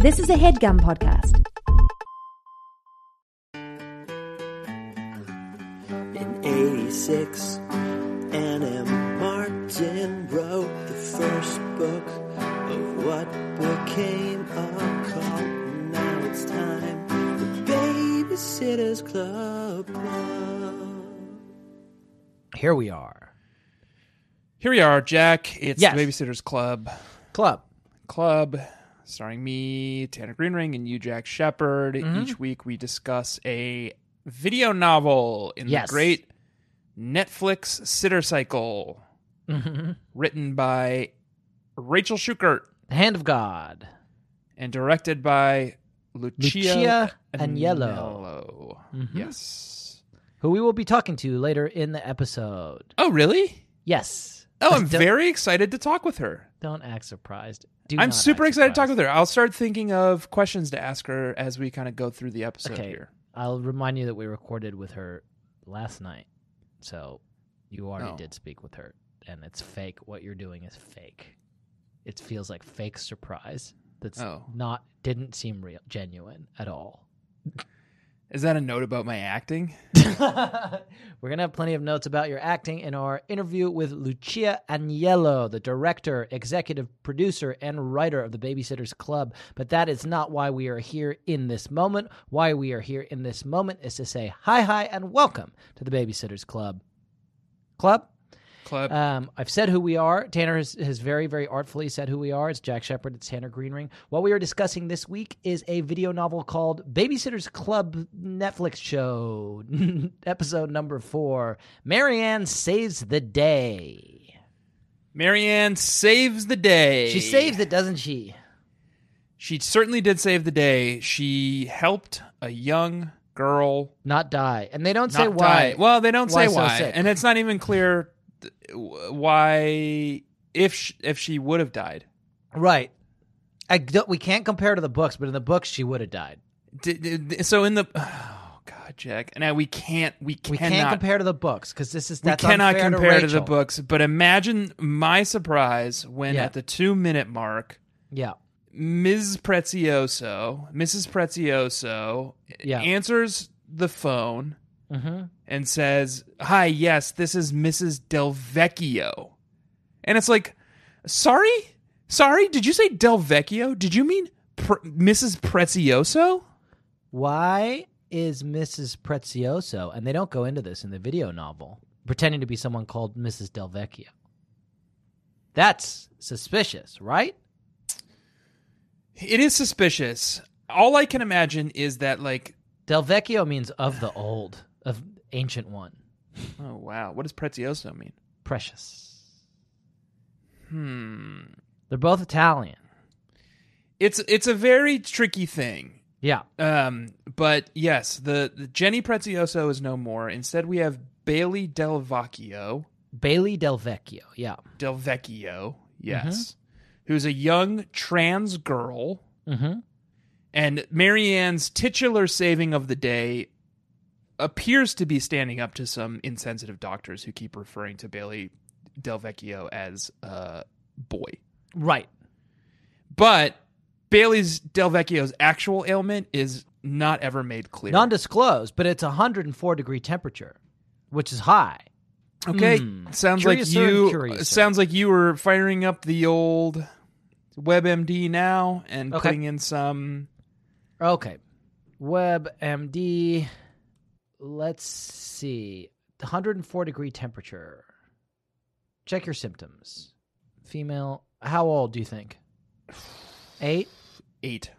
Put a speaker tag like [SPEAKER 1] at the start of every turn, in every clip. [SPEAKER 1] This is a headgum podcast.
[SPEAKER 2] In 86, Anna Martin wrote the first book of what became a cult. Now it's time for Babysitter's Club.
[SPEAKER 3] Here we are.
[SPEAKER 4] Here we are, Jack. It's
[SPEAKER 3] Yes.
[SPEAKER 4] the Babysitters Club.
[SPEAKER 3] Club.
[SPEAKER 4] Club, starring me, Tanner Greenring, and you, Jack Shepard.
[SPEAKER 3] Mm-hmm.
[SPEAKER 4] Each week we discuss a video novel in
[SPEAKER 3] Yes.
[SPEAKER 4] the great Netflix sitter cycle, Mm-hmm. written by Rachel Schukert
[SPEAKER 3] The Hand of God.
[SPEAKER 4] and directed by Lucia,
[SPEAKER 3] Lucia Mm-hmm.
[SPEAKER 4] Agnello. Yes.
[SPEAKER 3] Who we will be talking to later in the episode.
[SPEAKER 4] Oh, really?
[SPEAKER 3] Yes.
[SPEAKER 4] Oh, I'm
[SPEAKER 3] Don't-
[SPEAKER 4] very excited to talk with her.
[SPEAKER 3] Don't act surprised. Do
[SPEAKER 4] I'm
[SPEAKER 3] not
[SPEAKER 4] super
[SPEAKER 3] act
[SPEAKER 4] excited to talk
[SPEAKER 3] surprised.
[SPEAKER 4] with her. I'll start thinking of questions to ask her as we kind of go through the episode
[SPEAKER 3] Okay.
[SPEAKER 4] here.
[SPEAKER 3] I'll remind you that we recorded with her last night. So you already
[SPEAKER 4] Oh.
[SPEAKER 3] did speak with her. And it's fake. What you're doing is fake. It feels like fake surprise. That's
[SPEAKER 4] Oh.
[SPEAKER 3] not didn't seem real genuine at all.
[SPEAKER 4] Is that a note about my acting?
[SPEAKER 3] We're going to have plenty of notes about your acting in our interview with Lucia Agnello, the director, executive producer, and writer of The Babysitter's Club. But that is not why we are here in this moment. Why we are here in this moment is to say hi, hi, and welcome to The Babysitter's Club. Club?
[SPEAKER 4] Club.
[SPEAKER 3] Um, I've said who we are. Tanner has, has very, very artfully said who we are. It's Jack Shepard. It's Tanner Greenring. What we are discussing this week is a video novel called Babysitter's Club Netflix Show, episode number four. Marianne saves the day.
[SPEAKER 4] Marianne saves the day.
[SPEAKER 3] She saves it, doesn't she?
[SPEAKER 4] She certainly did save the day. She helped a young girl
[SPEAKER 3] Not die. And they don't say
[SPEAKER 4] not
[SPEAKER 3] why.
[SPEAKER 4] die. Well, they don't
[SPEAKER 3] Why
[SPEAKER 4] say
[SPEAKER 3] so
[SPEAKER 4] why,
[SPEAKER 3] sick?
[SPEAKER 4] and it's not even clear th- w- why if sh- if she would have died.
[SPEAKER 3] right. I don't, we can't compare to the books, but in the books, she would have died.
[SPEAKER 4] D- d- d- so in the oh god, Jack, now we can't we cannot
[SPEAKER 3] We can't compare to the books because this is that's
[SPEAKER 4] we cannot
[SPEAKER 3] unfair
[SPEAKER 4] compare to, the
[SPEAKER 3] Rachel.
[SPEAKER 4] books, but imagine my surprise when
[SPEAKER 3] Yeah.
[SPEAKER 4] at the two minute mark,
[SPEAKER 3] Yeah.
[SPEAKER 4] Ms. Prezioso, Mrs. Prezioso,
[SPEAKER 3] Yeah.
[SPEAKER 4] answers the phone
[SPEAKER 3] Mm-hmm.
[SPEAKER 4] and says, Hi, yes, this is Mrs. Delvecchio. And it's like, Sorry? Sorry? Did you say Delvecchio? Did you mean Pre- Mrs. Prezioso?
[SPEAKER 3] Why is Mrs. Prezioso, and they don't go into this in the video novel, pretending to be someone called Mrs. Delvecchio? That's suspicious, right?
[SPEAKER 4] It is suspicious. All I can imagine is that, like,
[SPEAKER 3] Delvecchio means of the old, of ancient one,
[SPEAKER 4] oh, wow, what does Prezioso mean?
[SPEAKER 3] precious.
[SPEAKER 4] Hmm.
[SPEAKER 3] They're both Italian.
[SPEAKER 4] it's it's a very tricky thing.
[SPEAKER 3] Yeah.
[SPEAKER 4] Um, but yes, the, the Jenny Prezioso is no more. Instead, we have Bailey Del Vecchio,
[SPEAKER 3] Bailey Delvecchio. Yeah.
[SPEAKER 4] Del Vecchio, yes, who's a young trans girl,
[SPEAKER 3] Mm-hmm.
[SPEAKER 4] and Marianne's titular saving of the day appears to be standing up to some insensitive doctors who keep referring to Bailey Del Vecchio as a boy.
[SPEAKER 3] Right.
[SPEAKER 4] But Bailey's Del Vecchio's actual ailment is not ever made clear.
[SPEAKER 3] Non disclosed, but it's 104 degree temperature, which is high.
[SPEAKER 4] Okay,
[SPEAKER 3] Mm.
[SPEAKER 4] sounds
[SPEAKER 3] Curiouser and
[SPEAKER 4] like you
[SPEAKER 3] curiouser.
[SPEAKER 4] sounds like you were firing up the old WebMD now and
[SPEAKER 3] Okay.
[SPEAKER 4] putting in some.
[SPEAKER 3] Okay. WebMD. Let's see. 104 degree temperature. Check your symptoms. Female. How old do you think? Eight?
[SPEAKER 4] Eight.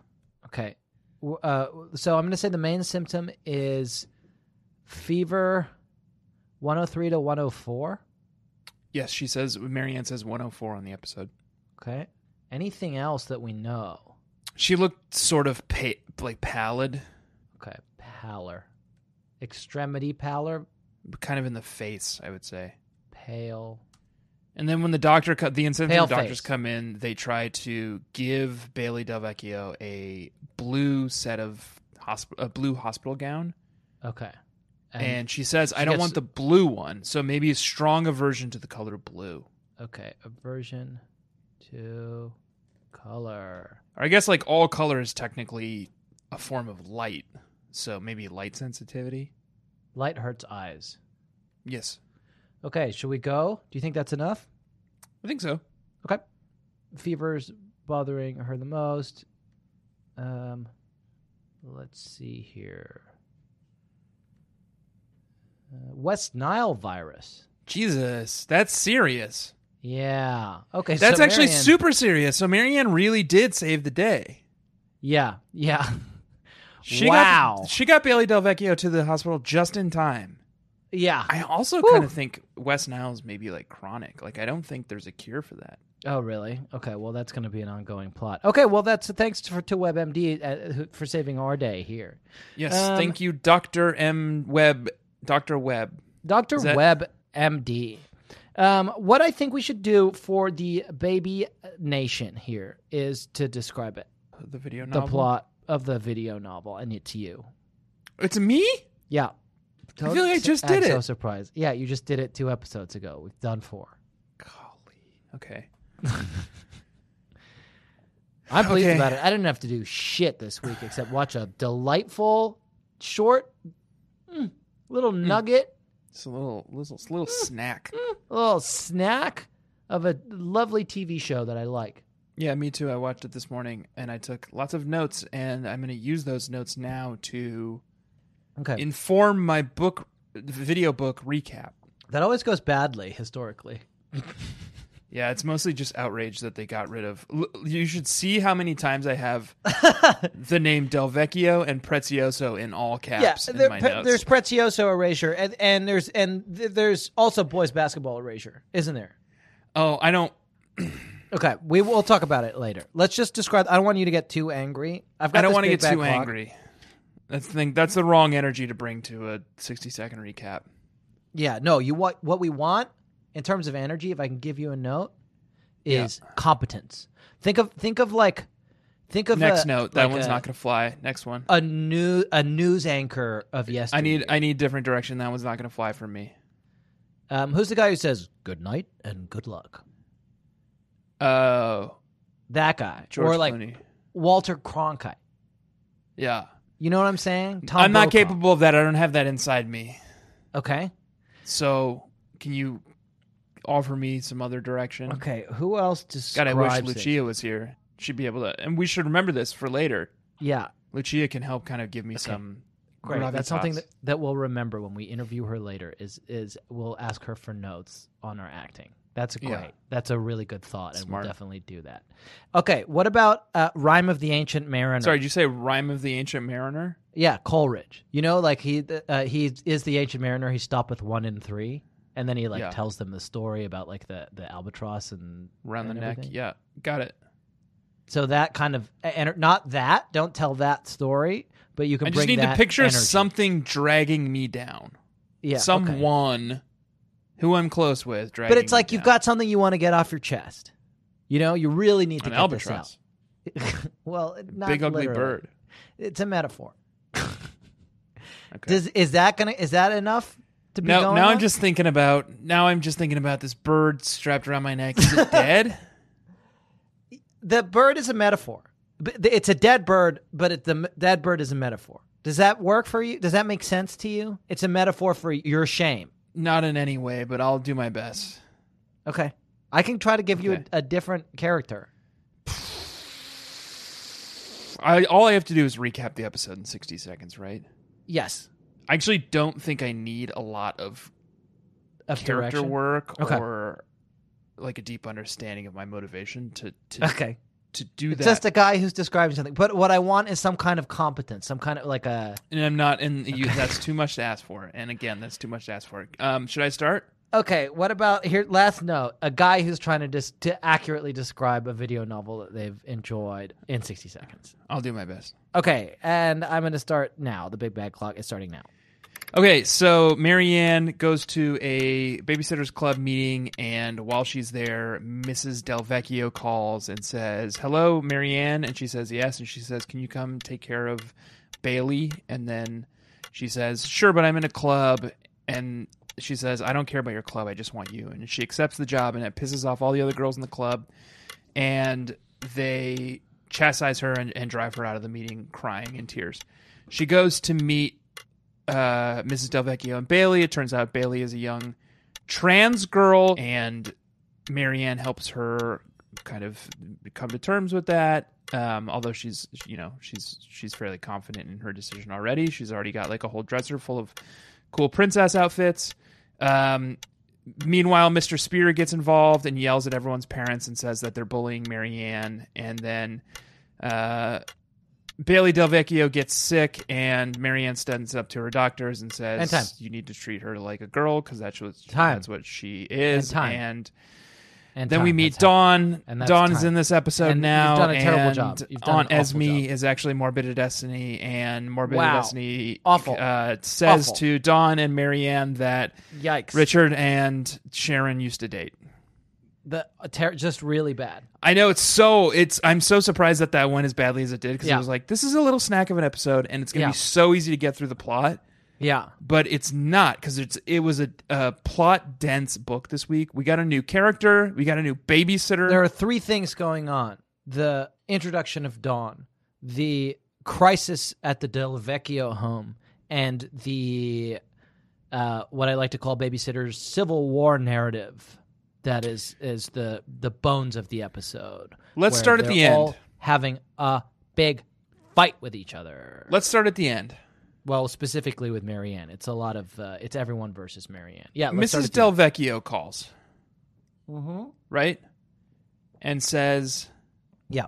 [SPEAKER 3] Okay. W- Uh, so I'm going to say the main symptom is fever 103 to 104.
[SPEAKER 4] Yes, she says. Marianne says 104 on the episode.
[SPEAKER 3] Okay. Anything else that we know?
[SPEAKER 4] She looked sort of pa- like pallid,
[SPEAKER 3] Okay. Pallor. Extremity pallor.
[SPEAKER 4] kind of in the face, I would say.
[SPEAKER 3] Pale.
[SPEAKER 4] And then when the doctor, co- the insensitive
[SPEAKER 3] Pale
[SPEAKER 4] doctors
[SPEAKER 3] face.
[SPEAKER 4] come in, they try to give Bailey Del Vecchio a blue set of hosp- a blue hospital gown.
[SPEAKER 3] Okay.
[SPEAKER 4] And, she says, "I don't
[SPEAKER 3] gets-
[SPEAKER 4] want the blue one, so maybe a strong aversion to the color blue."
[SPEAKER 3] Okay, aversion to color.
[SPEAKER 4] Or I guess like all color is technically a form of light. So maybe light sensitivity?
[SPEAKER 3] Light hurts eyes.
[SPEAKER 4] Yes.
[SPEAKER 3] Okay, should we go? Do you think that's enough?
[SPEAKER 4] I think so.
[SPEAKER 3] Okay. Fever's bothering her the most. Um, let's see here. Uh, West Nile virus.
[SPEAKER 4] Jesus, that's serious.
[SPEAKER 3] Yeah. Okay.
[SPEAKER 4] That's
[SPEAKER 3] so
[SPEAKER 4] actually
[SPEAKER 3] Marianne-
[SPEAKER 4] super serious. So Marianne really did save the day.
[SPEAKER 3] Yeah. Yeah.
[SPEAKER 4] She
[SPEAKER 3] wow.
[SPEAKER 4] Got, she got Bailey Del Vecchio to the hospital just in time.
[SPEAKER 3] yeah.
[SPEAKER 4] I also
[SPEAKER 3] Whew.
[SPEAKER 4] kind of think West Nile's maybe like chronic. Like I don't think there's a cure for that.
[SPEAKER 3] Oh, really? Okay. Well, that's going to be an ongoing plot. Okay. Well, that's thanks for, to WebMD uh, who- for saving our day here.
[SPEAKER 4] Yes,
[SPEAKER 3] Um,
[SPEAKER 4] thank you, Doctor M. Webb. Doctor Webb.
[SPEAKER 3] Dr.
[SPEAKER 4] Is that-
[SPEAKER 3] Webb, MD. Um, what I think we should do for the baby nation here is to describe it
[SPEAKER 4] The video
[SPEAKER 3] the
[SPEAKER 4] novel.
[SPEAKER 3] plot of the video novel, and it's you.
[SPEAKER 4] It's me.
[SPEAKER 3] Yeah.
[SPEAKER 4] I feel like I
[SPEAKER 3] Don't
[SPEAKER 4] just
[SPEAKER 3] act
[SPEAKER 4] did
[SPEAKER 3] So
[SPEAKER 4] it.
[SPEAKER 3] surprised. Yeah, you just did it two episodes ago. We've done four.
[SPEAKER 4] Golly. Okay.
[SPEAKER 3] I'm pleased
[SPEAKER 4] Okay.
[SPEAKER 3] about it. I didn't have to do shit this week except watch a delightful short mm, little
[SPEAKER 4] Hmm.
[SPEAKER 3] nugget,
[SPEAKER 4] It's a little little little snack.
[SPEAKER 3] little snack of a lovely TV show that I like.
[SPEAKER 4] Yeah, me too. I watched it this morning and I took lots of notes and I'm going to use those notes now to
[SPEAKER 3] Okay.
[SPEAKER 4] inform my book video book recap.
[SPEAKER 3] that always goes badly historically.
[SPEAKER 4] Yeah, it's mostly just outrage that they got rid of. L- you should see how many times I have the name Del Vecchio and Prezioso in all caps
[SPEAKER 3] yeah,
[SPEAKER 4] in
[SPEAKER 3] there-
[SPEAKER 4] my
[SPEAKER 3] pe-
[SPEAKER 4] notes.
[SPEAKER 3] there's Prezioso erasure, and, and there's and th- there's also boys basketball erasure, isn't there?
[SPEAKER 4] oh, I don't
[SPEAKER 3] Okay, we will talk about it later. Let's just describe. I don't want you to get too angry. I've got.
[SPEAKER 4] I don't
[SPEAKER 3] want to
[SPEAKER 4] get too angry. That's the thing. That's the wrong energy to bring to a 60 second recap.
[SPEAKER 3] Yeah, no. You what? What we want in terms of energy, if I can give you a note, is competence. Think of think of like think of
[SPEAKER 4] Next
[SPEAKER 3] a-
[SPEAKER 4] note. That
[SPEAKER 3] like
[SPEAKER 4] one's
[SPEAKER 3] a,
[SPEAKER 4] not going to fly. Next one.
[SPEAKER 3] a new a news anchor of yesterday.
[SPEAKER 4] I need I need different direction. That one's not going to fly for me.
[SPEAKER 3] Um, who's the guy who says good night and good luck?
[SPEAKER 4] Oh,
[SPEAKER 3] That guy,
[SPEAKER 4] George
[SPEAKER 3] or like
[SPEAKER 4] Clooney.
[SPEAKER 3] Walter Cronkite.
[SPEAKER 4] Yeah,
[SPEAKER 3] You know what I'm saying? Tom
[SPEAKER 4] I'm not
[SPEAKER 3] Brokaw.
[SPEAKER 4] capable of that. I don't have that inside me.
[SPEAKER 3] Okay.
[SPEAKER 4] So, can you offer me some other direction?
[SPEAKER 3] Okay. Who else describes
[SPEAKER 4] God, I wish
[SPEAKER 3] it?
[SPEAKER 4] Lucia was here. She'd be able to, and we should remember this for later.
[SPEAKER 3] Yeah.
[SPEAKER 4] Lucia can help kind of give me some.
[SPEAKER 3] Great.
[SPEAKER 4] gravitas.
[SPEAKER 3] That's something that, that we'll remember when we interview her later. Is is we'll ask her for notes on our acting. That's a great.
[SPEAKER 4] Yeah.
[SPEAKER 3] That's a really good thought, and
[SPEAKER 4] Smart.
[SPEAKER 3] we'll definitely do that. Okay. What about uh, rhyme of the ancient mariner?
[SPEAKER 4] Sorry, did you say rhyme of the ancient mariner?
[SPEAKER 3] Yeah, Coleridge. You know, like he uh, he is the ancient mariner. He stopped with one in three, and then he like
[SPEAKER 4] Yeah.
[SPEAKER 3] tells them the story about like the the albatross and
[SPEAKER 4] Around the
[SPEAKER 3] and
[SPEAKER 4] neck.
[SPEAKER 3] everything.
[SPEAKER 4] Yeah, got it.
[SPEAKER 3] So that kind of and not that. Don't tell that story. But you can.
[SPEAKER 4] I just
[SPEAKER 3] bring
[SPEAKER 4] need to
[SPEAKER 3] that
[SPEAKER 4] picture
[SPEAKER 3] energy.
[SPEAKER 4] something dragging me down.
[SPEAKER 3] Yeah. okay.
[SPEAKER 4] Someone who I'm close with dragging.
[SPEAKER 3] But it's
[SPEAKER 4] me
[SPEAKER 3] like you've
[SPEAKER 4] down.
[SPEAKER 3] got something you want to get off your chest. You know, you really need to
[SPEAKER 4] an
[SPEAKER 3] get
[SPEAKER 4] albatross,
[SPEAKER 3] this out. well, not
[SPEAKER 4] big ugly
[SPEAKER 3] literally.
[SPEAKER 4] bird.
[SPEAKER 3] It's a metaphor.
[SPEAKER 4] Okay.
[SPEAKER 3] Does is that gonna is that enough to be
[SPEAKER 4] Now,
[SPEAKER 3] going
[SPEAKER 4] now
[SPEAKER 3] on?
[SPEAKER 4] I'm just thinking about now I'm just thinking about this bird strapped around my neck. Is it dead?
[SPEAKER 3] the bird is a metaphor. But th- It's a dead bird, but it, the m- dead bird is a metaphor. Does that work for you? Does that make sense to you? It's a metaphor for your shame.
[SPEAKER 4] Not in any way, but I'll do my best.
[SPEAKER 3] Okay, I can try to give you
[SPEAKER 4] Okay.
[SPEAKER 3] a, a different character.
[SPEAKER 4] I all I have to do is recap the episode in 60 seconds, right?
[SPEAKER 3] Yes,
[SPEAKER 4] I actually don't think I need a lot of,
[SPEAKER 3] of
[SPEAKER 4] character
[SPEAKER 3] direction.
[SPEAKER 4] work
[SPEAKER 3] Okay.
[SPEAKER 4] or like a deep understanding of my motivation to to,
[SPEAKER 3] Okay,
[SPEAKER 4] to do
[SPEAKER 3] It's
[SPEAKER 4] that.
[SPEAKER 3] just a guy who's describing something. But what I want is some kind of competence, some kind of like a.
[SPEAKER 4] and I'm not and you, that's too much to ask for. And again, that's too much to ask for. Um, should I start?
[SPEAKER 3] Okay, what about here? Last note: a guy who's trying to dis- to accurately describe a video novel that they've enjoyed in sixty seconds.
[SPEAKER 4] I'll do my best.
[SPEAKER 3] Okay, and I'm going to start now. The big bad clock is starting now.
[SPEAKER 4] Okay, so Marianne goes to a babysitters club meeting, and while she's there, Mrs. Del Vecchio calls and says, "Hello, Marianne," and she says yes, and she says, "Can you come take care of Bailey?" And then she says, "Sure, but I'm in a club," and she says, "I don't care about your club. I just want you." And she accepts the job, and it pisses off all the other girls in the club, and they chastise her and, and drive her out of the meeting crying in tears. She goes to meet uh, Mrs. Delvecchio and Bailey. It turns out Bailey is a young trans girl, and Marianne helps her kind of come to terms with that. Um, although she's, you know, she's she's fairly confident in her decision already. She's already got like a whole dresser full of cool princess outfits. Um, meanwhile, Mr. Spear gets involved and yells at everyone's parents and says that they're bullying Marianne. And then uh, Bailey Delvecchio gets sick, and Marianne stands up to her doctors and says,
[SPEAKER 3] And time.
[SPEAKER 4] "You need to treat her like a girl because that's what
[SPEAKER 3] Time.
[SPEAKER 4] that's what she is."
[SPEAKER 3] And time.
[SPEAKER 4] And
[SPEAKER 3] And
[SPEAKER 4] then
[SPEAKER 3] time,
[SPEAKER 4] we
[SPEAKER 3] and
[SPEAKER 4] meet
[SPEAKER 3] time.
[SPEAKER 4] Dawn.
[SPEAKER 3] And that's
[SPEAKER 4] Dawn is
[SPEAKER 3] time.
[SPEAKER 4] in this episode
[SPEAKER 3] And you've
[SPEAKER 4] now.
[SPEAKER 3] done a terrible
[SPEAKER 4] and
[SPEAKER 3] job. You've done
[SPEAKER 4] Aunt
[SPEAKER 3] an awful
[SPEAKER 4] Esme
[SPEAKER 3] job.
[SPEAKER 4] is actually Morbid of Destiny, and Morbid
[SPEAKER 3] Wow.
[SPEAKER 4] of Destiny
[SPEAKER 3] Awful.
[SPEAKER 4] Uh, says
[SPEAKER 3] Awful.
[SPEAKER 4] to Dawn and Marianne that
[SPEAKER 3] Yikes!
[SPEAKER 4] Richard and Sharon used to date.
[SPEAKER 3] the uh, ter- just really bad.
[SPEAKER 4] I know it's so it's I'm so surprised that that went as badly as it did because
[SPEAKER 3] Yeah.
[SPEAKER 4] I was like, this is a little snack of an episode, and it's gonna
[SPEAKER 3] Yeah.
[SPEAKER 4] be so easy to get through the plot.
[SPEAKER 3] Yeah,
[SPEAKER 4] but it's not because it's it was a, a plot dense book this week. We got a new character, we got a new babysitter.
[SPEAKER 3] there are three things going on: the introduction of Dawn, the crisis at the Del Vecchio home, and the uh, what I like to call babysitters' civil war narrative. That is is the the bones of the episode.
[SPEAKER 4] Let's
[SPEAKER 3] where
[SPEAKER 4] start at the
[SPEAKER 3] they're all
[SPEAKER 4] end.
[SPEAKER 3] having a big fight with each other.
[SPEAKER 4] Let's start at the end.
[SPEAKER 3] well, specifically with Marianne, it's a lot of uh, it's everyone versus Marianne. Yeah, let's start
[SPEAKER 4] Mrs.
[SPEAKER 3] at the end. Mm-hmm.
[SPEAKER 4] Delvecchio calls, right, and says
[SPEAKER 3] Yeah,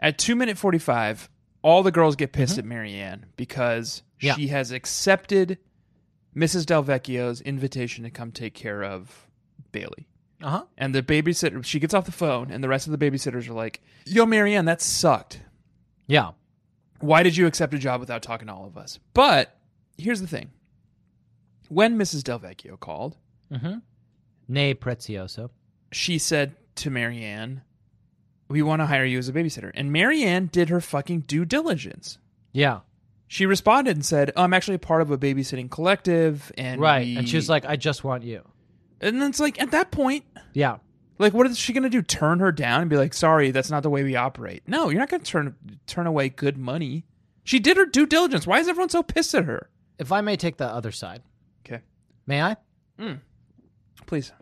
[SPEAKER 4] at two minute forty five, all the girls get pissed at Marianne because
[SPEAKER 3] Mm-hmm. Yeah.
[SPEAKER 4] she has accepted Mrs. Delvecchio's invitation to come take care of Bailey.
[SPEAKER 3] uh huh.
[SPEAKER 4] And the babysitter, she gets off the phone, and the rest of the babysitters are like, "Yo, Marianne, that sucked.
[SPEAKER 3] Yeah,
[SPEAKER 4] why did you accept a job without talking to all of us? But here's the thing. When Mrs. Delvecchio called,
[SPEAKER 3] Mm-hmm. nay prezioso.
[SPEAKER 4] she said to Marianne, We want to hire you as a babysitter. And Marianne did her fucking due diligence.
[SPEAKER 3] Yeah,
[SPEAKER 4] She responded and said, I'm actually part of a babysitting collective. And
[SPEAKER 3] right.
[SPEAKER 4] we-
[SPEAKER 3] And she was like, I just want you.
[SPEAKER 4] And it's like, at that point,
[SPEAKER 3] Yeah,
[SPEAKER 4] like, what is she going to do? Turn her down and be like, Sorry, that's not the way we operate. No, you're not going to turn, turn away good money. She did her due diligence. Why is everyone so pissed at her?
[SPEAKER 3] if I may take the other side,
[SPEAKER 4] Okay.
[SPEAKER 3] may I?
[SPEAKER 4] Mm. Please.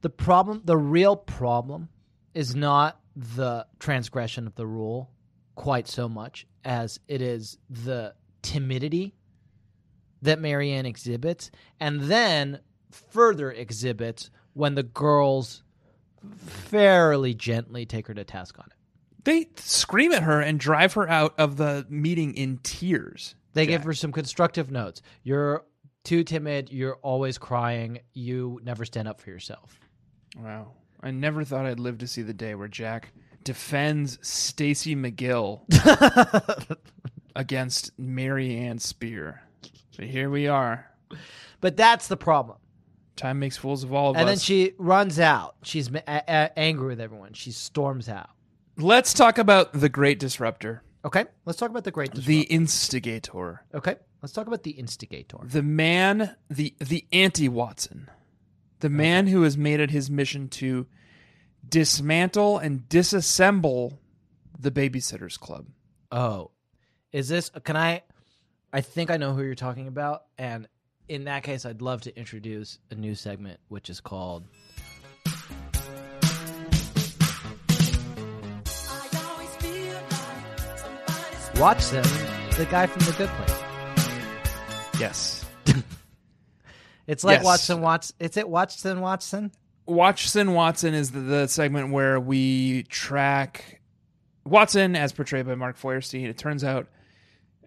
[SPEAKER 3] The problem, the real problem, is not the transgression of the rule quite so much as it is the timidity that Marianne exhibits, and then further exhibits when the girls fairly gently take her to task on it.
[SPEAKER 4] They scream at her and drive her out of the meeting in tears.
[SPEAKER 3] They give her some constructive notes. You're too timid. You're always crying. You never stand up for yourself.
[SPEAKER 4] Wow. I never thought I'd live to see the day where Jack defends Stacy McGill against Mary Ann Spear. But here we are.
[SPEAKER 3] But that's the problem.
[SPEAKER 4] Time makes fools of all of
[SPEAKER 3] And
[SPEAKER 4] us.
[SPEAKER 3] then she runs out. She's ma- a- a- angry with everyone. She storms out.
[SPEAKER 4] Let's talk about the great disruptor,
[SPEAKER 3] Okay, let's talk about the great.
[SPEAKER 4] the instigator,
[SPEAKER 3] okay, let's talk about the instigator.
[SPEAKER 4] the man, the the anti Watson, the man who has made it his mission to dismantle and disassemble the Babysitters Club.
[SPEAKER 3] Oh, is this? Can I? I think I know who you're talking about. And in that case, I'd love to introduce a new segment, which is called Watson, the guy from The Good Place.
[SPEAKER 4] Yes.
[SPEAKER 3] It's like
[SPEAKER 4] Yes.
[SPEAKER 3] Watson Watson. It's it Watson Watson.
[SPEAKER 4] Watson Watson is the, the segment where we track Watson as portrayed by Mark Feuerstein. It turns out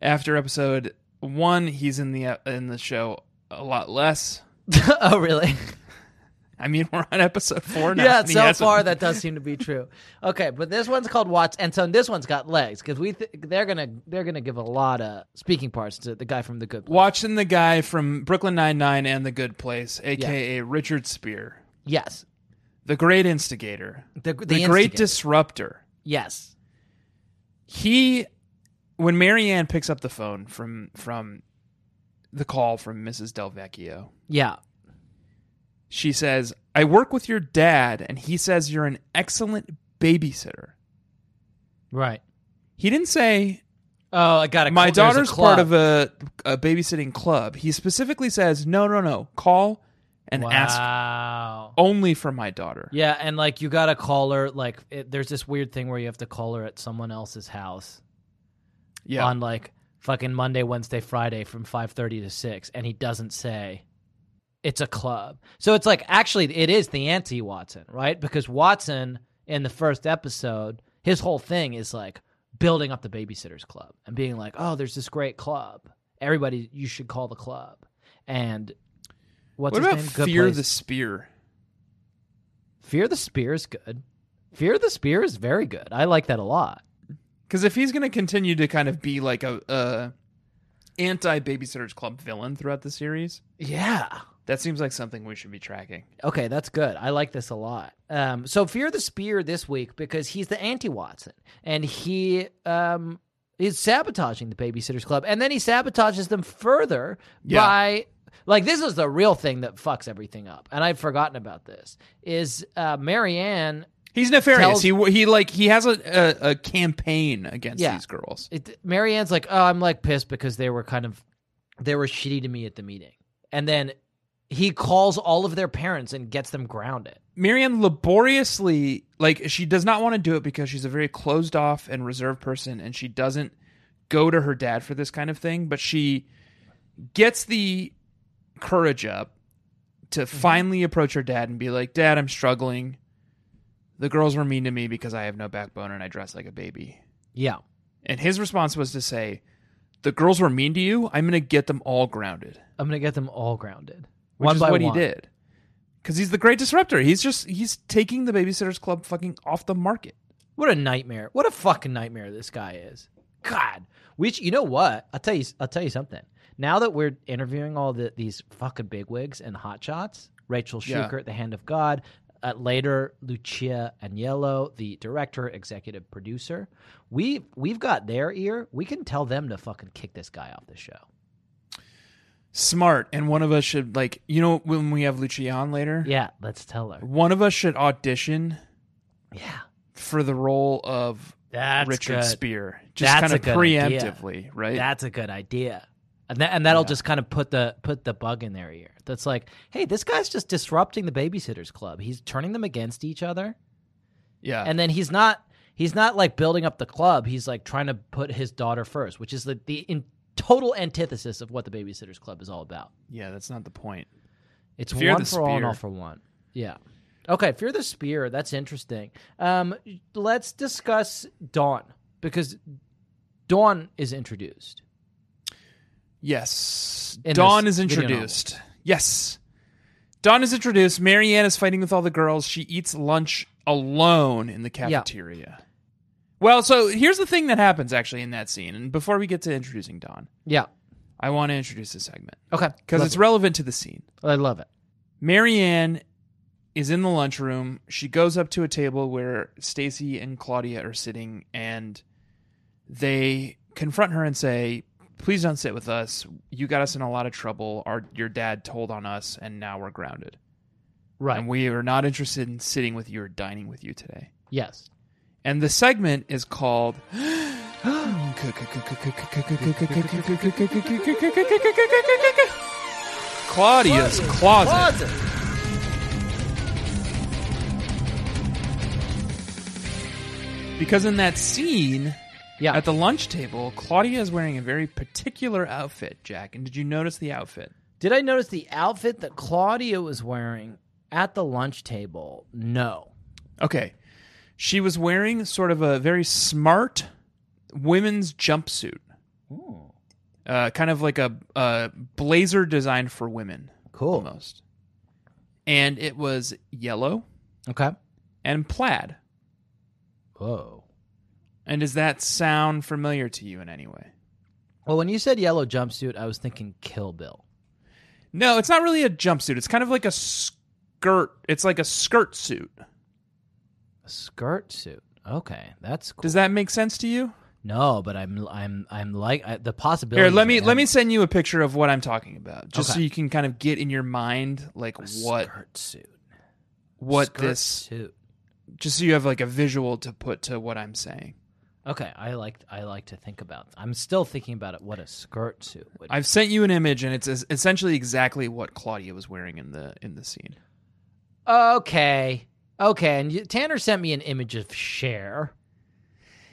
[SPEAKER 4] after episode 1 he's in the uh, in the show a lot less.
[SPEAKER 3] oh, really?
[SPEAKER 4] I mean, we're on episode 4 now.
[SPEAKER 3] yeah.
[SPEAKER 4] and he
[SPEAKER 3] So
[SPEAKER 4] hasn't-
[SPEAKER 3] far, that does seem to be true. Okay, but this one's called Watts, and so this one's got legs because we th- they're gonna they're gonna give a lot of speaking parts to the guy from the Good. Place.
[SPEAKER 4] Watching the guy from Brooklyn Nine-Nine and The Good Place, aka Richard Spear,
[SPEAKER 3] Yes.
[SPEAKER 4] the great instigator,
[SPEAKER 3] The, the,
[SPEAKER 4] the, great
[SPEAKER 3] instigator.
[SPEAKER 4] disruptor.
[SPEAKER 3] Yes.
[SPEAKER 4] He, when Marianne picks up the phone from from the call from Mrs. Delvecchio,
[SPEAKER 3] Yeah.
[SPEAKER 4] she says, "I work with your dad, and he says you're an excellent babysitter."
[SPEAKER 3] Right.
[SPEAKER 4] He didn't say
[SPEAKER 3] Oh, I got it.
[SPEAKER 4] my daughter's part of a, a babysitting club. He specifically says, no, no, no, call and ask
[SPEAKER 3] Wow.
[SPEAKER 4] only for my daughter.
[SPEAKER 3] Yeah, and like you got to call her. Like it, there's this weird thing where you have to call her at someone else's house
[SPEAKER 4] Yeah.
[SPEAKER 3] on like fucking Monday, Wednesday, Friday from five thirty to six, and he doesn't say it's a club. So it's like actually it is the anti Watson, right? Because Watson in the first episode, his whole thing is like building up the babysitters club and being like, oh, there's this great club. Everybody, you should call the club. And what's
[SPEAKER 4] what
[SPEAKER 3] his
[SPEAKER 4] about
[SPEAKER 3] name? Good
[SPEAKER 4] fear
[SPEAKER 3] Place-
[SPEAKER 4] the spear?
[SPEAKER 3] Fear the Spear is good. Fear the Spear is very good. I like that a lot.
[SPEAKER 4] Because if he's going to continue to kind of be like a, a anti babysitters club villain throughout the series,
[SPEAKER 3] Yeah.
[SPEAKER 4] that seems like something we should be tracking.
[SPEAKER 3] Okay, that's good. I like this a lot. Um, so Fear the Spear this week because he's the anti Watson and he um, is sabotaging the Babysitters Club, and then he sabotages them further
[SPEAKER 4] Yeah.
[SPEAKER 3] by like this is the real thing that fucks everything up, and I'd forgotten about this. Is uh, Marianne
[SPEAKER 4] He's
[SPEAKER 3] Tells-
[SPEAKER 4] nefarious. He he like he has a a, a campaign against
[SPEAKER 3] Yeah.
[SPEAKER 4] these girls.
[SPEAKER 3] it, Marianne's like, oh, I'm like pissed because they were kind of, they were shitty to me at the meeting. And then he calls all of their parents and gets them grounded.
[SPEAKER 4] Marianne laboriously like she does not want to do it because she's a very closed off and reserved person and she doesn't go to her dad for this kind of thing, but she gets the courage up to finally approach her dad and be like, "Dad, I'm struggling. The girls were mean to me because I have no backbone and I dress like a baby."
[SPEAKER 3] Yeah.
[SPEAKER 4] And his response was to say, "The girls were mean to you. I'm going to get them all grounded."
[SPEAKER 3] I'm going to get them all grounded.
[SPEAKER 4] which
[SPEAKER 3] one
[SPEAKER 4] is
[SPEAKER 3] by
[SPEAKER 4] what
[SPEAKER 3] one.
[SPEAKER 4] he did. Because he's the great disruptor. He's just he's taking the Babysitters Club fucking off the market.
[SPEAKER 3] What a nightmare. What a fucking nightmare this guy is. God. Which you know what? I'll tell you I'll tell you something. Now that we're interviewing all the, these fucking bigwigs and hotshots, Rachel
[SPEAKER 4] Yeah.
[SPEAKER 3] Schuker at the Hand of God, uh, later Lucia Agnello, the director, executive producer, we we've got their ear. We can tell them to fucking kick this guy off the show.
[SPEAKER 4] Smart, and one of us should like you know when we have Lucian later,
[SPEAKER 3] Yeah, let's tell her.
[SPEAKER 4] one of us should audition
[SPEAKER 3] Yeah,
[SPEAKER 4] for the role of
[SPEAKER 3] that's
[SPEAKER 4] Richard
[SPEAKER 3] good.
[SPEAKER 4] Spear, just
[SPEAKER 3] That's
[SPEAKER 4] kind
[SPEAKER 3] a
[SPEAKER 4] of
[SPEAKER 3] good
[SPEAKER 4] preemptively, right?
[SPEAKER 3] That's a good idea. And, that, and that'll
[SPEAKER 4] Yeah.
[SPEAKER 3] just kind of put the put the bug in their ear. That's like, hey, this guy's just disrupting the babysitters club. He's turning them against each other,
[SPEAKER 4] yeah,
[SPEAKER 3] and then he's not he's not like building up the club. He's like trying to put his daughter first, which is the the in total antithesis of what the babysitters club is all about.
[SPEAKER 4] yeah. That's not the point.
[SPEAKER 3] It's
[SPEAKER 4] Fear
[SPEAKER 3] one
[SPEAKER 4] the
[SPEAKER 3] for all and all
[SPEAKER 4] spear.
[SPEAKER 3] for one. Yeah. Okay, Fear the Spear. That's interesting. Um, let's discuss Dawn because Dawn is introduced.
[SPEAKER 4] Yes.
[SPEAKER 3] In
[SPEAKER 4] Dawn
[SPEAKER 3] this
[SPEAKER 4] is
[SPEAKER 3] video
[SPEAKER 4] introduced. Yes. Dawn is introduced. Marianne is fighting with all the girls. She eats lunch alone in the cafeteria. Well, so here's the thing that happens actually in that scene. And before we get to introducing Dawn,
[SPEAKER 3] Yeah.
[SPEAKER 4] I want to introduce this segment
[SPEAKER 3] Okay.
[SPEAKER 4] because it's relevant to the scene.
[SPEAKER 3] I love it.
[SPEAKER 4] Marianne is in the lunchroom. She goes up to a table where Stacy and Claudia are sitting, and they confront her and say, "Please don't sit with us. You got us in a lot of trouble. Our your dad told on us, and now we're grounded.
[SPEAKER 3] Right.
[SPEAKER 4] And we are not interested in sitting with you or dining with you today."
[SPEAKER 3] yes.
[SPEAKER 4] And the segment is called. Claudia's closet. Because in that scene
[SPEAKER 3] Yeah.
[SPEAKER 4] at the lunch table, Claudia is wearing a very particular outfit, Jack. And did you notice the outfit?
[SPEAKER 3] Did I notice the outfit that Claudia was wearing at the lunch table? No.
[SPEAKER 4] Okay. She was wearing sort of a very smart women's jumpsuit. Uh, kind of like a, a blazer designed for women,
[SPEAKER 3] Cool.
[SPEAKER 4] almost. And it was yellow
[SPEAKER 3] Okay.
[SPEAKER 4] and plaid.
[SPEAKER 3] Whoa.
[SPEAKER 4] And does that sound familiar to you in any way?
[SPEAKER 3] Well, when you said yellow jumpsuit, I was thinking Kill Bill.
[SPEAKER 4] No, it's not really a jumpsuit. It's kind of like a skirt. It's like a skirt suit.
[SPEAKER 3] A skirt suit. Okay, that's cool.
[SPEAKER 4] Does that make sense to you?
[SPEAKER 3] no, but I'm I'm I'm like I, the possibility.
[SPEAKER 4] Here, let me let me send you a picture of what I'm talking about, just so
[SPEAKER 3] Okay.
[SPEAKER 4] you can kind of get in your mind like what
[SPEAKER 3] skirt suit?
[SPEAKER 4] what
[SPEAKER 3] Skirt
[SPEAKER 4] this,
[SPEAKER 3] suit?
[SPEAKER 4] just so you have like a visual to put to what I'm saying.
[SPEAKER 3] Okay, I like I like to think about. I'm still thinking about it. What a skirt suit would.
[SPEAKER 4] I've sent you an image, and it's es- essentially exactly what Claudia was wearing in the in the scene.
[SPEAKER 3] okay, okay. And you, Tanner sent me an image of Cher.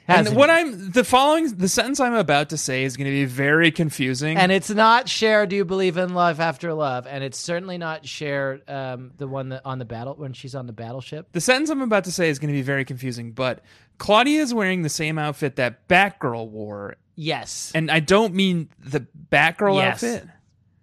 [SPEAKER 4] And
[SPEAKER 3] Hasn't
[SPEAKER 4] what
[SPEAKER 3] he?
[SPEAKER 4] I'm the following the sentence I'm about to say is going to be very confusing.
[SPEAKER 3] and it's not Cher. Do you believe in love after love? And it's certainly not Cher, um, the one that on the battle when she's on the battleship.
[SPEAKER 4] the sentence I'm about to say is going to be very confusing, but Claudia is wearing the same outfit that Batgirl wore,
[SPEAKER 3] Yes,
[SPEAKER 4] and I don't mean the Batgirl
[SPEAKER 3] Yes.
[SPEAKER 4] outfit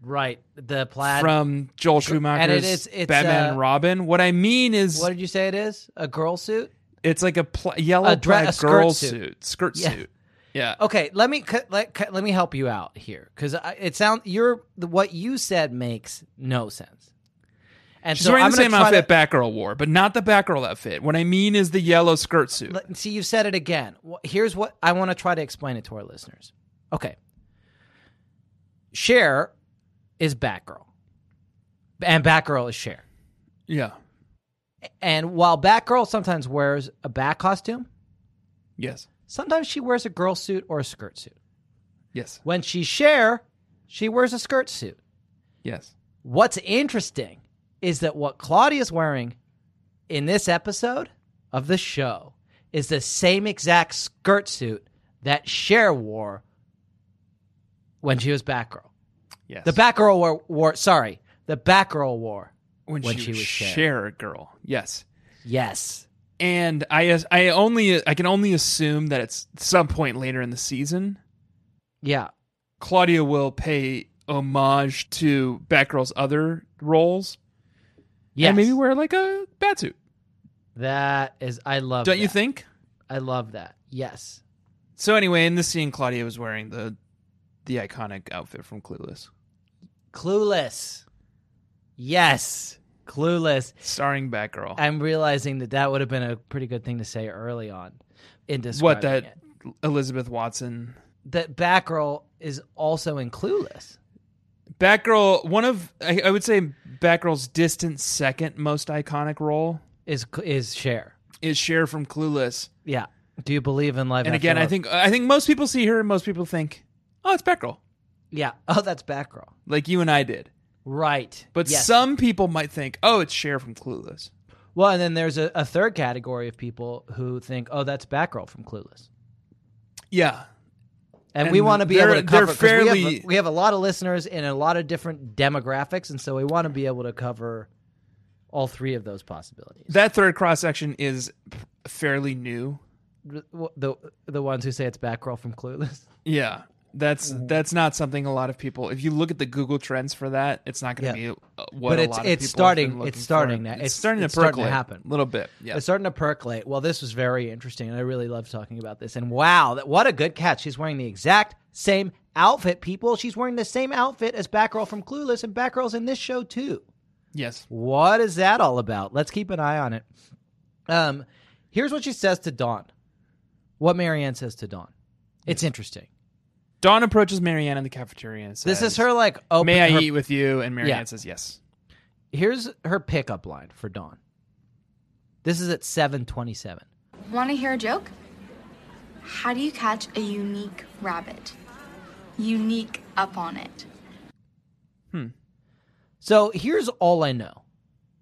[SPEAKER 3] right. The plaid.
[SPEAKER 4] from Joel Schumacher's
[SPEAKER 3] and it is- it's,
[SPEAKER 4] Batman
[SPEAKER 3] uh,
[SPEAKER 4] and Robin. What I mean is
[SPEAKER 3] what did you say it is? A girl suit.
[SPEAKER 4] it's like a pl- yellow
[SPEAKER 3] A dre-
[SPEAKER 4] plaid
[SPEAKER 3] a skirt
[SPEAKER 4] girl
[SPEAKER 3] suit.
[SPEAKER 4] suit. skirt
[SPEAKER 3] Yeah.
[SPEAKER 4] suit. Yeah.
[SPEAKER 3] Okay, let me cut- let cut- let me help you out here because it sounds you're the- what you said makes no sense. And
[SPEAKER 4] She's
[SPEAKER 3] so
[SPEAKER 4] wearing
[SPEAKER 3] I'm
[SPEAKER 4] the
[SPEAKER 3] gonna
[SPEAKER 4] same
[SPEAKER 3] try to-
[SPEAKER 4] outfit Batgirl wore, but not the Batgirl outfit. What I mean is the yellow skirt suit.
[SPEAKER 3] Let- See, you said it again. Wh- Here's what I want to try to explain it to our listeners. Okay. Cher is Batgirl, and Batgirl is Cher.
[SPEAKER 4] yeah.
[SPEAKER 3] And while Batgirl sometimes wears a bat costume,
[SPEAKER 4] Yes.
[SPEAKER 3] sometimes she wears a girl suit or a skirt suit.
[SPEAKER 4] Yes.
[SPEAKER 3] When she's Cher, she wears a skirt suit.
[SPEAKER 4] Yes.
[SPEAKER 3] What's interesting is that what Claudia's wearing in this episode of the show is the same exact skirt suit that Cher wore when she was Batgirl.
[SPEAKER 4] Yes.
[SPEAKER 3] The Batgirl wore, wore sorry, the Batgirl wore.
[SPEAKER 4] when, she, was
[SPEAKER 3] Cher.
[SPEAKER 4] Cher girl. Yes.
[SPEAKER 3] Yes.
[SPEAKER 4] And I I only I can only assume that it's some point later in the season
[SPEAKER 3] Yeah.
[SPEAKER 4] Claudia will pay homage to Batgirl's other roles
[SPEAKER 3] Yes.
[SPEAKER 4] and maybe wear like a batsuit.
[SPEAKER 3] that is I love
[SPEAKER 4] Don't you
[SPEAKER 3] that.
[SPEAKER 4] think?
[SPEAKER 3] I love that. Yes.
[SPEAKER 4] So anyway, in this scene Claudia was wearing the the iconic outfit from Clueless,
[SPEAKER 3] Clueless. Yes. Clueless.
[SPEAKER 4] starring Batgirl.
[SPEAKER 3] I'm realizing that that would have been a pretty good thing to say early on in describing
[SPEAKER 4] what that
[SPEAKER 3] it.
[SPEAKER 4] Elizabeth Watson
[SPEAKER 3] that Batgirl is also in Clueless.
[SPEAKER 4] Batgirl, one of I, I would say Batgirl's distant second most iconic role
[SPEAKER 3] Is is Cher?
[SPEAKER 4] is Cher from Clueless.
[SPEAKER 3] Yeah. Do you believe in life?
[SPEAKER 4] And
[SPEAKER 3] after
[SPEAKER 4] again, I
[SPEAKER 3] love?
[SPEAKER 4] think I think most people see her and most people think, "Oh, it's Batgirl,"
[SPEAKER 3] yeah. Oh, that's Batgirl.
[SPEAKER 4] like you and I did.
[SPEAKER 3] Right.
[SPEAKER 4] But
[SPEAKER 3] Yes.
[SPEAKER 4] some people might think, "Oh, it's Cher from Clueless."
[SPEAKER 3] well, and then there's a, a third category of people who think, oh, that's Batgirl from Clueless.
[SPEAKER 4] Yeah,
[SPEAKER 3] And,
[SPEAKER 4] And
[SPEAKER 3] we want to be
[SPEAKER 4] they're-
[SPEAKER 3] able to
[SPEAKER 4] they're
[SPEAKER 3] cover 'cause we have- we,
[SPEAKER 4] fairly-
[SPEAKER 3] have, a lot of listeners in a lot of different demographics, and so we want to be able to cover all three of those possibilities.
[SPEAKER 4] that third cross section is fairly new.
[SPEAKER 3] The the ones who say it's Batgirl from Clueless.
[SPEAKER 4] Yeah, that's that's not something a lot of people. If you look at the Google trends for that, it's not going to
[SPEAKER 3] Yeah.
[SPEAKER 4] be uh, what.
[SPEAKER 3] But
[SPEAKER 4] a
[SPEAKER 3] it's-
[SPEAKER 4] lot
[SPEAKER 3] it's
[SPEAKER 4] of people have
[SPEAKER 3] starting-
[SPEAKER 4] been looking
[SPEAKER 3] it's starting
[SPEAKER 4] for.
[SPEAKER 3] now.
[SPEAKER 4] It's,
[SPEAKER 3] It's-
[SPEAKER 4] starting
[SPEAKER 3] it's
[SPEAKER 4] to
[SPEAKER 3] starting to
[SPEAKER 4] percolate
[SPEAKER 3] happen.
[SPEAKER 4] a little bit. Yeah,
[SPEAKER 3] It's starting to percolate. Well, this was very interesting, and I really love talking about this. And wow, that, what a good catch! She's wearing the exact same outfit, people. She's wearing the same outfit as Batgirl from Clueless, and Batgirl's in this show too.
[SPEAKER 4] yes,
[SPEAKER 3] What is that all about? Let's keep an eye on it. Um, here's what she says to Dawn. What Marianne says to Dawn. It's interesting.
[SPEAKER 4] Dawn approaches Marianne in the cafeteria and says,
[SPEAKER 3] This is her like open.
[SPEAKER 4] May I
[SPEAKER 3] her-
[SPEAKER 4] eat with you? And Marianne
[SPEAKER 3] Yeah.
[SPEAKER 4] says yes.
[SPEAKER 3] Here's her pickup line for Dawn. This is at seven twenty-seven.
[SPEAKER 5] Want to hear a joke? How do you catch a unique rabbit? Unique up on it.
[SPEAKER 4] Hmm.
[SPEAKER 3] So here's all I know.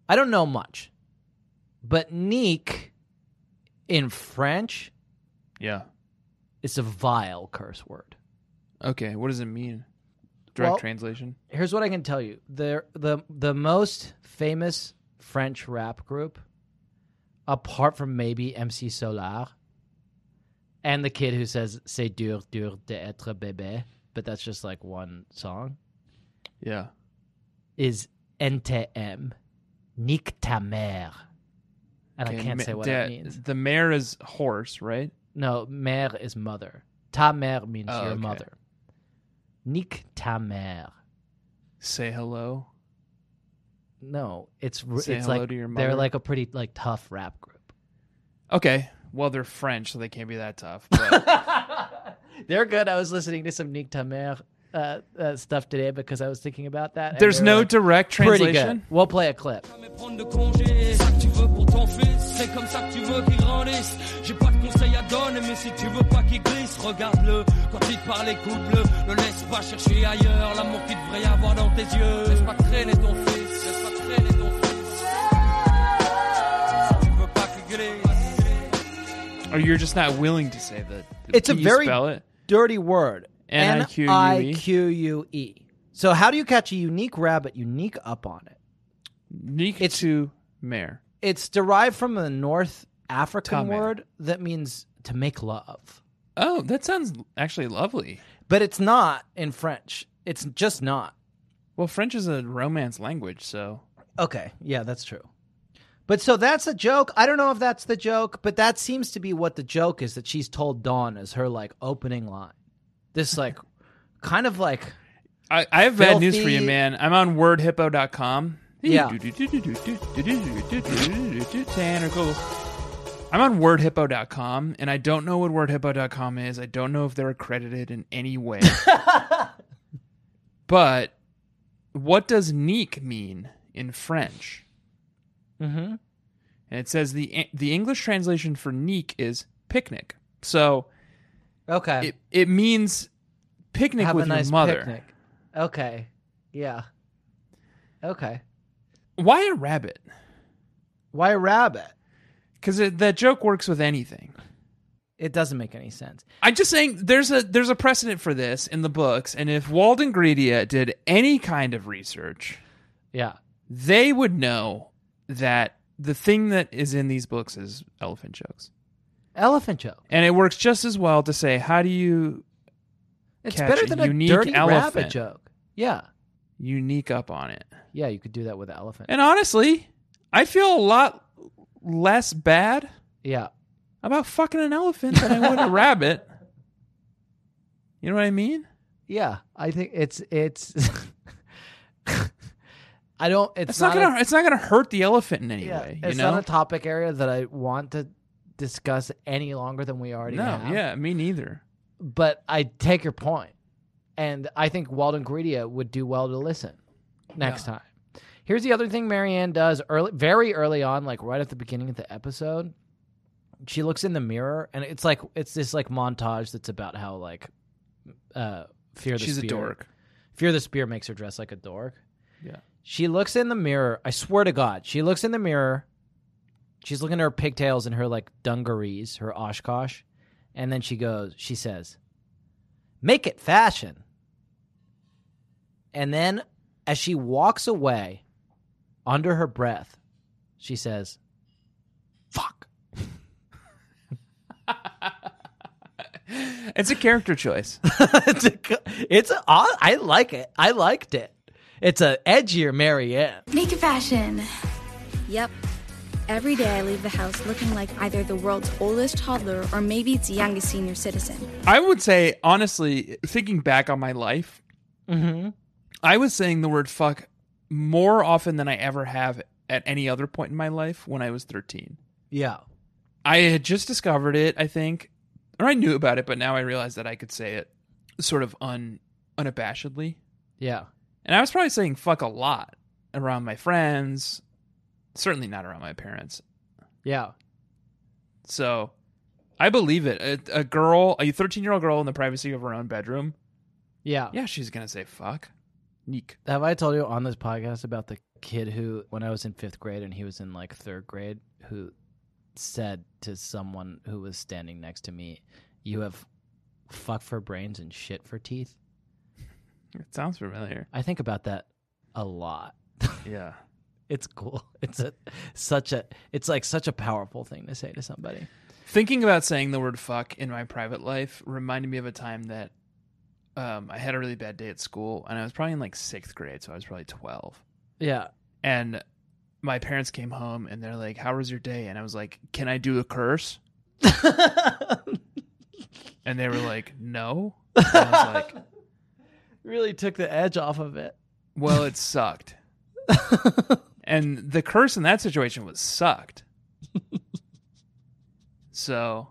[SPEAKER 3] I don't know much, but nique in French
[SPEAKER 4] Yeah.
[SPEAKER 3] is a vile curse word.
[SPEAKER 4] Okay. What does it mean? Direct
[SPEAKER 3] Well-
[SPEAKER 4] translation.
[SPEAKER 3] Here's what I can tell you: the the the most famous French rap group, apart from maybe MC Solar, and the kid who says "C'est dur, dur d'être bébé," but that's just like one song.
[SPEAKER 4] Yeah.
[SPEAKER 3] Is NTM, nique ta mère, and I
[SPEAKER 4] Okay,
[SPEAKER 3] can't
[SPEAKER 4] ma-
[SPEAKER 3] say what
[SPEAKER 4] da-
[SPEAKER 3] it means.
[SPEAKER 4] The mare is horse, right?
[SPEAKER 3] No, mère is mother. Ta mère means
[SPEAKER 4] Oh,
[SPEAKER 3] your
[SPEAKER 4] okay.
[SPEAKER 3] mother. Nique ta mère.
[SPEAKER 4] Say hello.
[SPEAKER 3] No, it's r-
[SPEAKER 4] Say
[SPEAKER 3] it's
[SPEAKER 4] hello
[SPEAKER 3] like
[SPEAKER 4] to your
[SPEAKER 3] they're
[SPEAKER 4] mother.
[SPEAKER 3] like a pretty like tough rap group.
[SPEAKER 4] Okay. Well, they're French, so they can't be that tough. But
[SPEAKER 3] they're good. I was listening to some Nique ta mère uh, uh, stuff today because I was thinking about that. and
[SPEAKER 4] There's
[SPEAKER 3] they were
[SPEAKER 4] no
[SPEAKER 3] like,
[SPEAKER 4] direct
[SPEAKER 3] Pretty
[SPEAKER 4] translation.
[SPEAKER 3] good. We'll play a clip.
[SPEAKER 6] Mais prendre de congé, c'est ça que tu veux pour ton fils, c'est comme ça que tu veux qu'il grandisse. J'ai pas de conseils à donner, mais si tu veux pas qu'il glisse, regarde-le. Quand il te parle, écoute-le. Ne laisse pas chercher ailleurs l'amour qu'il devrait y avoir dans tes yeux. Laisse pas traîner ton fils, laisse pas traîner ton fils. Si tu veux pas qu'il glisse.
[SPEAKER 4] Or you're just not willing to say the.
[SPEAKER 3] It's a
[SPEAKER 4] Can you
[SPEAKER 3] very
[SPEAKER 4] spell it?
[SPEAKER 3] dirty word. E.
[SPEAKER 4] N-I-Q-U-E.
[SPEAKER 3] N-I-Q-U-E. E. So how do you catch a unique rabbit unique up on it?
[SPEAKER 4] Nick
[SPEAKER 3] it's-
[SPEAKER 4] to mare.
[SPEAKER 3] It's derived from a North African
[SPEAKER 4] Tame.
[SPEAKER 3] word that means to make love.
[SPEAKER 4] Oh, that sounds actually lovely.
[SPEAKER 3] But it's not in French. It's just not.
[SPEAKER 4] Well, French is a Romance language, so
[SPEAKER 3] Okay. Yeah, that's true. But so that's the joke. I don't know if that's the joke, but that seems to be what the joke is that she's told Dawn as her like opening line. This like kind of like
[SPEAKER 4] I, I have bad news for you,
[SPEAKER 3] Filthy-
[SPEAKER 4] man. I'm on wordhippo.com.
[SPEAKER 3] Yeah.
[SPEAKER 4] Tanner Cole. I'm on wordhippo.com, and I don't know what wordhippo.com is. I don't know if they're accredited in any way. but what does neek mean in French?
[SPEAKER 3] Mhm.
[SPEAKER 4] And it says the the English translation for neek is picnic. So
[SPEAKER 3] okay.
[SPEAKER 4] it, it means picnic
[SPEAKER 3] have
[SPEAKER 4] with
[SPEAKER 3] a nice
[SPEAKER 4] your mother.
[SPEAKER 3] picnic. Okay. Yeah. Okay.
[SPEAKER 4] Why a rabbit?
[SPEAKER 3] Why a rabbit?
[SPEAKER 4] Because that joke works with anything.
[SPEAKER 3] It doesn't make any sense.
[SPEAKER 4] I'm just saying there's a there's a precedent for this in the books, and if Walden Greedia did any kind of research,
[SPEAKER 3] Yeah.
[SPEAKER 4] they would know that the thing that is in these books is elephant jokes,
[SPEAKER 3] Elephant joke.
[SPEAKER 4] and it works just as well to say how do you
[SPEAKER 3] It's
[SPEAKER 4] Catch
[SPEAKER 3] better
[SPEAKER 4] a
[SPEAKER 3] than a
[SPEAKER 4] unique
[SPEAKER 3] dirty rabbit
[SPEAKER 4] elephant.
[SPEAKER 3] joke. Yeah.
[SPEAKER 4] unique up on it.
[SPEAKER 3] Yeah, you could do that with an elephant.
[SPEAKER 4] And honestly, I feel a lot less bad
[SPEAKER 3] Yeah.
[SPEAKER 4] about fucking an elephant than I would a rabbit. You know what I mean?
[SPEAKER 3] Yeah. I think it's it's I don't it's,
[SPEAKER 4] It's, not,
[SPEAKER 3] a-
[SPEAKER 4] gonna it's not gonna hurt the elephant in any
[SPEAKER 3] yeah,
[SPEAKER 4] way. You
[SPEAKER 3] it's
[SPEAKER 4] know?
[SPEAKER 3] not a topic area that I want to discuss any longer than we already
[SPEAKER 4] no,
[SPEAKER 3] have.
[SPEAKER 4] yeah, me neither.
[SPEAKER 3] But I take your point. And I think Walden Greedia would do well to listen next time. Here's the other thing Marianne does early very early on, like right at the beginning of the episode. She looks in the mirror and it's like it's this like montage that's about how like uh fear the
[SPEAKER 4] She's a
[SPEAKER 3] spear-
[SPEAKER 4] dork.
[SPEAKER 3] Fear the Spear makes her dress like a dork.
[SPEAKER 4] Yeah.
[SPEAKER 3] She looks in the mirror. I swear to God, she looks in the mirror. She's looking at her pigtails and her like dungarees, her Oshkosh. And then she goes, she says, Make it fashion. And then as she walks away, under her breath, she says, Fuck.
[SPEAKER 4] It's a character choice.
[SPEAKER 3] it's a, it's a, I like it. I liked it. It's a edgier Marianne.
[SPEAKER 5] Make it fashion.
[SPEAKER 7] Yep. Every day I leave the house looking like either the world's oldest toddler or maybe its youngest senior citizen.
[SPEAKER 4] I would say, honestly, thinking back on my life, I was saying the word fuck more often than I ever have at any other point in my life when I was 13.
[SPEAKER 3] Yeah.
[SPEAKER 4] I had just discovered it, I think, or I knew about it, but now I realized that I could say it sort of un unabashedly.
[SPEAKER 3] Yeah.
[SPEAKER 4] And I was probably saying fuck a lot around my friends, certainly not around my parents.
[SPEAKER 3] Yeah.
[SPEAKER 4] So I believe it. A, a girl, a 13 year old girl in the privacy of her own bedroom,
[SPEAKER 3] Yeah.
[SPEAKER 4] yeah, she's going to say fuck. Neek.
[SPEAKER 3] Have I told you on this podcast about the kid who, when I was in fifth grade and he was in like third grade, who said to someone who was standing next to me, You have fuck for brains and shit for teeth?
[SPEAKER 4] It sounds familiar.
[SPEAKER 3] I think about that a lot.
[SPEAKER 4] Yeah.
[SPEAKER 3] It's cool. It's a such a it's like such a powerful thing to say to somebody.
[SPEAKER 4] Thinking about saying the word fuck in my private life reminded me of a time that um, I had a really bad day at school, and I was probably in like sixth grade, so I was probably 12.
[SPEAKER 3] Yeah.
[SPEAKER 4] And my parents came home and they're like, How was your day? And I was like, Can I do a curse? and they were like, No. And I was like,
[SPEAKER 3] Really took the edge off of it.
[SPEAKER 4] Well, it sucked. and the curse in that situation was sucked. so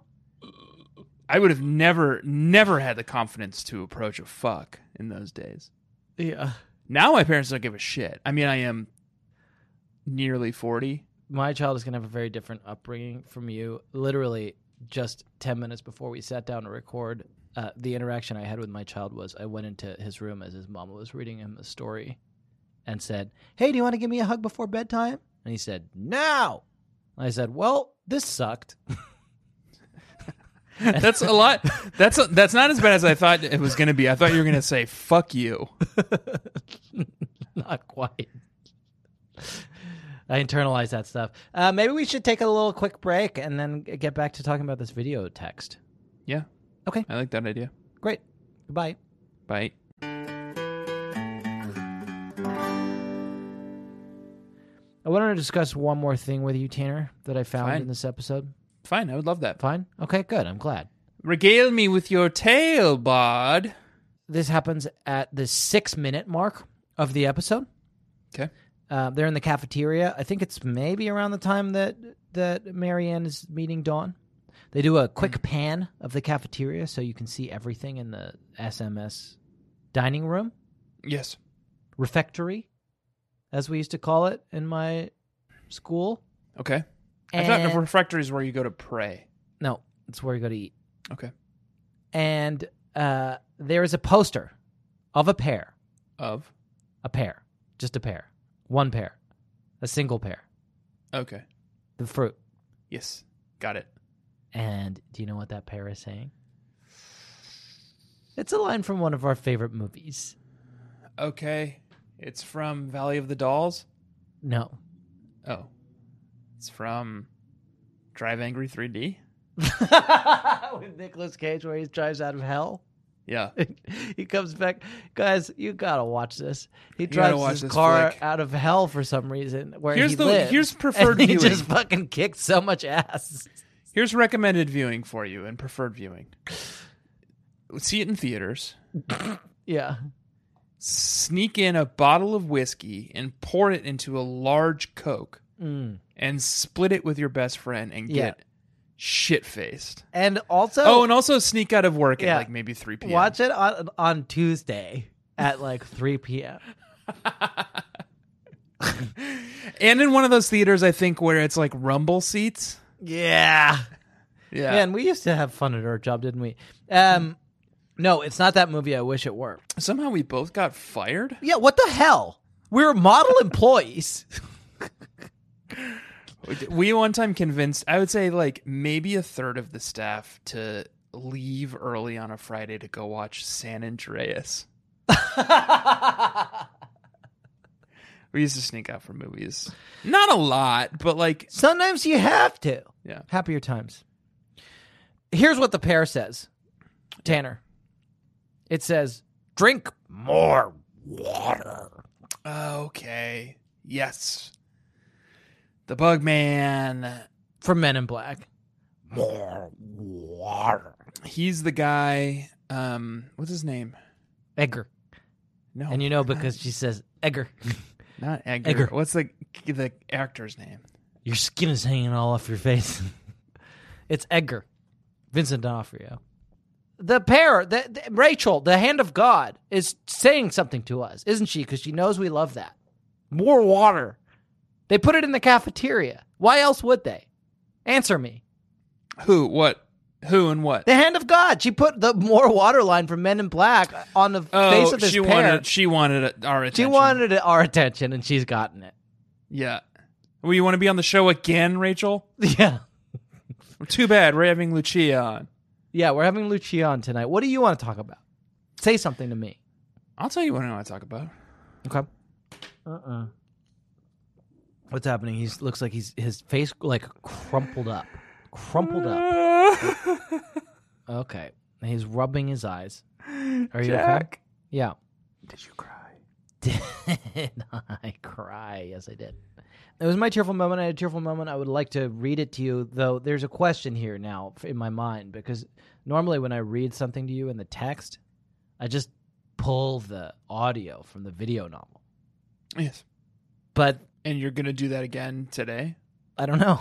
[SPEAKER 4] I would have never, never had the confidence to approach a fuck in those days.
[SPEAKER 3] Yeah.
[SPEAKER 4] Now my parents don't give a shit. I mean, I am nearly 40.
[SPEAKER 3] my child is going to have a very different upbringing from you. Literally, just 10 minutes before we sat down to record, uh, the interaction I had with my child was I went into his room as his mama was reading him a story and said, Hey, do you want to give me a hug before bedtime? And he said, No. I said, Well, this sucked.
[SPEAKER 4] That's a lot. That's that's not as bad as I thought it was going to be. I thought you were going to say "fuck you."
[SPEAKER 3] Not quite. I internalize that stuff. Uh, maybe we should take a little quick break and then get back to talking about this video text.
[SPEAKER 4] Yeah.
[SPEAKER 3] Okay.
[SPEAKER 4] I like that idea.
[SPEAKER 3] Great. Goodbye.
[SPEAKER 4] Bye.
[SPEAKER 3] I wanted to discuss one more thing with you, Tanner, that I found
[SPEAKER 4] Fine.
[SPEAKER 3] in this episode.
[SPEAKER 4] Fine. I would love that.
[SPEAKER 3] Fine? Okay, good. I'm glad.
[SPEAKER 4] Regale me with your tale, Bod.
[SPEAKER 3] This happens at the six minute mark of the episode.
[SPEAKER 4] Okay.
[SPEAKER 3] Uh, they're in the cafeteria. I think it's maybe around the time that that Marianne is meeting Dawn. They do a quick
[SPEAKER 4] Hmm.
[SPEAKER 3] pan of the cafeteria so you can see everything in the SMS dining room,
[SPEAKER 4] Yes.
[SPEAKER 3] refectory, as we used to call it in my school.
[SPEAKER 4] Okay. I thought
[SPEAKER 3] And-
[SPEAKER 4] the refectory is where you go to pray.
[SPEAKER 3] No, it's where you go to eat.
[SPEAKER 4] Okay.
[SPEAKER 3] and uh, there is a poster of a pair,
[SPEAKER 4] Of.
[SPEAKER 3] a pair, just a pair, one pair, a single pair,
[SPEAKER 4] Okay.
[SPEAKER 3] the fruit.
[SPEAKER 4] Yes. Got it.
[SPEAKER 3] And do you know what that pair is saying? It's a line from one of our favorite movies.
[SPEAKER 4] Okay. It's from Valley of the Dolls.
[SPEAKER 3] No,
[SPEAKER 4] Oh. It's from Drive Angry 3D.
[SPEAKER 3] with Nicolas Cage, where he drives out of hell.
[SPEAKER 4] Yeah.
[SPEAKER 3] he comes back, guys. You gotta watch this. He
[SPEAKER 4] gotta
[SPEAKER 3] drives
[SPEAKER 4] watch
[SPEAKER 3] his
[SPEAKER 4] this
[SPEAKER 3] car
[SPEAKER 4] flick.
[SPEAKER 3] out of hell for some reason. Where
[SPEAKER 4] Here's
[SPEAKER 3] he
[SPEAKER 4] the-
[SPEAKER 3] lives,
[SPEAKER 4] here's preferred
[SPEAKER 3] and he
[SPEAKER 4] viewing.
[SPEAKER 3] just fucking kicked so much ass.
[SPEAKER 4] Here's recommended viewing for you and preferred viewing. See it in theaters.
[SPEAKER 3] Yeah.
[SPEAKER 4] Sneak in a bottle of whiskey and pour it into a large Coke
[SPEAKER 3] Mm.
[SPEAKER 4] and split it with your best friend and
[SPEAKER 3] Yeah.
[SPEAKER 4] get shit faced.
[SPEAKER 3] And also,
[SPEAKER 4] Oh, and also sneak out of work
[SPEAKER 3] Yeah.
[SPEAKER 4] at like maybe 3 p.m.
[SPEAKER 3] watch it on on Tuesday at like 3 p.m.
[SPEAKER 4] And in one of those theaters, I think, where it's like rumble seats.
[SPEAKER 3] Yeah.
[SPEAKER 4] Yeah.
[SPEAKER 3] Man, we used to have fun at our job, didn't we? Um, no, it's not that movie. I wish it were.
[SPEAKER 4] Somehow we both got fired.
[SPEAKER 3] Yeah, what the hell? We were model employees.
[SPEAKER 4] We one time convinced, I would say, like maybe a third of the staff to leave early on a Friday to go watch San Andreas. We used to sneak out for movies. Not a lot, but like,
[SPEAKER 3] Sometimes you have to.
[SPEAKER 4] yeah.
[SPEAKER 3] Happier times. Here's what the pair says Tanner. It says, drink more water.
[SPEAKER 4] Okay. Yes. The Bug Man.
[SPEAKER 3] For Men in Black.
[SPEAKER 4] He's the guy. Um, what's his name?
[SPEAKER 3] Edgar.
[SPEAKER 4] No,
[SPEAKER 3] And you know because she says, Edgar,
[SPEAKER 4] not Edgar.
[SPEAKER 3] Edgar.
[SPEAKER 4] What's the the actor's name?
[SPEAKER 3] your skin is hanging all off your face. it's Edgar, Vincent D'Onofrio. The pair, the, the- Rachel, the hand of God, is saying something to us, isn't she? Because she knows we love that. More water. They put it in the cafeteria. Why else would they? Answer me.
[SPEAKER 4] Who? What? Who and what?
[SPEAKER 3] The hand of God. She put the more water line from Men in Black on the
[SPEAKER 4] Oh,
[SPEAKER 3] face of this
[SPEAKER 4] she
[SPEAKER 3] pair.
[SPEAKER 4] wanted. She wanted our
[SPEAKER 3] she
[SPEAKER 4] attention.
[SPEAKER 3] wanted our attention, and she's gotten it.
[SPEAKER 4] Yeah. Well, you want to be on the show again, Rachel?
[SPEAKER 3] Yeah.
[SPEAKER 4] Too bad we're having Lucia on.
[SPEAKER 3] Yeah, we're having Lucia on tonight. What do you want to talk about? Say something to me.
[SPEAKER 4] I'll tell you what I want to talk about.
[SPEAKER 3] Okay. Uh-uh. What's happening? He's looks like he's his face like crumpled up. Crumpled up. Okay. He's rubbing his eyes. Are you okay? Yeah. Did you cry? Did I cry? Yes, I did. It was my tearful moment. I had a tearful moment. I would like to read it to you, though there's a question here now in my mind because normally when I read something to you in the text, I just pull the audio from the video novel.
[SPEAKER 4] Yes.
[SPEAKER 3] But
[SPEAKER 4] And you're gonna do that again today.
[SPEAKER 3] I don't know.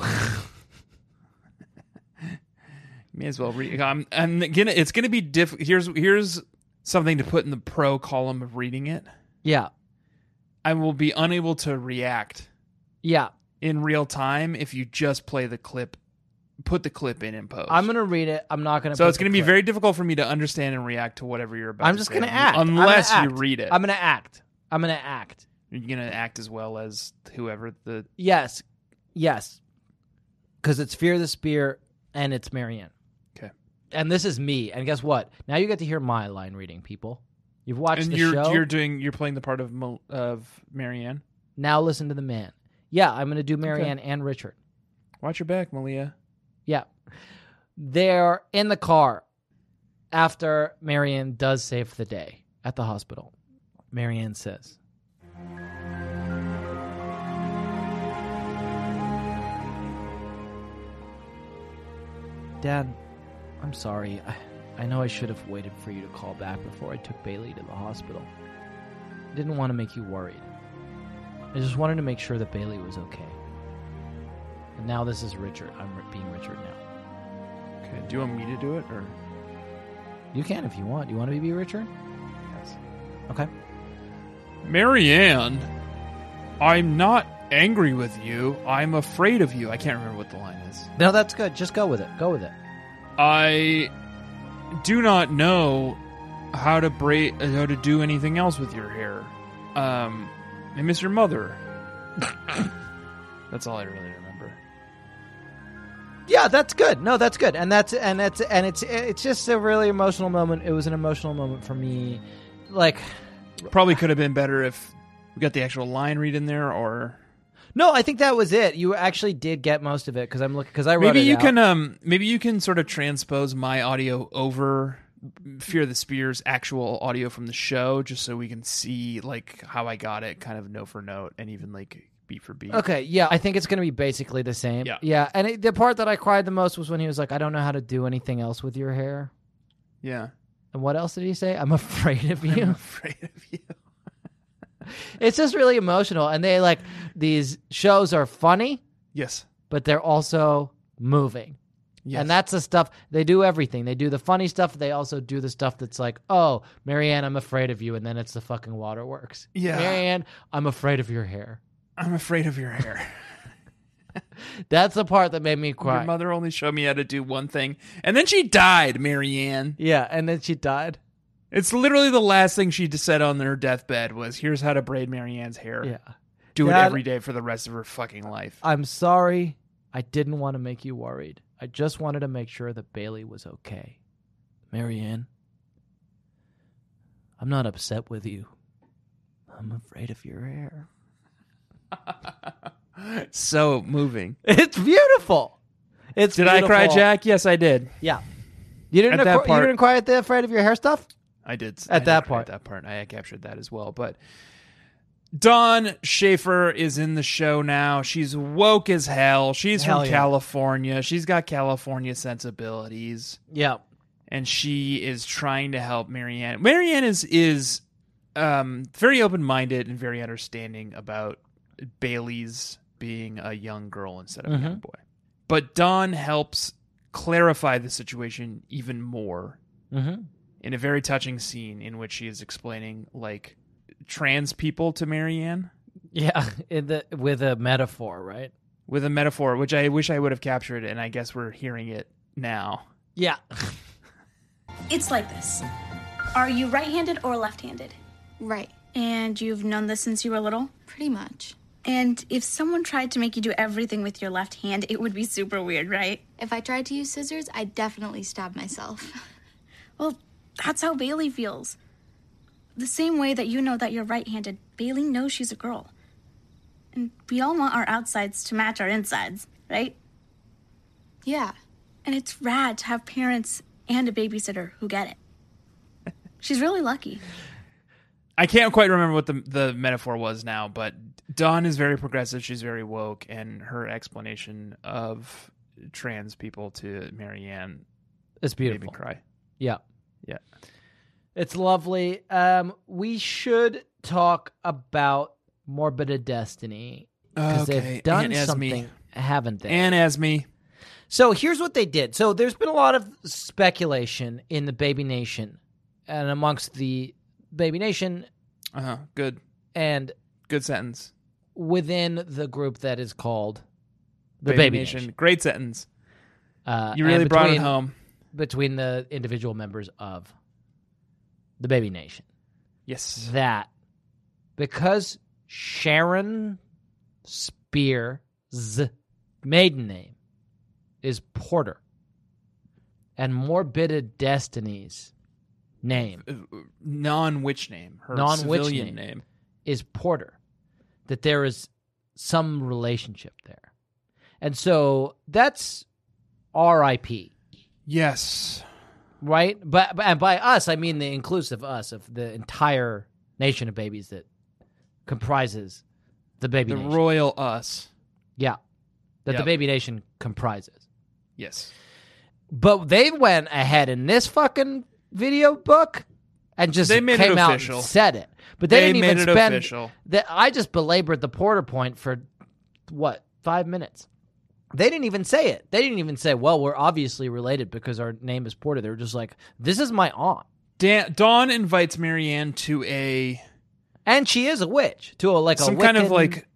[SPEAKER 4] May as well read. I'm, I'm gonna. It's gonna be diff. Here's here's something to put in the pro column of reading it,
[SPEAKER 3] Yeah.
[SPEAKER 4] I will be unable to react
[SPEAKER 3] Yeah.
[SPEAKER 4] in real time if you just play the clip, put the clip in and post.
[SPEAKER 3] I'm going to read it. I'm not going to.
[SPEAKER 4] so it's going to be very difficult for me to understand and react to whatever you're about.
[SPEAKER 3] I'm
[SPEAKER 4] to
[SPEAKER 3] just
[SPEAKER 4] say,
[SPEAKER 3] going to act. I'm gonna
[SPEAKER 4] unless you
[SPEAKER 3] act.
[SPEAKER 4] read it.
[SPEAKER 3] I'm going to act. I'm going to act.
[SPEAKER 4] you're going to act as well as whoever the
[SPEAKER 3] Yes. Yes. Because it's Fear the Spear and it's Marianne.
[SPEAKER 4] okay.
[SPEAKER 3] And this is me. And guess what? Now you get to hear my line reading, people. You've watched
[SPEAKER 4] and
[SPEAKER 3] the
[SPEAKER 4] you're
[SPEAKER 3] show.
[SPEAKER 4] you're doing you're playing the part of Mel- of Marianne.
[SPEAKER 3] Now listen to the man. Yeah, I'm going to do Marianne and Richard.
[SPEAKER 4] Watch your back, Malia.
[SPEAKER 3] Yeah. They're in the car after Marianne does save the day at the hospital. Marianne says, Dad, I'm sorry. I, I know I should have waited for you to call back before I took Bailey to the hospital. I didn't want to make you worried. I just wanted to make sure that Bailey was okay. And now this is Richard. I'm ri- being Richard now.
[SPEAKER 4] Okay. Do you want me to do it or?
[SPEAKER 3] You can if you want. You want to be Richard?
[SPEAKER 4] Yes.
[SPEAKER 3] Okay.
[SPEAKER 4] Marianne, I'm not angry with you. I'm afraid of you. I can't remember what the line is.
[SPEAKER 3] No, that's good. Just go with it. Go with it.
[SPEAKER 4] I do not know how to braid, how to do anything else with your hair. Um, I miss your mother. That's all I really remember.
[SPEAKER 3] Yeah, that's good. No, that's good. And that's and that's and it's it's just a really emotional moment. It was an emotional moment for me. Like
[SPEAKER 4] Probably could have been better if we got the actual line read in there, or
[SPEAKER 3] no, I think that was it. You actually did get most of it because I'm looking because I wrote
[SPEAKER 4] maybe
[SPEAKER 3] it
[SPEAKER 4] you
[SPEAKER 3] out.
[SPEAKER 4] can um maybe you can sort of transpose my audio over fear the spears actual audio from the show just so we can see like how i got it kind of note for note and even like beat for beat
[SPEAKER 3] Okay, yeah, I think it's going to be basically the same.
[SPEAKER 4] Yeah.
[SPEAKER 3] yeah. And it, the part that I cried the most was when he was like, "I don't know how to do anything else with your hair."
[SPEAKER 4] yeah
[SPEAKER 3] And what else did he say? I'm afraid of you.
[SPEAKER 4] i'm afraid of you
[SPEAKER 3] it's just really emotional and they like these shows are funny
[SPEAKER 4] yes
[SPEAKER 3] but they're also moving
[SPEAKER 4] yes
[SPEAKER 3] and that's the stuff they do everything they do the funny stuff they also do the stuff that's like oh marianne i'm afraid of you and then it's the fucking waterworks
[SPEAKER 4] Yeah.
[SPEAKER 3] marianne i'm afraid of your hair
[SPEAKER 4] i'm afraid of your hair
[SPEAKER 3] that's the part that made me cry
[SPEAKER 4] your mother only showed me how to do one thing and then she died marianne
[SPEAKER 3] yeah and then she died
[SPEAKER 4] it's literally the last thing she said on her deathbed was here's how to braid marianne's hair
[SPEAKER 3] yeah
[SPEAKER 4] do it
[SPEAKER 3] Dad-
[SPEAKER 4] every day for the rest of her fucking life
[SPEAKER 3] i'm sorry i didn't want to make you worried i just wanted to make sure that bailey was okay marianne i'm not upset with you i'm afraid of your hair
[SPEAKER 4] so moving
[SPEAKER 3] It's beautiful. It's
[SPEAKER 4] Did I cry,
[SPEAKER 3] beautiful.
[SPEAKER 4] Jack? Yes, I did.
[SPEAKER 3] Yeah. You didn't.
[SPEAKER 4] At that
[SPEAKER 3] acqu-
[SPEAKER 4] part-
[SPEAKER 3] you didn't cry at the afraid of your hair stuff.
[SPEAKER 4] I did
[SPEAKER 3] At that part.
[SPEAKER 4] At that part, I captured that as well. But Dawn Schaefer is in the show now. She's woke as hell. She's
[SPEAKER 3] Hell
[SPEAKER 4] from
[SPEAKER 3] yeah.
[SPEAKER 4] California. She's got California sensibilities,
[SPEAKER 3] Yeah.
[SPEAKER 4] and she is trying to help Marianne. Marianne is is um, very open minded and very understanding about Bailey's being a young girl instead of a young boy. But Dawn helps clarify the situation even more
[SPEAKER 3] Mm-hmm.
[SPEAKER 4] in a very touching scene in which she is explaining like trans people to Marianne
[SPEAKER 3] Yeah. In the with a metaphor, right?
[SPEAKER 4] with a metaphor, which I wish I would have captured, and I guess we're hearing it now.
[SPEAKER 3] Yeah.
[SPEAKER 8] It's like this Are you right handed or left handed?
[SPEAKER 7] Right.
[SPEAKER 8] And you've known this since you were little?
[SPEAKER 7] Pretty much.
[SPEAKER 8] And if someone tried to make you do everything with your left hand, it would be super weird, right?
[SPEAKER 7] If I tried to use scissors, I'd definitely stab myself.
[SPEAKER 8] Well, that's how Bailey feels. The same way that you know that you're right handed, Bailey knows she's a girl. And we all want our outsides to match our insides, right?
[SPEAKER 7] Yeah.
[SPEAKER 8] And it's rad to have parents and a babysitter who get it. She's really lucky.
[SPEAKER 4] I can't quite remember what the the metaphor was now, but Dawn is very progressive. She's very woke, and her explanation of trans people to Marianne
[SPEAKER 3] It's
[SPEAKER 4] made me
[SPEAKER 3] beautiful.
[SPEAKER 4] cry.
[SPEAKER 3] Yeah.
[SPEAKER 4] Yeah.
[SPEAKER 3] It's lovely. Um, we should talk about Morbid Destiny because
[SPEAKER 4] Okay,
[SPEAKER 3] they've done
[SPEAKER 4] Aunt Esme.
[SPEAKER 3] something, haven't they?
[SPEAKER 4] Anne Asme.
[SPEAKER 3] So here's what they did. So there's been a lot of speculation in the Baby Nation and amongst the baby nation
[SPEAKER 4] Uh huh. Good.
[SPEAKER 3] and
[SPEAKER 4] Good sentence.
[SPEAKER 3] within the group that is called the baby, nation.
[SPEAKER 4] Great sentence.
[SPEAKER 3] Uh,
[SPEAKER 4] You
[SPEAKER 3] and
[SPEAKER 4] really brought it
[SPEAKER 3] between-
[SPEAKER 4] home.
[SPEAKER 3] between the individual members of the baby nation.
[SPEAKER 4] Yes.
[SPEAKER 3] That because Sharon Spear's maiden name is Porter and Morbida Destiny's name
[SPEAKER 4] Non witch name. Her
[SPEAKER 3] Non-witch
[SPEAKER 4] civilian
[SPEAKER 3] name.
[SPEAKER 4] name.
[SPEAKER 3] is Porter, that there is some relationship there. And so that's RIP.
[SPEAKER 4] Yes.
[SPEAKER 3] right? But, but and by us, I mean the inclusive us of the entire nation of babies that comprises the baby
[SPEAKER 4] The
[SPEAKER 3] nation.
[SPEAKER 4] royal us.
[SPEAKER 3] yeah, that
[SPEAKER 4] Yep.
[SPEAKER 3] the baby nation comprises.
[SPEAKER 4] Yes.
[SPEAKER 3] But they went ahead in this fucking video book and just
[SPEAKER 4] They made it
[SPEAKER 3] came out
[SPEAKER 4] official.
[SPEAKER 3] and said it. But they,
[SPEAKER 4] They
[SPEAKER 3] didn't
[SPEAKER 4] made
[SPEAKER 3] even
[SPEAKER 4] it
[SPEAKER 3] spend.
[SPEAKER 4] official.
[SPEAKER 3] That I just belabored the Porter point for what five minutes. They didn't even say it. They didn't even say, "Well, we're obviously related because our name is Porter." They were just like, "This is my aunt."
[SPEAKER 4] Dan- Dawn invites Marianne to a
[SPEAKER 3] and she is a witch to a like a
[SPEAKER 4] some kind of
[SPEAKER 3] Wiccan-
[SPEAKER 4] like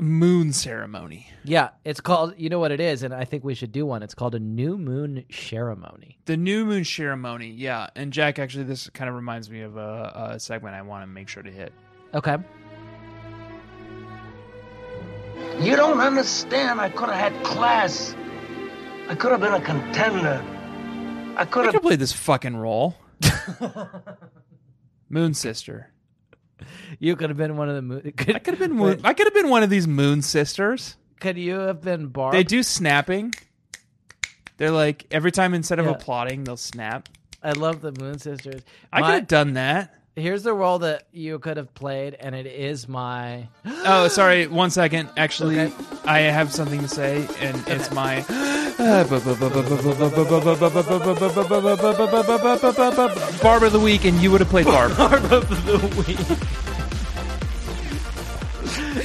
[SPEAKER 4] moon ceremony.
[SPEAKER 3] yeah it's called you know what it is and i think we should do one it's called a new moon ceremony
[SPEAKER 4] The new moon ceremony, yeah. And Jack, actually, this kind of reminds me of a, a segment I want to make sure to hit.
[SPEAKER 3] okay
[SPEAKER 9] You don't understand. I could have had class. I could have been a contender. I could
[SPEAKER 4] I
[SPEAKER 9] have.
[SPEAKER 4] can play this fucking role. moon sister.
[SPEAKER 3] you could have been one of the moon could,
[SPEAKER 4] I could have been. Moon, I could have been one of these moon sisters.
[SPEAKER 3] could you have been barb
[SPEAKER 4] They do snapping. They're like every time instead of
[SPEAKER 3] Yeah.
[SPEAKER 4] applauding, they'll snap.
[SPEAKER 3] i love the moon sisters
[SPEAKER 4] I
[SPEAKER 3] My-
[SPEAKER 4] could have done that.
[SPEAKER 3] here's the role that you could have played and it is my
[SPEAKER 4] Oh, sorry. One second. Actually,
[SPEAKER 3] Okay.
[SPEAKER 4] I have something to say, and it's my. Barb of the week, and you would have played Barb.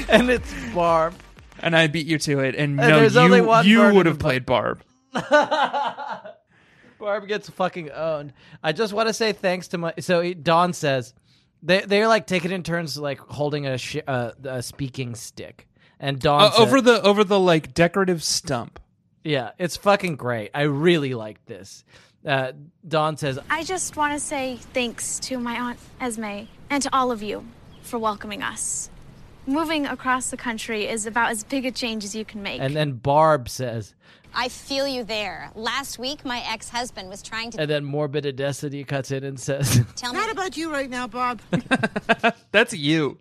[SPEAKER 3] and it's barb
[SPEAKER 4] and I beat you to it, and,
[SPEAKER 3] And
[SPEAKER 4] no,
[SPEAKER 3] there's only
[SPEAKER 4] you,
[SPEAKER 3] one
[SPEAKER 4] you
[SPEAKER 3] Barb
[SPEAKER 4] would
[SPEAKER 3] in
[SPEAKER 4] have
[SPEAKER 3] the-
[SPEAKER 4] played Barb.
[SPEAKER 3] Barb gets fucking owned. I just want to say thanks to my. So he- Dawn says they they're like taking in turns like holding a sh- uh, a speaking stick, and Dawn
[SPEAKER 4] Uh,
[SPEAKER 3] said-
[SPEAKER 4] over the over the like decorative stump.
[SPEAKER 3] yeah, it's fucking great. I really like this. Uh, Dawn says,
[SPEAKER 8] I just want to say thanks to my aunt Esme and to all of you for welcoming us. Moving across the country is about as big a change as you can make.
[SPEAKER 3] and then Barb says,
[SPEAKER 10] I feel you there. Last week, my ex husband was trying to
[SPEAKER 3] and then Morbid Destiny cuts in and says,
[SPEAKER 10] tell me.
[SPEAKER 4] That's you.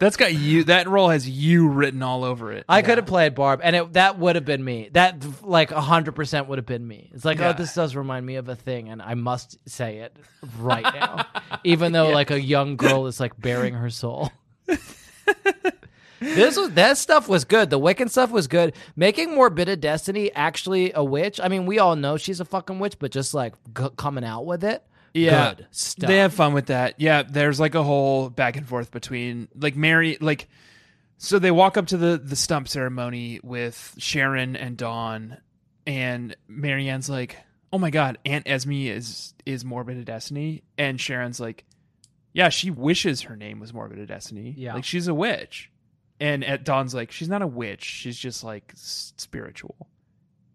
[SPEAKER 4] That's got you. That role has you written all over it.
[SPEAKER 3] I could have played Barb, and it, that would have been me. That like hundred percent would have been me. It's like,
[SPEAKER 4] Yeah.
[SPEAKER 3] oh, this does remind me of a thing, and I must say it right now, even though like a young girl is like bearing her soul. this was that stuff was good. The Wiccan stuff was good. Making Morbida Destiny actually a witch. I mean, we all know she's a fucking witch, but just like g- coming out with it. good stuff.
[SPEAKER 4] They have fun with that. Yeah, there's like a whole back and forth between like Mary like so they walk up to the the stump ceremony with Sharon and Dawn and Marianne's like, "Oh my god, Aunt Esme is is Morbid of Destiny." And Sharon's like, "Yeah, she wishes her name was Morbid of Destiny.
[SPEAKER 3] Yeah.
[SPEAKER 4] Like she's a witch." And at Dawn's like, "She's not a witch. She's just like s- spiritual."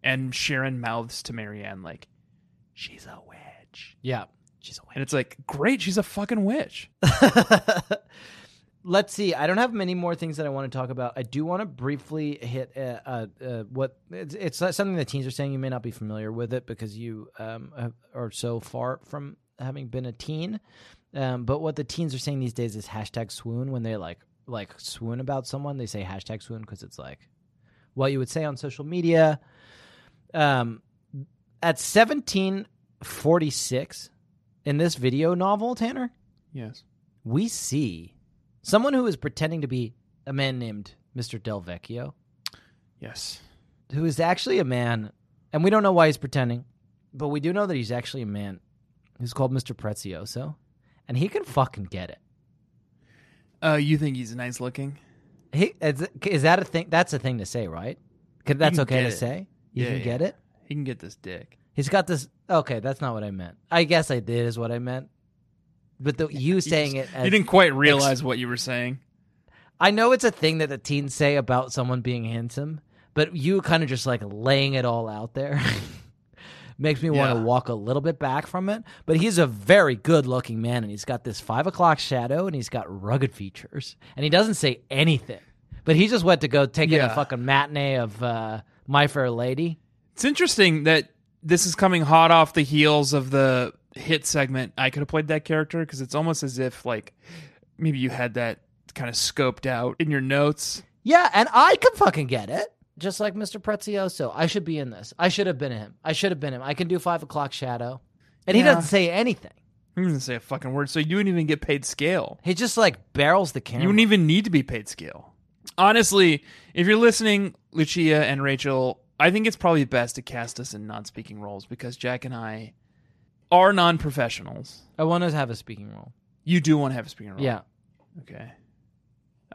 [SPEAKER 4] And Sharon mouths to Marianne like, "She's a witch."
[SPEAKER 3] yeah, she's a witch.
[SPEAKER 4] And it's like, great, she's a fucking witch.
[SPEAKER 3] Let's see. I don't have many more things that I want to talk about. I do want to briefly hit uh, uh, uh, what it's, it's something the teens are saying. You may not be familiar with it because you um, have- are so far from having been a teen. Um, but what the teens are saying these days is hashtag swoon. When they like like swoon about someone, they say hashtag swoon because it's like what you would say on social media. Um, at seventeen forty six, in this video novel, Tanner
[SPEAKER 4] Yes.
[SPEAKER 3] we see someone who is pretending to be a man named Mr. Del Vecchio,
[SPEAKER 4] Yes.
[SPEAKER 3] who is actually a man, and we don't know why he's pretending, but we do know that he's actually a man who's called Mr. Prezioso, and he can fucking get it.
[SPEAKER 4] Uh, you think he's nice looking?
[SPEAKER 3] He, is, is that a thing? That's a thing to say, right? 'Cause That's
[SPEAKER 4] can
[SPEAKER 3] okay
[SPEAKER 4] get
[SPEAKER 3] to
[SPEAKER 4] it.
[SPEAKER 3] say. You
[SPEAKER 4] Yeah,
[SPEAKER 3] can
[SPEAKER 4] yeah.
[SPEAKER 3] get it.
[SPEAKER 4] He can get this dick.
[SPEAKER 3] He's got this. Okay, that's not what I meant. I guess I did is what I meant. but the, you saying it, as
[SPEAKER 4] you didn't quite realize what you were saying.
[SPEAKER 3] I know it's a thing that the teens say about someone being handsome, but you kind of just like laying it all out there makes me want
[SPEAKER 4] Yeah.
[SPEAKER 3] to walk a little bit back from it. But he's a very good looking man, and he's got this five o'clock shadow, and he's got rugged features, and he doesn't say anything. But he just went to go take in
[SPEAKER 4] Yeah.
[SPEAKER 3] a fucking matinee of uh, My Fair Lady.
[SPEAKER 4] It's interesting that this is coming hot off the heels of the hit segment. I could have played that character because it's almost as if like maybe you had that kind of scoped out in your notes.
[SPEAKER 3] Yeah, and I can fucking get it. Just like Mr. Prezioso. I should be in this. I should have been him. I should have been him. I can do five o'clock shadow. And he
[SPEAKER 4] Yeah.
[SPEAKER 3] doesn't say anything.
[SPEAKER 4] He doesn't say a fucking word, so you didn't even get paid scale.
[SPEAKER 3] He just like barrels the camera.
[SPEAKER 4] You wouldn't even need to be paid scale. Honestly, if you're listening, Lucia and Rachel, I think it's probably best to cast us in non speaking roles because Jack and I are non professionals.
[SPEAKER 3] I want to have a speaking role.
[SPEAKER 4] You do want to have a speaking role.
[SPEAKER 3] Yeah.
[SPEAKER 4] Okay.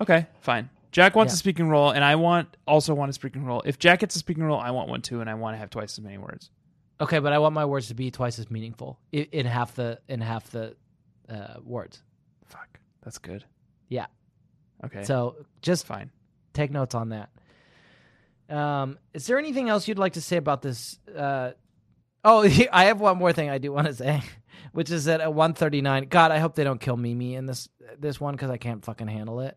[SPEAKER 4] Okay, fine. Jack wants
[SPEAKER 3] Yeah.
[SPEAKER 4] a speaking role, and I want also want a speaking role. If Jack gets a speaking role, I want one too, and I want to have twice as many words.
[SPEAKER 3] Okay, but I want my words to be twice as meaningful in, in half the in half the uh, words.
[SPEAKER 4] Fuck. That's good.
[SPEAKER 3] Yeah.
[SPEAKER 4] Okay.
[SPEAKER 3] So
[SPEAKER 4] it's
[SPEAKER 3] just
[SPEAKER 4] fine.
[SPEAKER 3] take notes on that. Um, is there anything else you'd like to say about this? Uh, oh, I have one more thing I do want to say, which is that at one thirty nine. God, I hope they don't kill Mimi in this this one because I can't fucking handle it.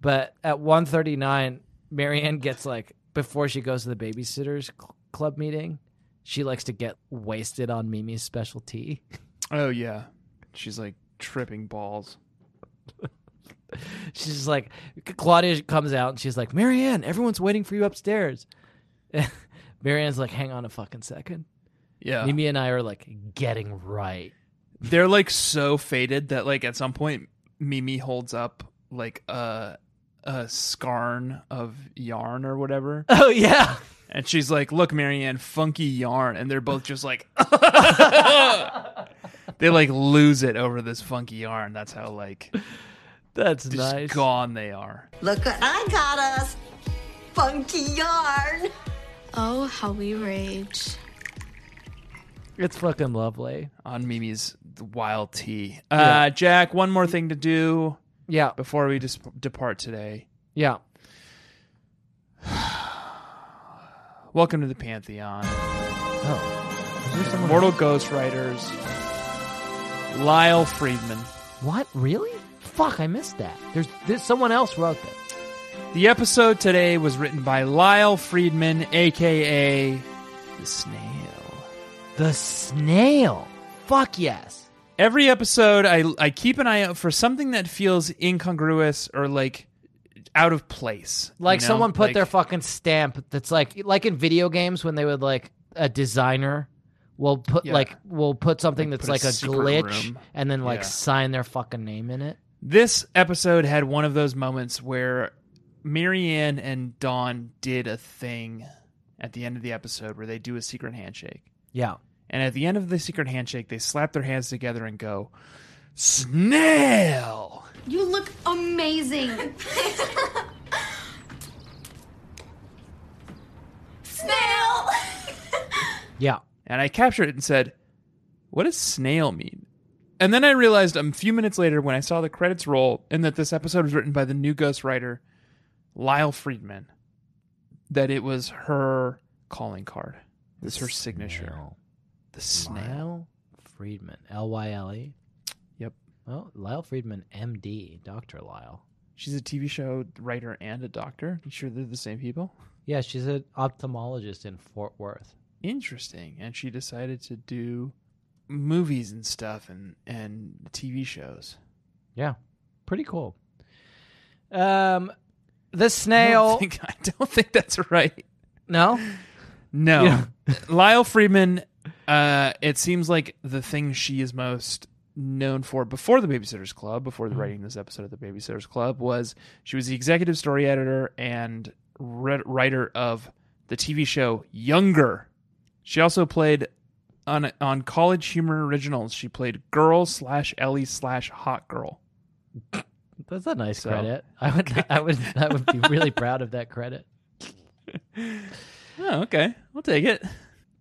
[SPEAKER 3] But at one thirty nine, Marianne gets like before she goes to the babysitters cl- club meeting, she likes to get wasted on Mimi's special tea.
[SPEAKER 4] Oh yeah. She's like tripping balls.
[SPEAKER 3] She's just like Claudia comes out and she's like, Marianne, everyone's waiting for you upstairs. Marianne's like, hang on a fucking second.
[SPEAKER 4] Yeah.
[SPEAKER 3] Mimi and I are like getting right.
[SPEAKER 4] They're like so faded that like at some point Mimi holds up like a a scarn of yarn or whatever.
[SPEAKER 3] Oh yeah.
[SPEAKER 4] And she's like, "Look, Marianne, funky yarn," and they're both just like, they like lose it over this funky yarn. That's how like
[SPEAKER 3] That's
[SPEAKER 4] just
[SPEAKER 3] nice.
[SPEAKER 4] gone they are.
[SPEAKER 11] Look what I got us. Funky yarn.
[SPEAKER 8] Oh, how we rage.
[SPEAKER 3] It's fucking lovely.
[SPEAKER 4] On Mimi's wild tea. Uh,
[SPEAKER 3] Yeah.
[SPEAKER 4] Jack, one more thing to do
[SPEAKER 3] Yeah.
[SPEAKER 4] before we dis- depart today.
[SPEAKER 3] Yeah.
[SPEAKER 4] Welcome to the Pantheon,
[SPEAKER 3] Oh. Is there someone-
[SPEAKER 4] Mortal Ghostwriters, Lyle Friedman.
[SPEAKER 3] What? Really? Fuck, I missed that. There's, there's someone else wrote that.
[SPEAKER 4] The episode today was written by Lyle Friedman, aka the Snail.
[SPEAKER 3] The snail. Fuck yes.
[SPEAKER 4] every episode I I keep an eye out for something that feels incongruous or like out of place.
[SPEAKER 3] Like
[SPEAKER 4] you know?
[SPEAKER 3] someone put
[SPEAKER 4] Like,
[SPEAKER 3] their fucking stamp that's like like in video games when they would like a designer will put
[SPEAKER 4] Yeah.
[SPEAKER 3] like will put something
[SPEAKER 4] Like,
[SPEAKER 3] that's
[SPEAKER 4] put a
[SPEAKER 3] like a,
[SPEAKER 4] secret
[SPEAKER 3] glitch
[SPEAKER 4] room.
[SPEAKER 3] and then like
[SPEAKER 4] Yeah.
[SPEAKER 3] sign their fucking name in it.
[SPEAKER 4] this episode had one of those moments where Marianne and Dawn did a thing at the end of the episode where they do a secret handshake.
[SPEAKER 3] Yeah.
[SPEAKER 4] And at the end of the secret handshake, they slap their hands together and go, Snail!
[SPEAKER 5] You look amazing. Snail!
[SPEAKER 3] Yeah.
[SPEAKER 4] And I captured it and said, What does snail mean? And then I realized a few minutes later when I saw the credits roll and that this episode was written by the new ghostwriter, Lyle Friedman, that it was her calling card. It was her signature.
[SPEAKER 3] Snail.
[SPEAKER 4] The snail.
[SPEAKER 3] Lyle Friedman, L Y L E.
[SPEAKER 4] Yep.
[SPEAKER 3] Oh, Lyle Friedman, MD, Doctor Lyle.
[SPEAKER 4] She's a TV show writer and a doctor. You sure they're the same people?
[SPEAKER 3] Yeah, she's an ophthalmologist in Fort Worth.
[SPEAKER 4] Interesting. And she decided to do movies and stuff and, and TV shows.
[SPEAKER 3] Yeah, pretty cool. Um, the
[SPEAKER 4] I
[SPEAKER 3] snail.
[SPEAKER 4] don't, think, I don't think that's right.
[SPEAKER 3] no,
[SPEAKER 4] No.
[SPEAKER 3] Yeah.
[SPEAKER 4] Lyle Friedman, uh, it seems like the thing she is most known for before the Babysitters Club, before the writing this episode of the Babysitters Club, was she was the executive story editor and re- writer of the TV show Younger. She also played on on College Humor Originals. She played Girl slash Ellie slash Hot Girl.
[SPEAKER 3] that's a nice
[SPEAKER 4] So-
[SPEAKER 3] credit. I would, I would, I would be really proud of that credit.
[SPEAKER 4] Oh, okay, I'll take it.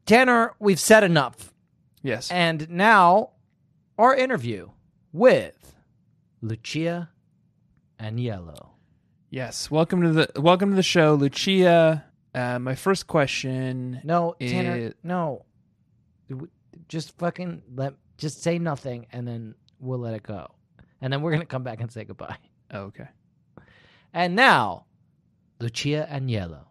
[SPEAKER 3] Tanner, we've said enough,
[SPEAKER 4] Yes,
[SPEAKER 3] and now our interview with Lucia Aniello.
[SPEAKER 4] Yes, welcome to the welcome to the show, Lucia. Uh, my first question.
[SPEAKER 3] No,
[SPEAKER 4] is,
[SPEAKER 3] Tanner, no. W- Just fucking let just say nothing and then we'll let it go. And then we're going to come back and say goodbye.
[SPEAKER 4] Oh, okay.
[SPEAKER 3] And now, Lucia Agnello.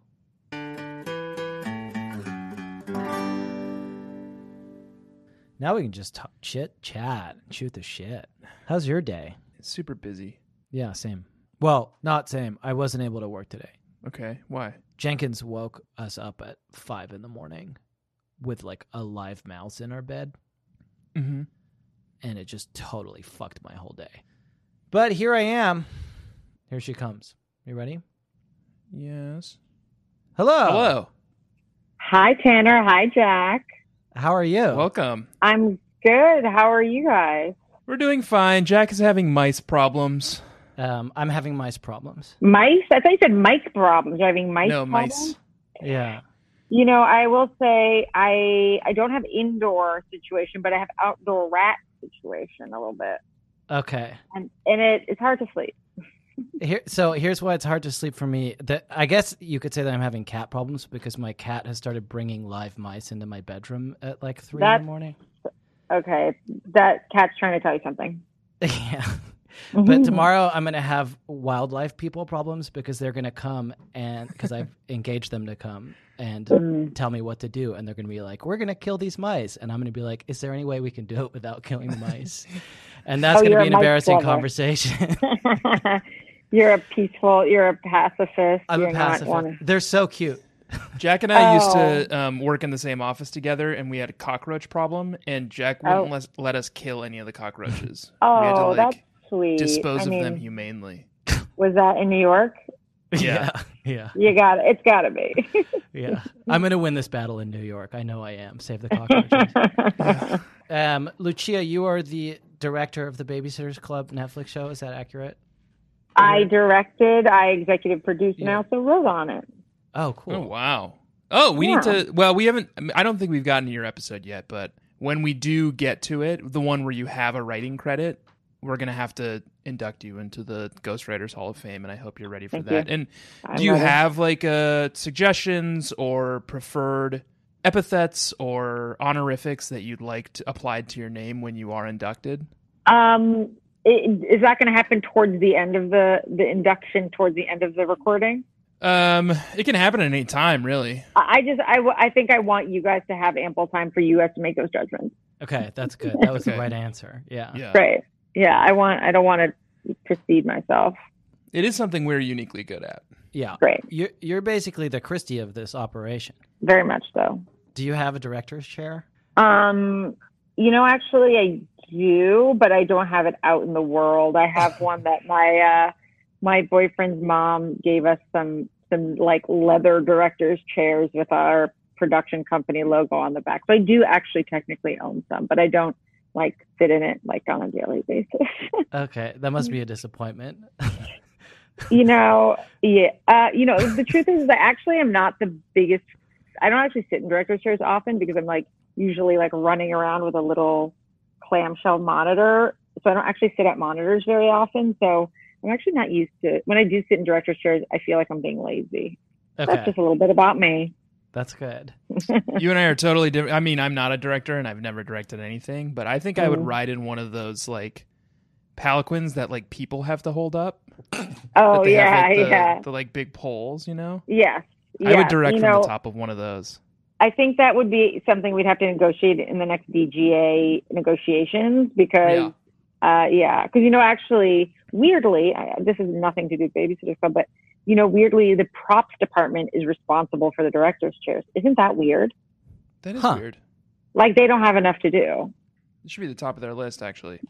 [SPEAKER 3] Now we can just talk, chit chat and shoot the shit. How's your day?
[SPEAKER 4] Super busy.
[SPEAKER 3] Yeah, same. Well, not same. I wasn't able to work today.
[SPEAKER 4] Okay, why?
[SPEAKER 3] Jenkins woke us up at five in the morning with like a live mouse in our bed,
[SPEAKER 4] Mm-hmm.
[SPEAKER 3] and it just totally fucked my whole day. But here I am. Here she comes. You ready?
[SPEAKER 4] Yes.
[SPEAKER 3] Hello.
[SPEAKER 4] Oh, Hello.
[SPEAKER 12] Hi, Tanner. Hi, Jack.
[SPEAKER 3] How are you?
[SPEAKER 4] Welcome.
[SPEAKER 12] I'm good. How are you guys?
[SPEAKER 4] We're doing fine. Jack is having mice problems.
[SPEAKER 3] Um, I'm having mice problems.
[SPEAKER 12] Mice? I thought you said mic problems. You're having mice
[SPEAKER 4] no
[SPEAKER 12] problems?
[SPEAKER 4] mice.
[SPEAKER 3] Yeah.
[SPEAKER 12] You know, I will say I I don't have indoor situation, but I have outdoor rat situation a little bit,
[SPEAKER 3] Okay.
[SPEAKER 12] and and it, it's hard to sleep.
[SPEAKER 3] Here, so here's why it's hard to sleep for me. That I guess you could say that I'm having cat problems because my cat has started bringing live mice into my bedroom at like three in
[SPEAKER 12] That's-
[SPEAKER 3] the morning.
[SPEAKER 12] Okay, that cat's trying to tell you something.
[SPEAKER 3] yeah.
[SPEAKER 12] Mm-hmm.
[SPEAKER 3] But tomorrow I'm gonna have wildlife people problems because they're gonna come and because I've engaged them to come and
[SPEAKER 12] Mm.
[SPEAKER 3] tell me what to do, and they're gonna be like, "We're gonna kill these mice," and I'm gonna be like, "Is there any way we can do it without killing the mice?" and that's
[SPEAKER 12] Oh,
[SPEAKER 3] gonna
[SPEAKER 12] you're
[SPEAKER 3] be
[SPEAKER 12] a
[SPEAKER 3] an
[SPEAKER 12] mice
[SPEAKER 3] embarrassing
[SPEAKER 12] lover.
[SPEAKER 3] conversation.
[SPEAKER 12] you're a peaceful. You're a pacifist.
[SPEAKER 3] I'm
[SPEAKER 12] you're
[SPEAKER 3] a
[SPEAKER 12] not
[SPEAKER 3] pacifist.
[SPEAKER 12] one-
[SPEAKER 3] They're so cute.
[SPEAKER 4] Jack and I used
[SPEAKER 12] Oh.
[SPEAKER 4] to um, work in the same office together, and we had a cockroach problem, and Jack wouldn't
[SPEAKER 12] Oh.
[SPEAKER 4] let, let us kill any of the cockroaches. we had to,
[SPEAKER 12] Oh,
[SPEAKER 4] like,
[SPEAKER 12] that's sweet.
[SPEAKER 4] dispose
[SPEAKER 12] I
[SPEAKER 4] of them
[SPEAKER 12] mean,
[SPEAKER 4] humanely.
[SPEAKER 12] Was that in New York?
[SPEAKER 4] Yeah.
[SPEAKER 3] Yeah,
[SPEAKER 12] You got it. It's got to be.
[SPEAKER 3] yeah. I'm gonna win this battle in New York. I know I am. Save the cockroaches. um, Lucia, you are the director of the Babysitters Club Netflix show. Is that accurate?
[SPEAKER 12] I directed, I executive produced, and I also wrote on it.
[SPEAKER 3] Oh, cool.
[SPEAKER 4] Oh, wow. Oh, we
[SPEAKER 12] Yeah.
[SPEAKER 4] need to. Well, we haven't. I mean, I don't think we've gotten to your episode yet, but when we do get to it, the one where you have a writing credit, we're going to have to induct you into the Ghostwriters Hall of Fame, and I hope you're ready for
[SPEAKER 12] Thank
[SPEAKER 4] that.
[SPEAKER 12] you.
[SPEAKER 4] And
[SPEAKER 12] I'm
[SPEAKER 4] do you
[SPEAKER 12] ready.
[SPEAKER 4] have like uh, suggestions or preferred epithets or honorifics that you'd like to, applied to your name when you are inducted?
[SPEAKER 12] Um, i- is that going to happen towards the end of the the induction? Towards the end of the recording?
[SPEAKER 4] Um, it can happen at any time, really.
[SPEAKER 12] I I just, I, w- I think I want you guys to have ample time for you guys to make those judgments.
[SPEAKER 3] Okay, that's good. That was
[SPEAKER 4] Okay.
[SPEAKER 3] the right answer. Yeah.
[SPEAKER 4] Yeah.
[SPEAKER 12] Right? Yeah, I want. I don't want to precede myself.
[SPEAKER 4] It is something we're uniquely good at.
[SPEAKER 3] Yeah.
[SPEAKER 12] Great,
[SPEAKER 3] You're, you're basically the Christie of this operation.
[SPEAKER 12] very much so.
[SPEAKER 3] Do you have a director's chair?
[SPEAKER 12] Um, you know, actually, I do, but I don't have it out in the world. I have one that my uh, my boyfriend's mom gave us some some like leather directors chairs with our production company logo on the back. So I do actually technically own some, but I don't like sit in it like on a daily basis.
[SPEAKER 3] Okay, that must be a disappointment.
[SPEAKER 12] you know, yeah, uh, you know, the truth is, is I actually am not the biggest. I don't actually sit in director's chairs often because I'm like usually like running around with a little clamshell monitor, so I don't actually sit at monitors very often. So I'm actually not used to when I do sit in director's chairs. I feel like I'm being lazy. That's
[SPEAKER 3] Okay,
[SPEAKER 12] just a little bit about me.
[SPEAKER 3] that's good.
[SPEAKER 4] you and I are totally different. I mean, I'm not a director and I've never directed anything, but I think I would
[SPEAKER 12] Mhm.
[SPEAKER 4] ride in one of those like palanquins that like people have to hold up. that
[SPEAKER 12] Oh
[SPEAKER 4] they
[SPEAKER 12] yeah,
[SPEAKER 4] have, like, the,
[SPEAKER 12] yeah,
[SPEAKER 4] the like big poles, you know.
[SPEAKER 12] yes.
[SPEAKER 4] I
[SPEAKER 12] yes,
[SPEAKER 4] would direct
[SPEAKER 12] you
[SPEAKER 4] from
[SPEAKER 12] know,
[SPEAKER 4] the top of one of those.
[SPEAKER 12] I think that would be something we'd have to negotiate in the next DGA negotiations because
[SPEAKER 4] Yeah.
[SPEAKER 12] Uh, yeah, because you know, actually, weirdly, I, this is nothing to do with Babysitters Club, but you know, weirdly, the props department is responsible for the directors' chairs. Isn't that weird?
[SPEAKER 4] That is
[SPEAKER 3] Huh.
[SPEAKER 4] weird.
[SPEAKER 12] Like they don't have enough to do.
[SPEAKER 4] It should be the top of their list, actually.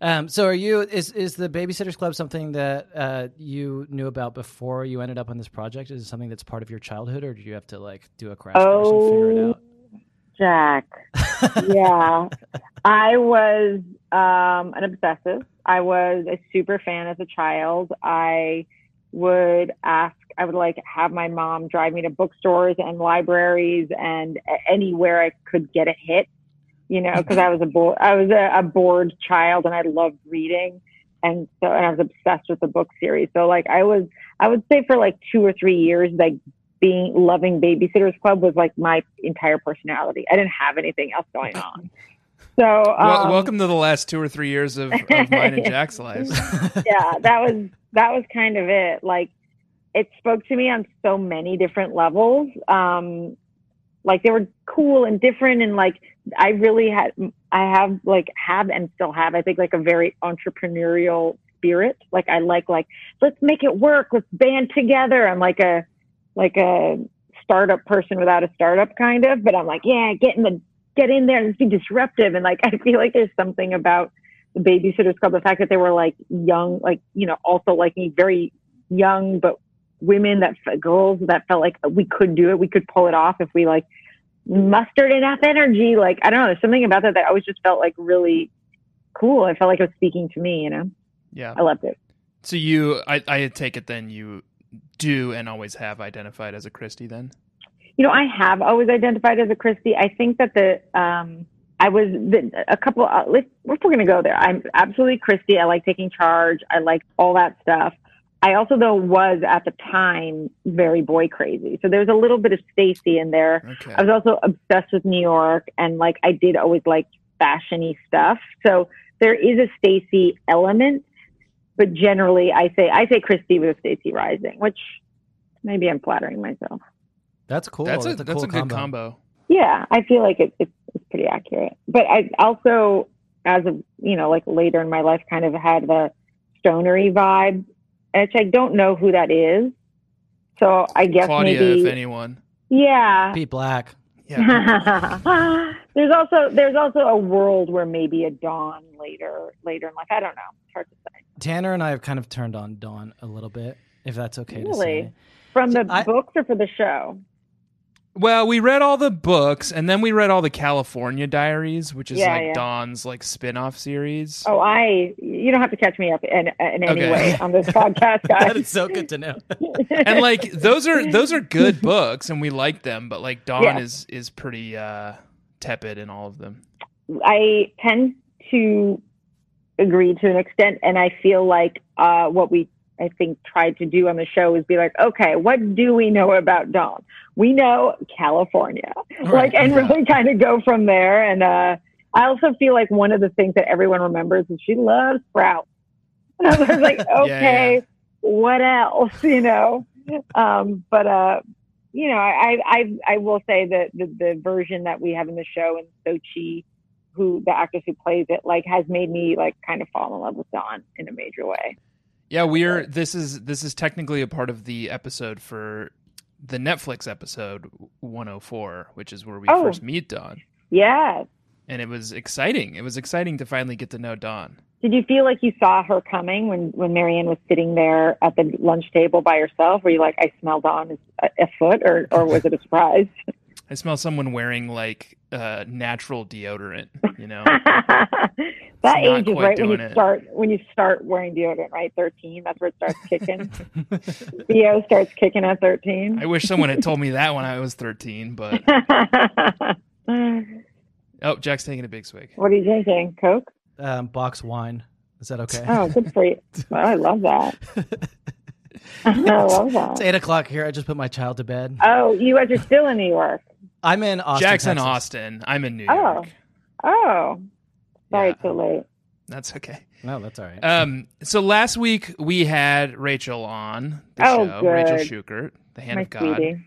[SPEAKER 3] Um, so, are you is is the Babysitters Club something that uh, you knew about before you ended up on this project? Is it something that's part of your childhood, or did you have to like do a crash course and figure it
[SPEAKER 12] oh,
[SPEAKER 3] out?
[SPEAKER 12] Jack. Oh. yeah, I was um, an obsessive. I was a super fan as a child. I would ask. I would like have my mom drive me to bookstores and libraries and a- anywhere I could get a hit. you know, because I was a bo- I was a, a bored child and I loved reading, and so and I was obsessed with the book series. So like I was, I would say for like two or three years, like being loving Babysitters Club was like my entire personality. I didn't have anything else going on. So
[SPEAKER 4] Wel-
[SPEAKER 12] um,
[SPEAKER 4] welcome to the last two or three years of, of mine and Jack's lives.
[SPEAKER 12] yeah, Uh, that was that was kind of it. Like it spoke to me on so many different levels. Um like they were cool and different and like I really had I have like have and still have I think like a very entrepreneurial spirit. Like I like like let's make it work, let's band together. I'm like a like a startup person without a startup kind of, but I'm like, yeah, get in the get in there and be disruptive and like I feel like there's something about the babysitters club, the fact that they were like young, like, you know, also like very young, but women that f- girls that felt like we could do it. We could pull it off if we like mustered enough energy. Like, I don't know. There's something about that that I always just felt like really cool. I felt like it was speaking to me, you know?
[SPEAKER 4] Yeah.
[SPEAKER 12] I loved it.
[SPEAKER 4] So you, I, I take it then you do and always have identified as a Christie then?
[SPEAKER 12] You know, I have always identified as a Christie. I think that the, um, I was the, a couple. Uh, let's, we're going to go there. I'm absolutely Christie. I like taking charge. I like all that stuff. I also though was at the time very boy crazy. So there's a little bit of Stacy in there. I was also obsessed with New York and like I did always like fashiony stuff. So there is a Stacy element, but generally I say I say Christie with a Stacy rising, which maybe I'm flattering myself.
[SPEAKER 3] That's cool.
[SPEAKER 4] That's a, that's
[SPEAKER 3] cool
[SPEAKER 4] a good combo.
[SPEAKER 12] Yeah, I feel like it, it's, it's pretty accurate. But I also, as of you know, like later in my life, kind of had the stonery vibe, which I don't know who that is. So I guess
[SPEAKER 4] Claudia,
[SPEAKER 12] maybe Uh-huh.
[SPEAKER 4] if anyone.
[SPEAKER 12] yeah.
[SPEAKER 3] Pete Black.
[SPEAKER 12] there's also there's also a world where maybe a dawn later later in life. I don't know. It's hard to say.
[SPEAKER 3] Tanner and I have kind of turned on Dawn a little bit, if that's okay to
[SPEAKER 12] Really,
[SPEAKER 3] say.
[SPEAKER 12] from the books or for the show?
[SPEAKER 4] Well, we read all the books and then we read all the California Diaries, which is
[SPEAKER 12] Yeah,
[SPEAKER 4] like
[SPEAKER 12] yeah.
[SPEAKER 4] Don's like spin-off series.
[SPEAKER 12] Oh, I you don't have to catch me up in in any
[SPEAKER 4] Okay.
[SPEAKER 12] way on this podcast, guys.
[SPEAKER 3] That is so good to know.
[SPEAKER 4] and like those are those are good books and we like them, but like Dawn
[SPEAKER 12] Yeah.
[SPEAKER 4] is is pretty uh tepid in all of them.
[SPEAKER 12] I tend to agree to an extent, and I feel like uh, what we I think tried to do on the show is be like, okay, what do we know about Dawn? We know California, like, and really kind of go from there. And uh, I also feel like one of the things that everyone remembers is she loves sprouts. And I was like,
[SPEAKER 4] Yeah,
[SPEAKER 12] okay,
[SPEAKER 4] yeah.
[SPEAKER 12] what else, you know? Um, but uh, you know, I I I will say that the, the version that we have in the show and Sochi, who the actress who plays it, like has made me like kind of fall in love with Dawn in a major way.
[SPEAKER 4] Yeah, we're this is this is technically a part of the episode for the Netflix episode 104, which is where we
[SPEAKER 12] Oh.
[SPEAKER 4] first meet Dawn.
[SPEAKER 12] Yes.
[SPEAKER 4] And it was exciting. It was exciting to finally get to know Dawn.
[SPEAKER 12] Did you feel like you saw her coming when when Marianne was sitting there at the lunch table by herself? Were you like, I smell Dawn a- afoot, or or was it a surprise?
[SPEAKER 4] I smell someone wearing like uh, natural deodorant, you know.
[SPEAKER 12] That
[SPEAKER 4] She's not
[SPEAKER 12] age is
[SPEAKER 4] quite
[SPEAKER 12] right when you
[SPEAKER 4] doing it.
[SPEAKER 12] start when you start wearing deodorant, right? Thirteen. That's where it starts kicking. Theo starts kicking at thirteen.
[SPEAKER 4] I wish someone had told me that when I was 13, but oh, Jack's taking a big swig.
[SPEAKER 12] what are you drinking? Coke?
[SPEAKER 3] Um, box wine. Is that okay?
[SPEAKER 12] Oh, good for you. Oh, I love that. I love
[SPEAKER 3] It's
[SPEAKER 12] that.
[SPEAKER 3] eight o'clock here. I just put my child to bed.
[SPEAKER 12] Oh, you guys are still in New York.
[SPEAKER 3] I'm in Austin.
[SPEAKER 4] Jack's in
[SPEAKER 3] Texas.
[SPEAKER 4] Austin. I'm in New York.
[SPEAKER 12] Oh, oh. Sorry, too late.
[SPEAKER 4] That's okay.
[SPEAKER 3] No, Oh, that's all right.
[SPEAKER 4] Um, so last week we had Rachel on the
[SPEAKER 12] Oh,
[SPEAKER 4] show, Rachel
[SPEAKER 12] good.
[SPEAKER 4] Schuker, the Hand
[SPEAKER 12] My
[SPEAKER 4] of God.
[SPEAKER 12] sweetie.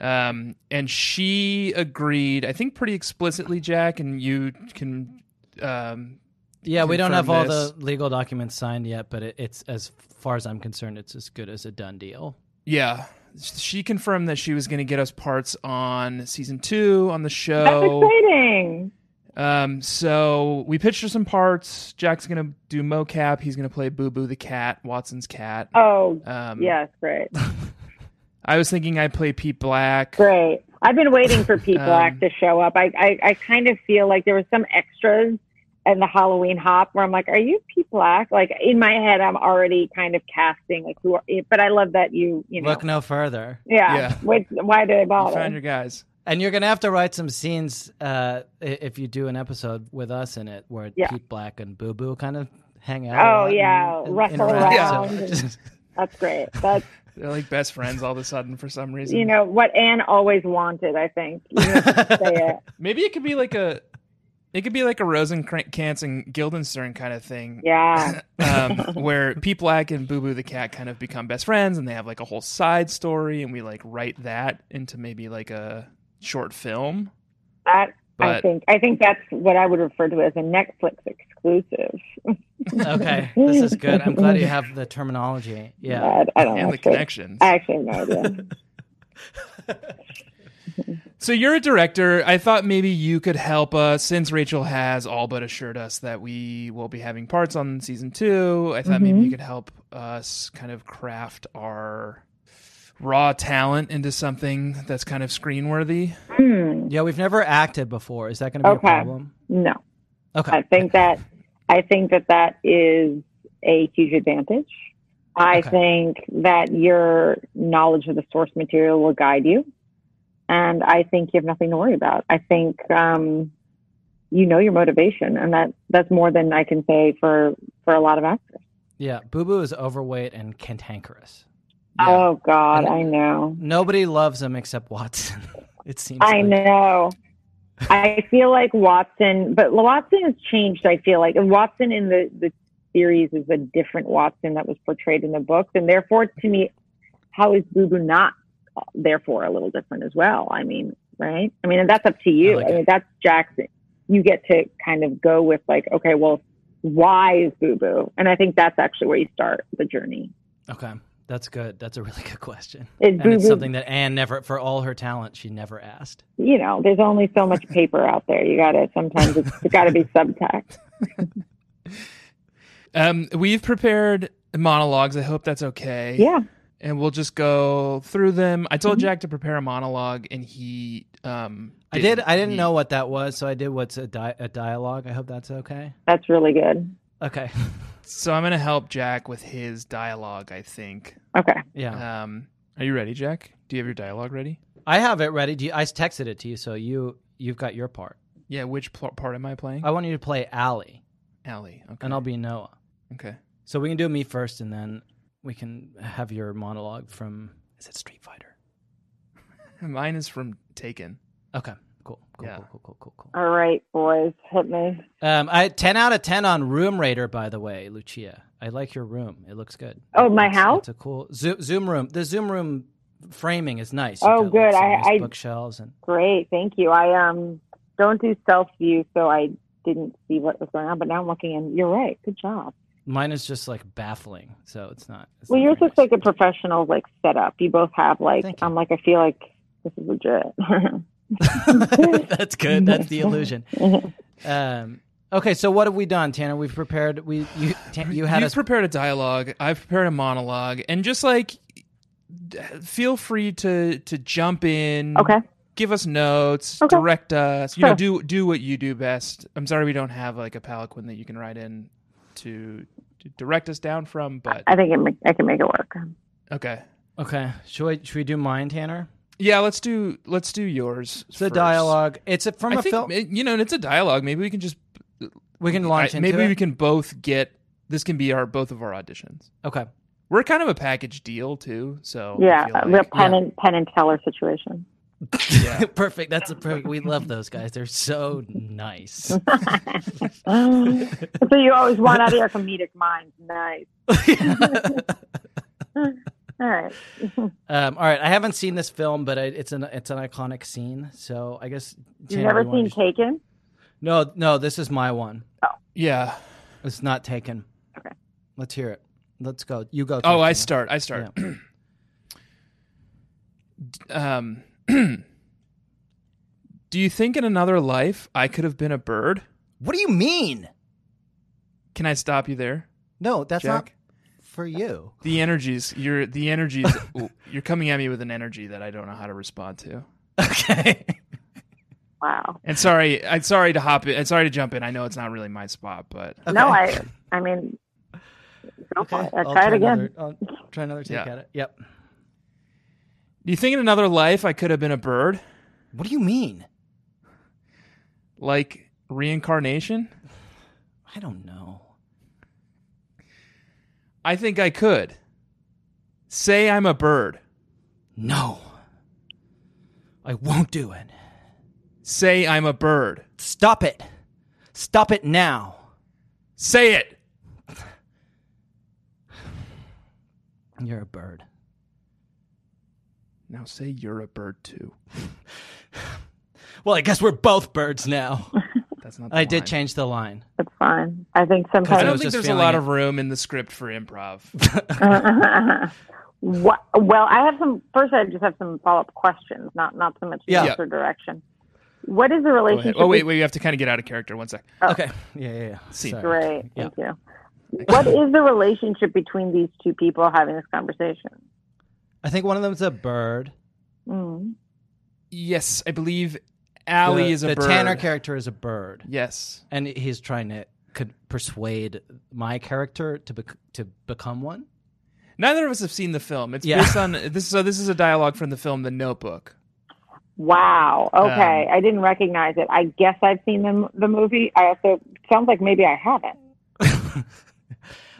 [SPEAKER 4] Um, and she agreed, I think pretty explicitly, Jack, and you can um
[SPEAKER 3] Yeah, we don't
[SPEAKER 4] confirm
[SPEAKER 3] have all
[SPEAKER 4] this.
[SPEAKER 3] the legal documents signed yet, but it, it's as far as I'm concerned, it's as good as a done deal.
[SPEAKER 4] Yeah. She confirmed that she was gonna get us parts on season two on the
[SPEAKER 12] That's
[SPEAKER 4] show.
[SPEAKER 12] exciting.
[SPEAKER 4] Um, so we pitched her some parts. Jack's gonna do mocap, he's gonna play Boo Boo the Cat, Watson's cat.
[SPEAKER 12] Oh,
[SPEAKER 4] Um,
[SPEAKER 12] yes, great,
[SPEAKER 4] I was thinking I'd play Pete Black.
[SPEAKER 12] great. I've been waiting for Pete
[SPEAKER 4] Um,
[SPEAKER 12] Black to show up. I, I, I kind of feel like there was some extras in the Halloween hop where I'm like, are you Pete Black? Like in my head, I'm already kind of casting like who. Are, but I love that you, you know,
[SPEAKER 3] Look no further.
[SPEAKER 12] yeah.
[SPEAKER 4] Yeah.
[SPEAKER 12] Wait, why do they
[SPEAKER 4] You
[SPEAKER 12] bother?
[SPEAKER 4] found your guys.
[SPEAKER 3] And you're gonna have to write some scenes uh, i- if you do an episode with us in it where
[SPEAKER 12] Yeah.
[SPEAKER 3] Pete Black and Boo Boo kind of hang out. a
[SPEAKER 12] Oh,
[SPEAKER 3] lot
[SPEAKER 12] yeah.
[SPEAKER 3] and- and
[SPEAKER 12] Wrestle
[SPEAKER 3] interact, so
[SPEAKER 12] around.
[SPEAKER 3] just-
[SPEAKER 12] That's great. That's,
[SPEAKER 4] They're like best friends all of a sudden for some reason.
[SPEAKER 12] you know, what Anne always wanted, I think. You know, say it.
[SPEAKER 4] Maybe it could be like a, it could be like a Rosencrantz and Guildenstern kind of thing.
[SPEAKER 12] Yeah.
[SPEAKER 4] um, where Pete Black and Boo Boo the cat kind of become best friends, and they have like a whole side story, and we like write that into maybe like a short film.
[SPEAKER 12] That, I
[SPEAKER 4] But-
[SPEAKER 12] think I think that's what I would refer to as a Netflix exclusive.
[SPEAKER 3] okay, this is good. I'm glad you have the terminology. Yeah,
[SPEAKER 12] But I don't
[SPEAKER 4] And the
[SPEAKER 12] actually-
[SPEAKER 4] connections.
[SPEAKER 12] I actually have no idea.
[SPEAKER 4] So you're a director. I thought maybe you could help us since Rachel has all but assured us that we will be having parts on season two. I thought maybe
[SPEAKER 13] Mhm.
[SPEAKER 4] you could help us kind of craft our raw talent into something that's kind of screen worthy.
[SPEAKER 3] Yeah, we've never acted before. Is that going to be
[SPEAKER 12] Okay.
[SPEAKER 3] a problem?
[SPEAKER 12] Hmm, No.
[SPEAKER 3] Okay.
[SPEAKER 12] I think that I think that that is a huge advantage. I
[SPEAKER 3] Okay.
[SPEAKER 12] think that your knowledge of the source material will guide you, and I think you have nothing to worry about. I think um, you know your motivation, and that that's more than I can say for for a lot of actors.
[SPEAKER 3] Yeah, Boo Boo is overweight and cantankerous.
[SPEAKER 12] Oh God, I know.
[SPEAKER 3] Nobody loves him except Watson. it seems.
[SPEAKER 12] I
[SPEAKER 3] like.
[SPEAKER 12] know. I feel like Watson, but Watson has changed. I feel like and Watson in the the series is a different Watson that was portrayed in the books, and therefore, to me, how is Boo Boo not uh, therefore a little different as well? I mean, right? I mean, and that's up to you. I, mean, that's Jackson. You get to kind of go with like, okay, well, why is Boo Boo? And I think that's actually where you start the journey.
[SPEAKER 3] Okay, that's good. That's a really good question.
[SPEAKER 12] Is
[SPEAKER 3] and
[SPEAKER 12] Boo
[SPEAKER 3] it's
[SPEAKER 12] Boo-
[SPEAKER 3] something that Anne never, for all her talent, she never asked.
[SPEAKER 12] You know, there's only so much paper out there. You gotta sometimes it's, it's gotta be subtext.
[SPEAKER 4] Um, we've prepared monologues. I hope that's okay.
[SPEAKER 12] Yeah.
[SPEAKER 4] And we'll just go through them. I told
[SPEAKER 3] Mhm.
[SPEAKER 4] Jack to prepare a monologue, and he. Um,
[SPEAKER 3] I did. I didn't
[SPEAKER 4] he-
[SPEAKER 3] know what that was, so I did what's a, di- a dialogue. I hope that's okay.
[SPEAKER 12] That's really good.
[SPEAKER 3] Okay.
[SPEAKER 4] So I'm going to help Jack with his dialogue. I think.
[SPEAKER 12] Okay.
[SPEAKER 3] Yeah.
[SPEAKER 4] Um, are you ready, Jack? Do you have your dialogue ready?
[SPEAKER 3] I have it ready. Do you, I texted it to you, so you you've got your part.
[SPEAKER 4] Yeah. Which pl- part am I playing?
[SPEAKER 3] I want you to play Allie,
[SPEAKER 4] Allie. Okay.
[SPEAKER 3] and I'll be Noah.
[SPEAKER 4] Okay.
[SPEAKER 3] So we can do me first, and then we can have your monologue from. Is it Street Fighter?
[SPEAKER 4] Mine is from Taken.
[SPEAKER 3] Okay. Cool. Cool.
[SPEAKER 4] Yeah.
[SPEAKER 3] Cool. Cool. Cool. Cool. cool.
[SPEAKER 12] All right, boys, hit me.
[SPEAKER 3] Um, I ten out of ten on Room Raider, by the way, Lucia. I like your room. It looks good.
[SPEAKER 12] Oh, my
[SPEAKER 3] It's-
[SPEAKER 12] house?
[SPEAKER 3] It's a cool Zoom, Zoom room. The Zoom room framing is nice.
[SPEAKER 12] Oh,
[SPEAKER 3] got, like,
[SPEAKER 12] good.
[SPEAKER 3] some
[SPEAKER 12] I-
[SPEAKER 3] nice
[SPEAKER 12] I-
[SPEAKER 3] bookshelves and
[SPEAKER 12] Great, thank you. I um don't do self view, so I didn't see what was going on, but now I'm looking and you're right. Good job.
[SPEAKER 3] mine is just like baffling, so it's not. It's
[SPEAKER 12] Well,
[SPEAKER 3] not
[SPEAKER 12] yours looks like a professional like setup. You both have like I'm like I feel like this is legit.
[SPEAKER 3] That's good. That's the illusion.
[SPEAKER 12] Mm-hmm.
[SPEAKER 3] Um, okay, so what have we done, Tanner? We've prepared. We you Tan- you had
[SPEAKER 4] You've
[SPEAKER 3] us.
[SPEAKER 4] prepared a dialogue. I've prepared a monologue, and just like, d- feel free to to jump in.
[SPEAKER 12] Okay.
[SPEAKER 4] Give us notes.
[SPEAKER 12] Okay.
[SPEAKER 4] Direct us. You know,
[SPEAKER 12] Sure.
[SPEAKER 4] do do what you do best. I'm sorry we don't have like a palanquin that you can write in to, to direct us down from, but
[SPEAKER 12] I think it ma- I can make it work.
[SPEAKER 4] okay,
[SPEAKER 3] Okay, should we should we do mine, Tanner?
[SPEAKER 4] yeah. Let's do let's do yours.
[SPEAKER 3] It's a
[SPEAKER 4] first.
[SPEAKER 3] dialogue. It's a, from
[SPEAKER 4] I
[SPEAKER 3] a
[SPEAKER 4] think,
[SPEAKER 3] film.
[SPEAKER 4] You know, and it's a dialogue. Maybe we can just
[SPEAKER 3] We can launch
[SPEAKER 4] I-
[SPEAKER 3] into
[SPEAKER 4] Maybe
[SPEAKER 3] it.
[SPEAKER 4] we can both get this. Can be our both of our auditions.
[SPEAKER 3] Okay.
[SPEAKER 4] We're kind of a package deal too, so I
[SPEAKER 12] Yeah,
[SPEAKER 4] feel
[SPEAKER 12] a
[SPEAKER 4] like-
[SPEAKER 12] real pen and pen and teller situation.
[SPEAKER 3] perfect. That's a perfect. We love those guys. They're so nice.
[SPEAKER 12] Um, so you always want out of your comedic mind. Nice. All right.
[SPEAKER 3] Um, all right, I haven't seen this film, but I, it's an it's an iconic scene. So I guess
[SPEAKER 12] You've
[SPEAKER 3] Tanner,
[SPEAKER 12] never
[SPEAKER 3] you wanna
[SPEAKER 12] seen
[SPEAKER 3] just-
[SPEAKER 12] Taken?
[SPEAKER 3] No, no, this is my one.
[SPEAKER 12] Oh.
[SPEAKER 4] Yeah.
[SPEAKER 3] It's not taken.
[SPEAKER 12] Okay.
[SPEAKER 3] Let's hear it. Let's go. You go.
[SPEAKER 4] Oh, I
[SPEAKER 3] Tanner.
[SPEAKER 4] start. I start. D- um, do you think in another life I could have been a bird?
[SPEAKER 3] What do you mean?
[SPEAKER 4] Can I stop you there?
[SPEAKER 3] No, that's
[SPEAKER 4] Jack?
[SPEAKER 3] not for you.
[SPEAKER 4] The energies. You're the energies. w- you're coming at me with an energy that I don't know how to respond to.
[SPEAKER 12] Wow.
[SPEAKER 4] And sorry, I'm sorry to hop in. I'm sorry to jump in. I know it's not really my spot, but
[SPEAKER 12] No, I. I mean, go for it. I'll try it again.
[SPEAKER 3] Another, I'll try another take
[SPEAKER 4] Yeah.
[SPEAKER 3] at it. Yep.
[SPEAKER 4] Do you think in another life I could have been a bird?
[SPEAKER 3] What do you mean?
[SPEAKER 4] Like reincarnation?
[SPEAKER 3] I don't know.
[SPEAKER 4] I think I could. Say I'm a bird.
[SPEAKER 3] No. I won't do it.
[SPEAKER 4] Say I'm a bird.
[SPEAKER 3] Stop it. Stop it now.
[SPEAKER 4] Say it.
[SPEAKER 3] You're a bird.
[SPEAKER 4] Now say you're a bird too.
[SPEAKER 3] Well, I guess we're both birds now.
[SPEAKER 4] That's not.
[SPEAKER 3] I did change the line.
[SPEAKER 12] That's fine. I think
[SPEAKER 4] I
[SPEAKER 12] sometimes
[SPEAKER 4] don't think there's a lot of room in the script for improv.
[SPEAKER 12] What, well, I have some. First, I just have some follow up questions, not not so much
[SPEAKER 4] Yeah.
[SPEAKER 12] answer direction. What is
[SPEAKER 4] Go
[SPEAKER 12] the
[SPEAKER 4] ahead.
[SPEAKER 12] relationship?
[SPEAKER 4] oh wait,
[SPEAKER 12] be-
[SPEAKER 4] wait, we have to kind of get out of character. One sec.
[SPEAKER 3] Okay. Yeah, yeah, yeah.
[SPEAKER 4] See.
[SPEAKER 3] Sorry.
[SPEAKER 12] Great, thank you. What is the relationship between these two people having this conversation?
[SPEAKER 3] I think one of them's a bird.
[SPEAKER 12] Mm.
[SPEAKER 4] Yes, I believe Allie
[SPEAKER 3] the,
[SPEAKER 4] is a
[SPEAKER 3] the
[SPEAKER 4] bird.
[SPEAKER 3] Tanner character is a bird.
[SPEAKER 4] Yes.
[SPEAKER 3] and he's trying to could persuade my character to bec- to become one.
[SPEAKER 4] Neither of us have seen the film. It's
[SPEAKER 3] Yeah.
[SPEAKER 4] based on this. So this is a dialogue from the film The Notebook.
[SPEAKER 12] Wow. Okay,
[SPEAKER 4] Um,
[SPEAKER 12] I didn't recognize it. I guess I've seen the m- the movie. I also sounds like maybe I haven't.
[SPEAKER 3] I
[SPEAKER 4] well,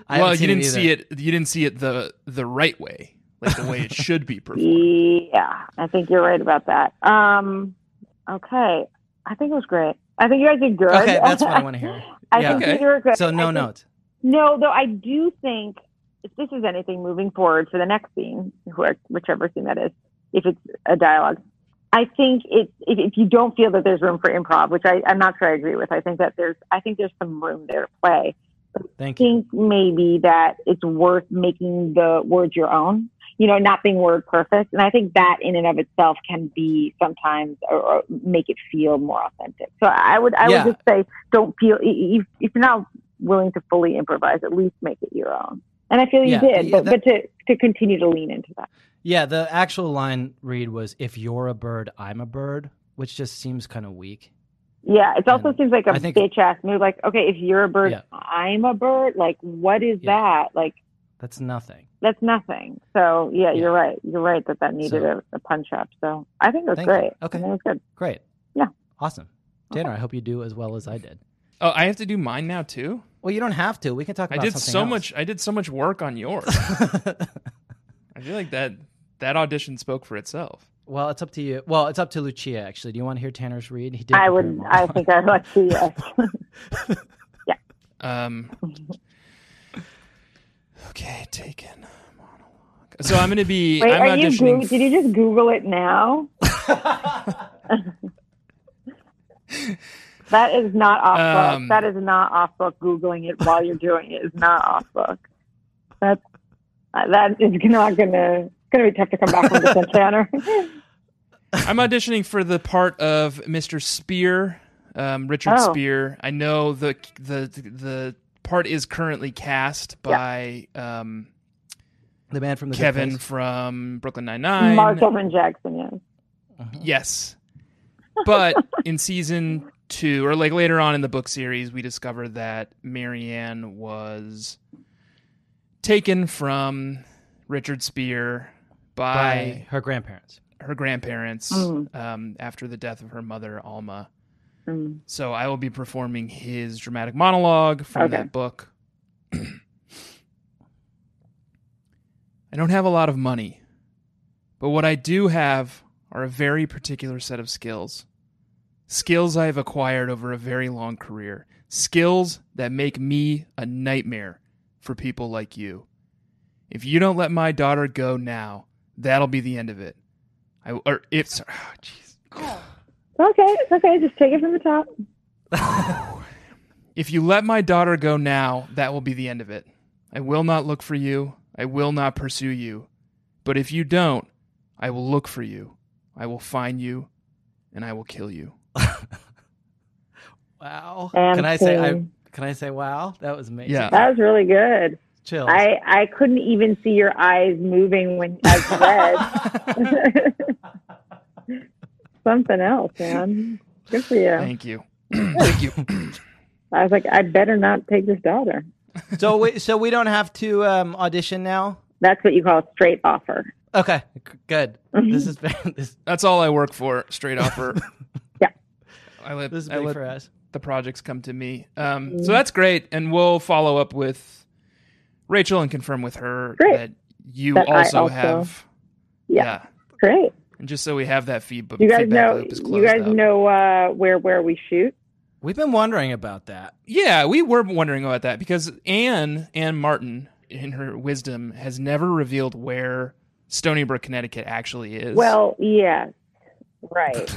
[SPEAKER 3] haven't
[SPEAKER 4] you
[SPEAKER 3] seen
[SPEAKER 4] didn't
[SPEAKER 3] it
[SPEAKER 4] see it. You didn't see it the the right way, like the way it should be performed.
[SPEAKER 12] Yeah, I think you're right about that. Um, okay, I think it was great. I think you guys did good.
[SPEAKER 3] Okay, that's what I want to hear.
[SPEAKER 12] I
[SPEAKER 3] Yeah.
[SPEAKER 12] think you were good.
[SPEAKER 3] So
[SPEAKER 12] I
[SPEAKER 3] no
[SPEAKER 12] think-
[SPEAKER 3] notes.
[SPEAKER 12] No, though I do think if this is anything moving forward for the next scene, wh- whichever scene that is, if it's a dialogue, I think it if, if you don't feel that there's room for improv, which I, I'm not sure I agree with, I think that there's I think there's some room there to play.
[SPEAKER 3] Thank
[SPEAKER 12] I think maybe that it's worth making the words your own. You know, not being word perfect, and I think that in and of itself can be sometimes or, or make it feel more authentic. So I would, I
[SPEAKER 3] Yeah.
[SPEAKER 12] would just say, don't feel i- i- if, if you're not willing to fully improvise, at least make it your own. And I feel you
[SPEAKER 3] Yeah,
[SPEAKER 12] did,
[SPEAKER 3] yeah,
[SPEAKER 12] but,
[SPEAKER 3] that-
[SPEAKER 12] but to to continue to lean into that.
[SPEAKER 3] Yeah, the actual line read was "If you're a bird, I'm a bird," which just seems kind of weak.
[SPEAKER 12] Yeah, it also seems like a
[SPEAKER 3] I think-
[SPEAKER 12] bitch ass move. Like, okay, if you're a bird,
[SPEAKER 3] Yeah.
[SPEAKER 12] I'm a bird. Like, what is that? Like,
[SPEAKER 3] That's nothing.
[SPEAKER 12] that's nothing. So yeah, you're right. You're right that that needed
[SPEAKER 3] So-
[SPEAKER 12] a, a punch up. So I think it was
[SPEAKER 3] Thank you.
[SPEAKER 12] great.
[SPEAKER 3] Okay.
[SPEAKER 12] I think it was good.
[SPEAKER 3] Great.
[SPEAKER 12] Yeah.
[SPEAKER 3] Awesome. Tanner, I hope you do as well as I did.
[SPEAKER 4] Oh, I have to do mine now too.
[SPEAKER 3] Well, you don't have to. We can talk
[SPEAKER 4] I
[SPEAKER 3] about
[SPEAKER 4] did
[SPEAKER 3] something
[SPEAKER 4] so
[SPEAKER 3] else.
[SPEAKER 4] much. I did so much work on yours. I feel like that that audition spoke for itself.
[SPEAKER 3] Well, it's up to you. Well, it's up to Lucia actually. Do you want to hear Tanner's read? He did.
[SPEAKER 12] I
[SPEAKER 3] prepare
[SPEAKER 12] would. uh,
[SPEAKER 3] him all.
[SPEAKER 12] I think I'd like to. Yes.
[SPEAKER 4] Um, okay, taken monologue. So I'm gonna be.
[SPEAKER 12] Wait,
[SPEAKER 4] I'm
[SPEAKER 12] are you?
[SPEAKER 4] auditioning.
[SPEAKER 12] Goo- did you just Google it now? that is not off book.
[SPEAKER 4] Um,
[SPEAKER 12] that is not off book. Googling it while you're doing it is not off book. That's uh, that is not gonna. It's gonna be tough to come back from this, Tanner.
[SPEAKER 4] I'm auditioning for the part of Mr. Spear, um, Richard
[SPEAKER 12] Oh.
[SPEAKER 4] Spear. I know the the the part is currently cast by um,
[SPEAKER 3] the man from the Good
[SPEAKER 4] Kevin
[SPEAKER 3] Place.
[SPEAKER 4] from Brooklyn Nine Nine.
[SPEAKER 12] Mark Evan Jackson. Yes.
[SPEAKER 4] Yes. But in season two, or like later on in the book series, we discover that Marianne was taken from Richard Spear by,
[SPEAKER 3] by her grandparents.
[SPEAKER 4] her grandparents
[SPEAKER 12] Mm.
[SPEAKER 4] um, after the death of her mother, Alma.
[SPEAKER 12] Mm.
[SPEAKER 4] So I will be performing his dramatic monologue from
[SPEAKER 12] Okay.
[SPEAKER 4] that book. I don't have a lot of money, but what I do have are a very particular set of skills. Skills I have acquired over a very long career. Skills that make me a nightmare for people like you. If you don't let my daughter go now, that'll be the end of it. I or if sorry, oh, jeez.
[SPEAKER 12] Okay, it's okay. Just take it from the top.
[SPEAKER 4] If you let my daughter go now, that will be the end of it. I will not look for you. I will not pursue you. But if you don't, I will look for you. I will find you and I will kill you.
[SPEAKER 3] Wow.
[SPEAKER 12] And
[SPEAKER 3] can I say I
[SPEAKER 12] sing.
[SPEAKER 3] can I say wow? That was amazing.
[SPEAKER 4] Yeah.
[SPEAKER 12] That was really good.
[SPEAKER 3] Chills.
[SPEAKER 12] I I couldn't even see your eyes moving when I read. Something else, man. Good for you.
[SPEAKER 4] Thank you. Thank you.
[SPEAKER 12] I was like, I better not take this daughter.
[SPEAKER 3] so we so we don't have to um, audition now.
[SPEAKER 12] That's what you call a straight offer.
[SPEAKER 3] Okay, g- good.
[SPEAKER 12] Mm-hmm.
[SPEAKER 3] This has been this.
[SPEAKER 4] That's all I work for. Straight offer.
[SPEAKER 12] yeah.
[SPEAKER 4] I let,
[SPEAKER 3] This is
[SPEAKER 4] I
[SPEAKER 3] big
[SPEAKER 4] let
[SPEAKER 3] for us.
[SPEAKER 4] the projects come to me. Um, so that's great, and we'll follow up with Rachel and confirm with her
[SPEAKER 12] Great.
[SPEAKER 4] that you
[SPEAKER 12] That I
[SPEAKER 4] also,
[SPEAKER 12] also-
[SPEAKER 4] have.
[SPEAKER 12] Yeah. Great.
[SPEAKER 4] And just so we have that feedback,
[SPEAKER 12] You guys
[SPEAKER 4] feedback
[SPEAKER 12] know.
[SPEAKER 4] loop is
[SPEAKER 12] You
[SPEAKER 4] closed
[SPEAKER 12] guys
[SPEAKER 4] up.
[SPEAKER 12] know uh, where where we shoot.
[SPEAKER 13] We've been wondering about that.
[SPEAKER 4] Yeah, we were wondering about that because Anne Anne Martin, in her wisdom, has never revealed where Stony Brook, Connecticut, actually is.
[SPEAKER 12] Well, yes, right.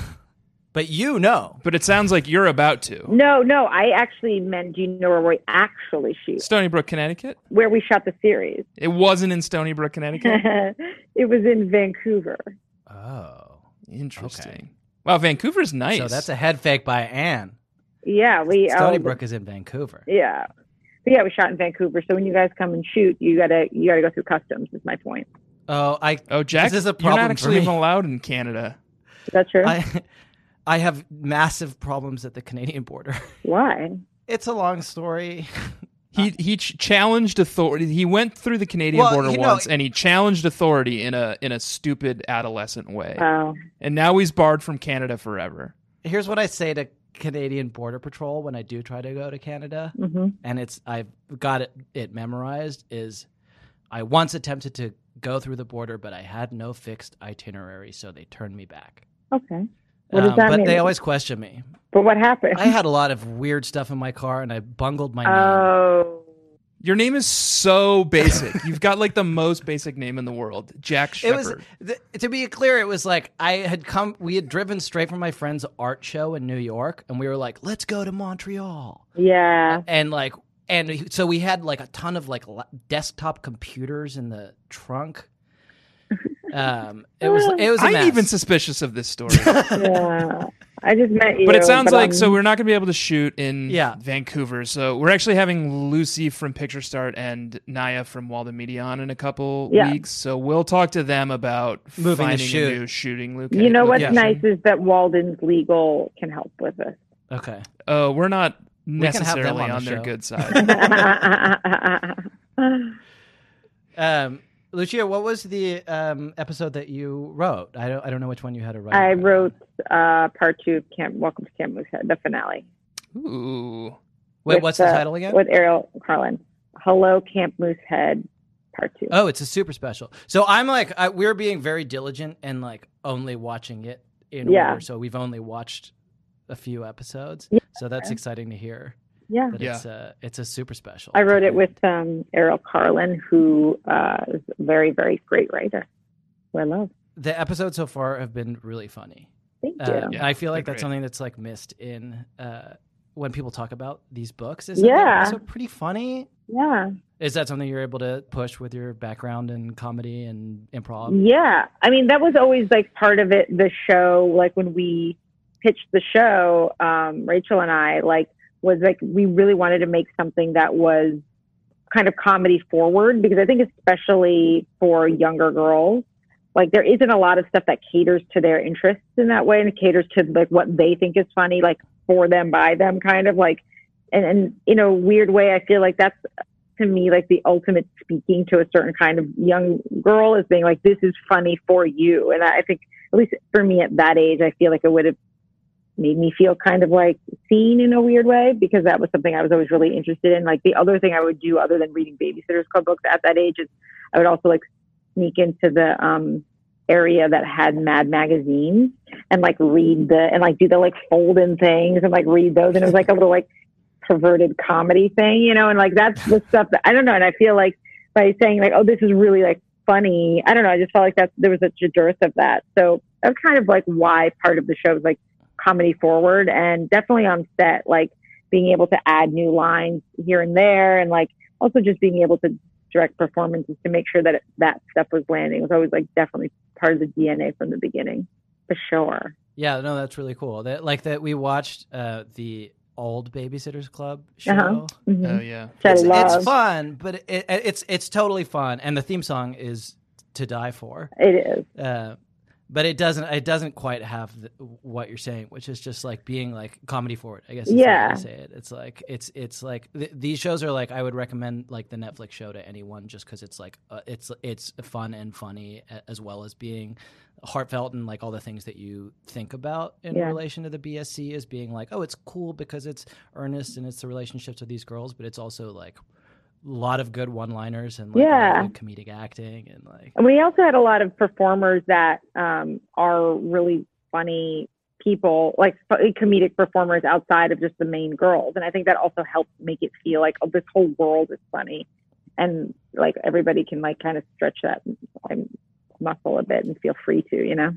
[SPEAKER 13] but you know.
[SPEAKER 4] But it sounds like you're about to.
[SPEAKER 12] no, no. I actually meant. Do you know where we actually shoot?
[SPEAKER 4] Stony Brook, Connecticut.
[SPEAKER 12] Where we shot the series.
[SPEAKER 4] It wasn't in Stony Brook, Connecticut.
[SPEAKER 12] it was in Vancouver.
[SPEAKER 13] Oh,
[SPEAKER 4] interesting. Wow, Vancouver's nice.
[SPEAKER 13] So that's a head fake by Anne.
[SPEAKER 12] Yeah, we. uh,
[SPEAKER 13] Stony Brook is in Vancouver.
[SPEAKER 12] Yeah. But yeah, we shot in Vancouver. So when you guys come and shoot, you gotta you gotta go through customs. Is my point.
[SPEAKER 3] Oh, I.
[SPEAKER 4] Oh, Jack,
[SPEAKER 3] This is a
[SPEAKER 4] you're
[SPEAKER 3] problem
[SPEAKER 4] not
[SPEAKER 3] for
[SPEAKER 4] actually
[SPEAKER 3] me.
[SPEAKER 4] even allowed in Canada.
[SPEAKER 12] Is that true?
[SPEAKER 3] I, I have massive problems at the Canadian border.
[SPEAKER 12] Why?
[SPEAKER 13] It's a long story.
[SPEAKER 4] He he ch- challenged authority. He went through the Canadian
[SPEAKER 13] Well,
[SPEAKER 4] border
[SPEAKER 13] you know-
[SPEAKER 4] once, and he challenged authority in a in a stupid adolescent way.
[SPEAKER 12] Oh.
[SPEAKER 4] And now he's barred from Canada forever.
[SPEAKER 3] Here's what I say to Canadian Border Patrol when I do try to go to Canada,
[SPEAKER 12] Mhm.
[SPEAKER 3] and it's I've got it, it memorized. Is I once attempted to go through the border, but I had no fixed itinerary, so they turned me back.
[SPEAKER 12] Okay. What does
[SPEAKER 3] Um,
[SPEAKER 12] that
[SPEAKER 3] but
[SPEAKER 12] mean?
[SPEAKER 3] they always question me.
[SPEAKER 12] But what happened?
[SPEAKER 3] I had a lot of weird stuff in my car, and I bungled my name.
[SPEAKER 12] Oh.
[SPEAKER 4] Your name is so basic. You've got like the most basic name in the world, Jack
[SPEAKER 3] It
[SPEAKER 4] Shepard.
[SPEAKER 3] was th- to be clear. It was like I had come. We had driven straight from my friend's art show in New York, and we were like, "Let's go to Montreal."
[SPEAKER 12] Yeah.
[SPEAKER 3] and like and he- so we had like a ton of like la- desktop computers in the trunk um it was it was a
[SPEAKER 4] I'm
[SPEAKER 3] mess.
[SPEAKER 4] even suspicious of this story.
[SPEAKER 12] yeah. I just met you.
[SPEAKER 4] But it sounds like
[SPEAKER 12] um,
[SPEAKER 4] so we're not going to be able to shoot in
[SPEAKER 3] Yeah.
[SPEAKER 4] Vancouver. So we're actually having Lucy from Picture Start and Naya from Walden Media on in a couple
[SPEAKER 12] Yeah.
[SPEAKER 4] weeks. So we'll talk to them about
[SPEAKER 3] Moving to
[SPEAKER 4] finding a
[SPEAKER 3] shoot.
[SPEAKER 4] new shooting loca-
[SPEAKER 12] You know what's
[SPEAKER 4] location.
[SPEAKER 12] nice is that Walden's legal can help with this.
[SPEAKER 3] okay
[SPEAKER 4] Uh, we're not
[SPEAKER 3] can have them
[SPEAKER 4] necessarily
[SPEAKER 3] on
[SPEAKER 4] on,
[SPEAKER 3] the
[SPEAKER 4] their
[SPEAKER 3] show.
[SPEAKER 4] good side.
[SPEAKER 3] um lucia what was the um episode that you wrote i don't i don't know which one you had to write
[SPEAKER 12] I
[SPEAKER 3] about.
[SPEAKER 12] wrote uh, part two of Camp Welcome to Camp Moosehead, the finale.
[SPEAKER 4] Ooh.
[SPEAKER 3] wait
[SPEAKER 12] with,
[SPEAKER 3] what's the
[SPEAKER 12] uh,
[SPEAKER 3] title again
[SPEAKER 12] With Ariel Carlin. Hello, Camp Moosehead, part two.
[SPEAKER 3] oh it's a super special so i'm like I, we're being very diligent and like only watching it in
[SPEAKER 12] Yeah.
[SPEAKER 3] order so we've only watched a few episodes
[SPEAKER 12] Yeah.
[SPEAKER 3] so that's exciting to hear
[SPEAKER 12] yeah.
[SPEAKER 3] that
[SPEAKER 4] Yeah.
[SPEAKER 3] it's a it's a super special
[SPEAKER 12] I wrote it with um, Errol Carlin, who uh, is a very, very great writer, who I love.
[SPEAKER 3] the episodes so far have been really funny.
[SPEAKER 12] Thank you.
[SPEAKER 3] Uh,
[SPEAKER 4] Yeah,
[SPEAKER 3] I feel like
[SPEAKER 4] they're
[SPEAKER 3] that's
[SPEAKER 4] great.
[SPEAKER 3] something that's like missed in uh, when people talk about these books. Is
[SPEAKER 12] Yeah.
[SPEAKER 3] so pretty funny.
[SPEAKER 12] yeah.
[SPEAKER 3] Is that something you're able to push with your background in comedy and improv?
[SPEAKER 12] Yeah. I mean, that was always like part of it, the show, like when we pitched the show, um, Rachel and I, like, was like, we really wanted to make something that was kind of comedy forward because I think, especially for younger girls, like there isn't a lot of stuff that caters to their interests in that way and caters to like what they think is funny, like for them, by them, kind of like, and, and in a weird way, I feel like that's to me like the ultimate speaking to a certain kind of young girl is being like this is funny for you and i I think at least for me at that age i feel like it would have made me feel kind of like seen in a weird way because that was something i was always really interested in like the other thing i would do other than reading babysitters club books at that age is i would also like sneak into the um area that had mad magazines and like read the and like do the like fold in things and like read those and it was like a little like perverted comedy thing, you know, and like that's the stuff that I don't know. And I feel like by saying like, oh, this is really like funny, I don't know. I just felt like that there was such a dearth of that. So that's kind of like why part of the show is like comedy forward and definitely on set, like being able to add new lines here and there and like also just being able to direct performances to make sure that it, that stuff was landing was always like definitely part of the DNA from the beginning for sure.
[SPEAKER 3] Yeah, no, that's really cool. That like that we watched uh, the old Babysitters Club show.
[SPEAKER 12] Uh-huh.
[SPEAKER 3] Mm-hmm.
[SPEAKER 12] Mhm.
[SPEAKER 4] Oh yeah.
[SPEAKER 12] Which I
[SPEAKER 3] It's,
[SPEAKER 12] love.
[SPEAKER 3] it's fun, but it, it, it's it's totally fun, and the theme song is to die for.
[SPEAKER 12] It is.
[SPEAKER 3] Uh, but it doesn't it doesn't quite have the, what you're saying which is just like being like comedy forward i guess is
[SPEAKER 12] Yeah.
[SPEAKER 3] how I say it it's like it's it's like th- these shows are like i would recommend like the netflix show to anyone just because it's like uh, it's it's fun and funny a- as well as being heartfelt and like all the things that you think about in
[SPEAKER 14] Yeah.
[SPEAKER 3] relation to the bsc is being like oh it's cool because it's earnest and it's the relationships of these girls but it's also like a lot of good one liners and like a lot
[SPEAKER 12] Yeah.
[SPEAKER 3] of good comedic acting and like
[SPEAKER 12] And we also had a lot of performers that um, are really funny people, like f- comedic performers outside of just the main girls. And I think that also helped make it feel like oh, this whole world is funny, and like everybody can like kind of stretch that um, muscle a bit and feel free to, you know,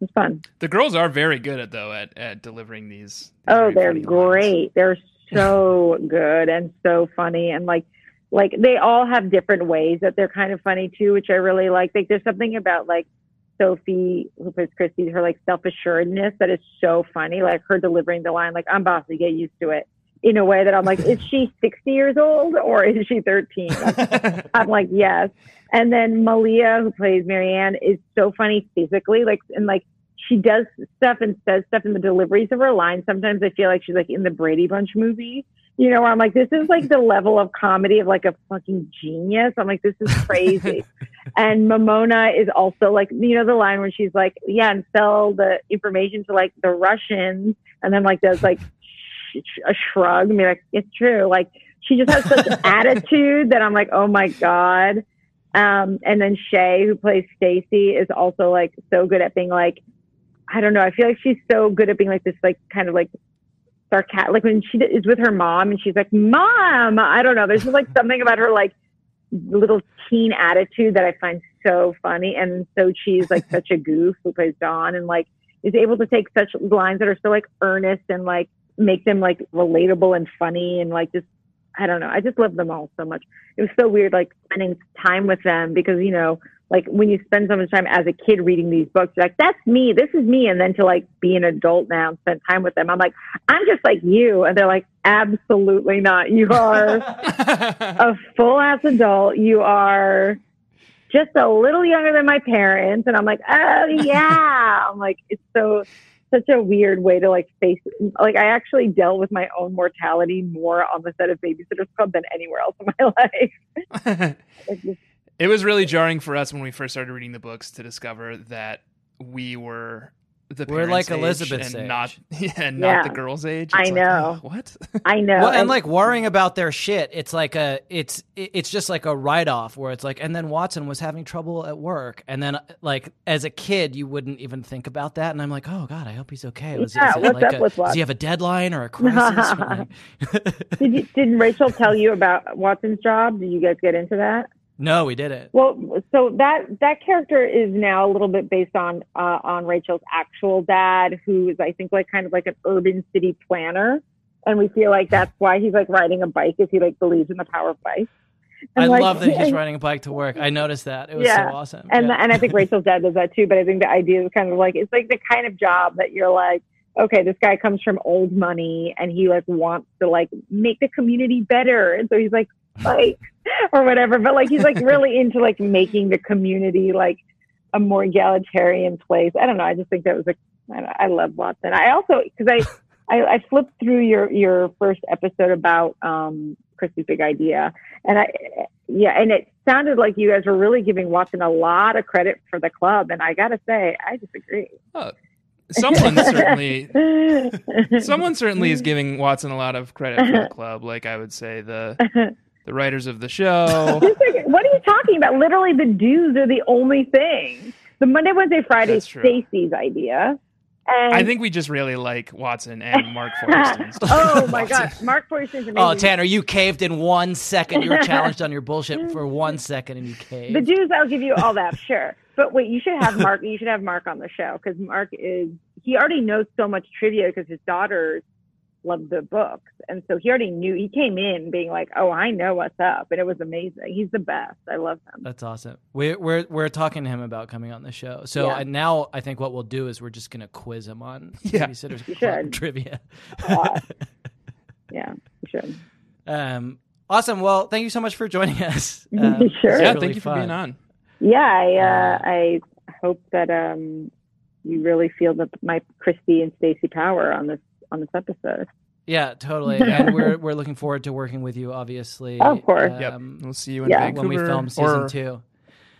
[SPEAKER 12] it's fun.
[SPEAKER 4] The girls are very good at though at, at delivering these.
[SPEAKER 12] Oh, they're great. They're so good and so funny and like like they all have different ways that they're kind of funny too, which I really like. Like there's something about like Sophie who plays Christy, her like self assuredness that is so funny. Like her delivering the line like I'm bossy, get used to it. In a way that I'm like, is she 60 years old or is she 13? That's- I'm like, yes. And then Malia, who plays Marianne, is so funny physically. Like, and like she does stuff and says stuff in the deliveries of her lines. Sometimes I feel like she's like in the Brady Bunch movie, you know, where I'm like, this is like the level of comedy of like a fucking genius. I'm like, this is crazy. and Mamona is also like, you know, the line where she's like, yeah, and sell the information to like the Russians, and then like does like sh- sh- a shrug and be like, it's true. Like she just has such attitude that I'm like, oh my god. Um, and then Shay, who plays Stacy, is also like so good at being like, I don't know. I feel like she's so good at being like this, like kind of like sarcastic. Like when she is with her mom and she's like, "Mom," I don't know. There's just like something about her like little teen attitude that I find so funny. And so she's like such a goof who plays Dawn and like is able to take such lines that are so like earnest and like make them like relatable and funny and like just I don't know. I just love them all so much. It was so weird like spending time with them because you know like when you spend so much time as a kid reading these books, you're like, that's me, this is me. And then to like be an adult now and spend time with them, I'm like, I'm just like you. And they're like, absolutely not. You are a full ass adult. You are just a little younger than my parents. And I'm like, oh yeah. I'm like, it's so, such a weird way to like face, like I actually dealt with my own mortality more on the set of Babysitter's Club than anywhere else in my life.
[SPEAKER 4] It was really jarring for us when we first started reading the books to discover that we were the
[SPEAKER 3] We're like
[SPEAKER 4] parents' age
[SPEAKER 3] Elizabeth's
[SPEAKER 4] and
[SPEAKER 3] age.
[SPEAKER 4] not yeah, and
[SPEAKER 3] Yeah.
[SPEAKER 4] not the girls' age.
[SPEAKER 3] I
[SPEAKER 4] It's like,
[SPEAKER 3] know.
[SPEAKER 4] "Oh, what?
[SPEAKER 12] I know.
[SPEAKER 3] Well, and like worrying about their shit, it's like a it's it- it's just like a write off where it's like, and then Watson was having trouble at work, and then uh, like as a kid, you wouldn't even think about that, and I'm like, oh god, I hope he's okay. Was,
[SPEAKER 12] Yeah,
[SPEAKER 3] it
[SPEAKER 12] what's
[SPEAKER 3] like
[SPEAKER 12] up
[SPEAKER 3] a-
[SPEAKER 12] with
[SPEAKER 3] Does
[SPEAKER 12] Watson?
[SPEAKER 3] he have a deadline or a crisis? I'm like,
[SPEAKER 12] did, you, did Rachel tell you about Watson's job? Did you guys get into that?
[SPEAKER 3] no, we did it.
[SPEAKER 12] Well, so that that character is now a little bit based on uh, on Rachel's actual dad, who is I think like kind of like an urban city planner, and we feel like that's why he's like riding a bike if he like believes in the power of bike.
[SPEAKER 3] I
[SPEAKER 12] And, like,
[SPEAKER 3] love that he's
[SPEAKER 12] and-
[SPEAKER 3] riding a bike to work. I noticed that. It was so awesome.
[SPEAKER 12] And
[SPEAKER 3] Yeah.
[SPEAKER 12] and I think Rachel's dad does that too. But I think the idea is kind of like it's like the kind of job that you're like, okay, this guy comes from old money and he like wants to like make the community better, and so he's like like or whatever. But like he's like really into like making the community like a more egalitarian place. I don't know. I just think that was a I, don't- I love Watson. I also because I, I I flipped through your your first episode about um Christy's big idea, and I yeah, and it sounded like you guys were really giving Watson a lot of credit for the club, and I gotta say I disagree.
[SPEAKER 4] Someone certainly someone certainly is giving Watson a lot of credit for the club. Like I would say the the writers of the show.
[SPEAKER 12] what are you talking about? Literally, the dues are the only thing. The Monday, Wednesday, Friday is
[SPEAKER 4] That's true.
[SPEAKER 12] Stacy's idea. And
[SPEAKER 4] I think we just really like Watson and Mark Forreston.
[SPEAKER 12] oh my God, Mark Poyson's amazing.
[SPEAKER 3] Oh, Tanner, you caved in one second. You were challenged on your bullshit for one second, and you
[SPEAKER 12] The
[SPEAKER 3] caved.
[SPEAKER 12] dues, I'll give you all that, sure. But wait, you should have Mark. You should have Mark on the show because Mark is he already knows so much trivia because his daughters love the books, and so he already knew. He came in being like, "Oh, I know what's up," and it was amazing. He's the best. I love him.
[SPEAKER 3] That's awesome. We're we're we're talking to him about coming on the show. So
[SPEAKER 12] Yeah.
[SPEAKER 3] I, now I think what we'll do is we're just gonna quiz him on
[SPEAKER 12] Yeah.
[SPEAKER 3] Babysitter's
[SPEAKER 12] You
[SPEAKER 3] Club
[SPEAKER 12] should.
[SPEAKER 3] trivia.
[SPEAKER 12] yeah, you should.
[SPEAKER 3] Um, awesome. Well, thank you so much for joining us.
[SPEAKER 12] Sure.
[SPEAKER 3] this was
[SPEAKER 12] Yeah,
[SPEAKER 3] really
[SPEAKER 4] thank you for being
[SPEAKER 3] fun.
[SPEAKER 4] on.
[SPEAKER 12] Yeah, I uh, I hope that um you really feel the, my Christy and Stacy power on this on this episode.
[SPEAKER 13] Yeah, totally. and we're we're looking forward to working with you. Obviously,
[SPEAKER 12] oh, of course.
[SPEAKER 4] Um, yep. We'll see you in yeah. Vancouver
[SPEAKER 13] when we film season
[SPEAKER 4] or...
[SPEAKER 13] two.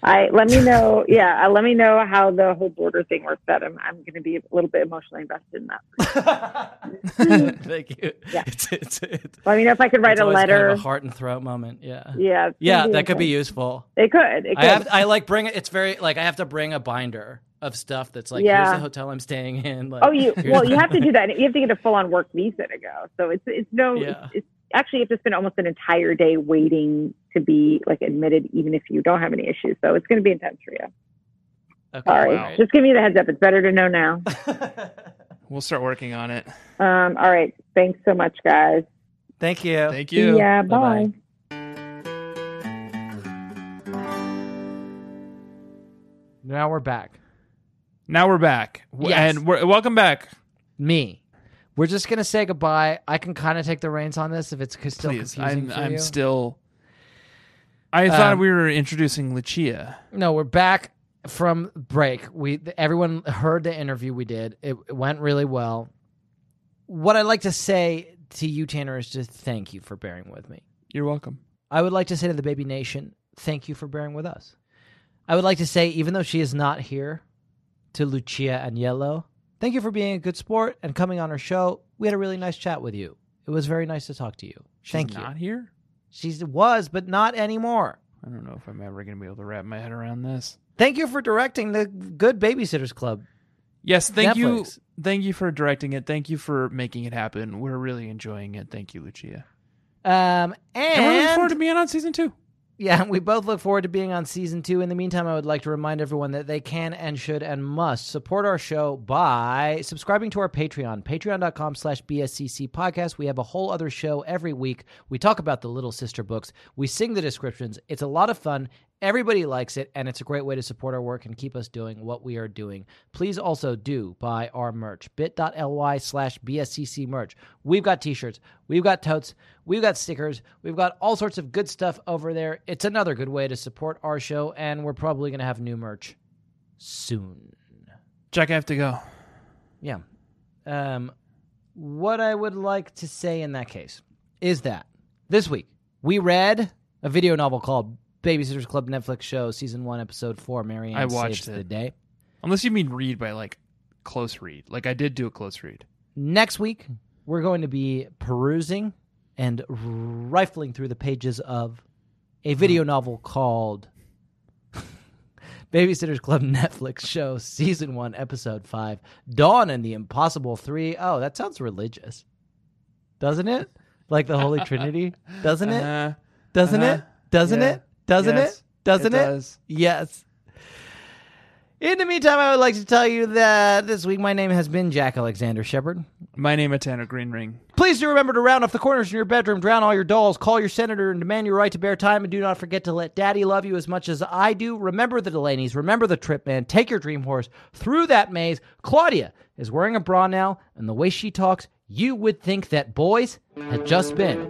[SPEAKER 12] I let me know. Yeah, uh, let me know how the whole border thing works out. I'm I'm going to be a little bit emotionally invested in
[SPEAKER 13] that. Thank you.
[SPEAKER 12] Yeah. It's, it's, it's, let me know if I could write a letter. Kind
[SPEAKER 13] of a heart and throat moment. Yeah.
[SPEAKER 12] Yeah.
[SPEAKER 13] Yeah, that could be useful.
[SPEAKER 12] It could. It could.
[SPEAKER 13] I, have, I like bring it. It's very like I have to bring a binder of stuff that's like yeah. here's the hotel I'm staying in. Like,
[SPEAKER 12] oh, you well, you have to do that. You have to get a full on work visa to go. So it's it's no. Yeah. It's, actually you have to spend almost an entire day waiting to be like admitted, even if you don't have any issues. So it's going to be intense for you.
[SPEAKER 13] Oh,
[SPEAKER 12] Okay, Sorry, wow. just give me the heads up. It's better to know now.
[SPEAKER 4] we'll start working on it.
[SPEAKER 12] Um, all right. Thanks so much, guys.
[SPEAKER 13] Thank you.
[SPEAKER 4] Thank you.
[SPEAKER 12] Yeah. Bye. Bye-bye.
[SPEAKER 13] Now we're back.
[SPEAKER 4] Now we're back. Yes. And we're, welcome back.
[SPEAKER 3] Me we're just gonna say goodbye. I can kind of take the reins on this if it's still Please, confusing
[SPEAKER 4] I'm,
[SPEAKER 3] for
[SPEAKER 4] I'm
[SPEAKER 3] you.
[SPEAKER 4] still. I um, thought we were introducing Lucia.
[SPEAKER 3] No, we're back from break. We everyone heard the interview we did. It, it went really well. What I'd like to say to you, Tanner, is just thank you for bearing with me.
[SPEAKER 4] You're welcome.
[SPEAKER 3] I would like to say to the baby nation, thank you for bearing with us. I would like to say, even though she is not here, to Lucia Agnello, Thank you for being a good sport and coming on our show. We had a really nice chat with you. It was very nice to talk to you.
[SPEAKER 4] She's
[SPEAKER 3] Thank
[SPEAKER 4] not you.
[SPEAKER 3] Not
[SPEAKER 4] here.
[SPEAKER 3] She was, but not anymore.
[SPEAKER 4] I don't know if I'm ever going to be able to wrap my head around this.
[SPEAKER 3] Thank you for directing the Good Babysitters Club.
[SPEAKER 4] Yes, thank Netflix. you. Thank you for directing it. Thank you for making it happen. We're really enjoying it. Thank you, Lucia.
[SPEAKER 3] Um, and,
[SPEAKER 4] and we're looking forward to being on season two.
[SPEAKER 3] Yeah, we both look forward to being on season two. In the meantime, I would like to remind everyone that they can and should and must support our show by subscribing to our Patreon, patreon.com slash BSCC podcast. We have a whole other show every week. We talk about the Little Sister books. We sing the descriptions. It's a lot of fun. Everybody likes it, and it's a great way to support our work and keep us doing what we are doing. Please also do buy our merch, bit.ly slash BSCC merch. We've got t shirts, we've got totes, we've got stickers, we've got all sorts of good stuff over there. It's another good way to support our show, and we're probably going to have new merch soon.
[SPEAKER 4] Jack, I have to go.
[SPEAKER 3] Yeah. Um, what I would like to say in that case is that this week we read a video novel called Babysitters Club Netflix show, season one, episode four. Marianne
[SPEAKER 4] I watched
[SPEAKER 3] the day.
[SPEAKER 4] Unless you mean read by like close read, like I did do a close read.
[SPEAKER 3] Next week we're going to be perusing and rifling through the pages of a video mm. novel called Babysitters Club Netflix show, season one, episode five, Dawn and the Impossible Three. Oh, that sounds religious, doesn't it? Like the Holy Trinity, doesn't it? Uh-huh.
[SPEAKER 4] Uh,
[SPEAKER 3] Doesn't uh-huh. it? Doesn't yeah. it? doesn't
[SPEAKER 4] yes,
[SPEAKER 3] it? Doesn't it?
[SPEAKER 4] it? Does.
[SPEAKER 3] Yes. In the meantime, I would like to tell you that this week my name has been Jack Alexander Shepard.
[SPEAKER 4] My name is Tanner Greenring.
[SPEAKER 3] Please do remember to round off the corners in your bedroom, drown all your dolls, call your senator, and demand your right to bear time. And do not forget to let daddy love you as much as I do. Remember the Delaney's, remember the trip, man. Take your dream horse through that maze. Claudia is wearing a bra now, and the way she talks, you would think that boys had just been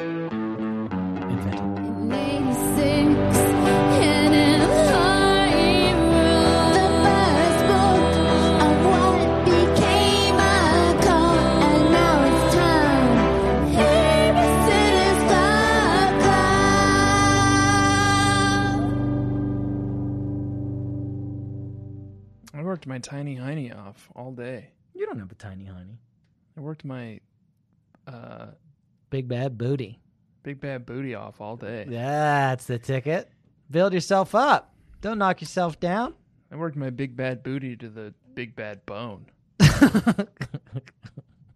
[SPEAKER 4] worked my tiny hiney off all day.
[SPEAKER 3] You don't have a tiny hiney.
[SPEAKER 4] I worked my uh,
[SPEAKER 3] big bad booty.
[SPEAKER 4] Big bad booty off all day.
[SPEAKER 3] That's the ticket. Build yourself up. Don't knock yourself down.
[SPEAKER 4] I worked my big bad booty to the big bad bone.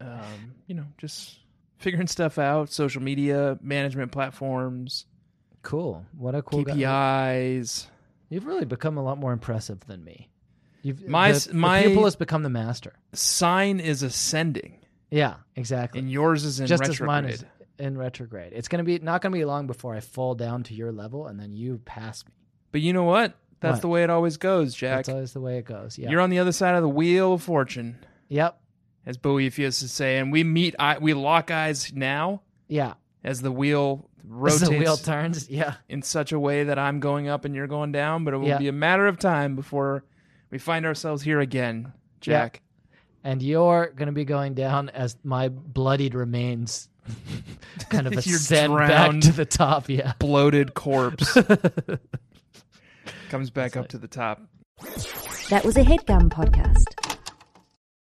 [SPEAKER 4] um, you know, just figuring stuff out, social media, management platforms.
[SPEAKER 3] Cool. What a cool
[SPEAKER 4] KPIs. Guy.
[SPEAKER 3] You've really become a lot more impressive than me. You've,
[SPEAKER 4] my
[SPEAKER 3] the,
[SPEAKER 4] my
[SPEAKER 3] the pupil has become the master.
[SPEAKER 4] Sign is ascending.
[SPEAKER 3] Yeah, exactly.
[SPEAKER 4] And yours is in
[SPEAKER 3] just
[SPEAKER 4] retrograde.
[SPEAKER 3] as mine is in retrograde. It's gonna be not gonna be long before I fall down to your level, and then you pass me.
[SPEAKER 4] But you know what? That's
[SPEAKER 3] What?
[SPEAKER 4] the way it always goes, Jack.
[SPEAKER 3] That's always the way it goes. Yeah,
[SPEAKER 4] You're on the other side of the wheel of fortune,
[SPEAKER 3] Yep.
[SPEAKER 4] as Boethius is saying. We meet, eye, we lock eyes now
[SPEAKER 3] Yeah.
[SPEAKER 4] as the wheel
[SPEAKER 3] As
[SPEAKER 4] rotates
[SPEAKER 3] the wheel turns. Yeah.
[SPEAKER 4] in such a way that I'm going up and you're going down. But it will
[SPEAKER 3] Yeah.
[SPEAKER 4] be a matter of time before we find ourselves here again. Jack.
[SPEAKER 3] Yeah. And you're going to be going down as my bloodied remains kind of ascend back
[SPEAKER 4] drowned,
[SPEAKER 3] to the top. Yeah.
[SPEAKER 4] Bloated corpse comes back up to the top.
[SPEAKER 1] That was a headgum podcast.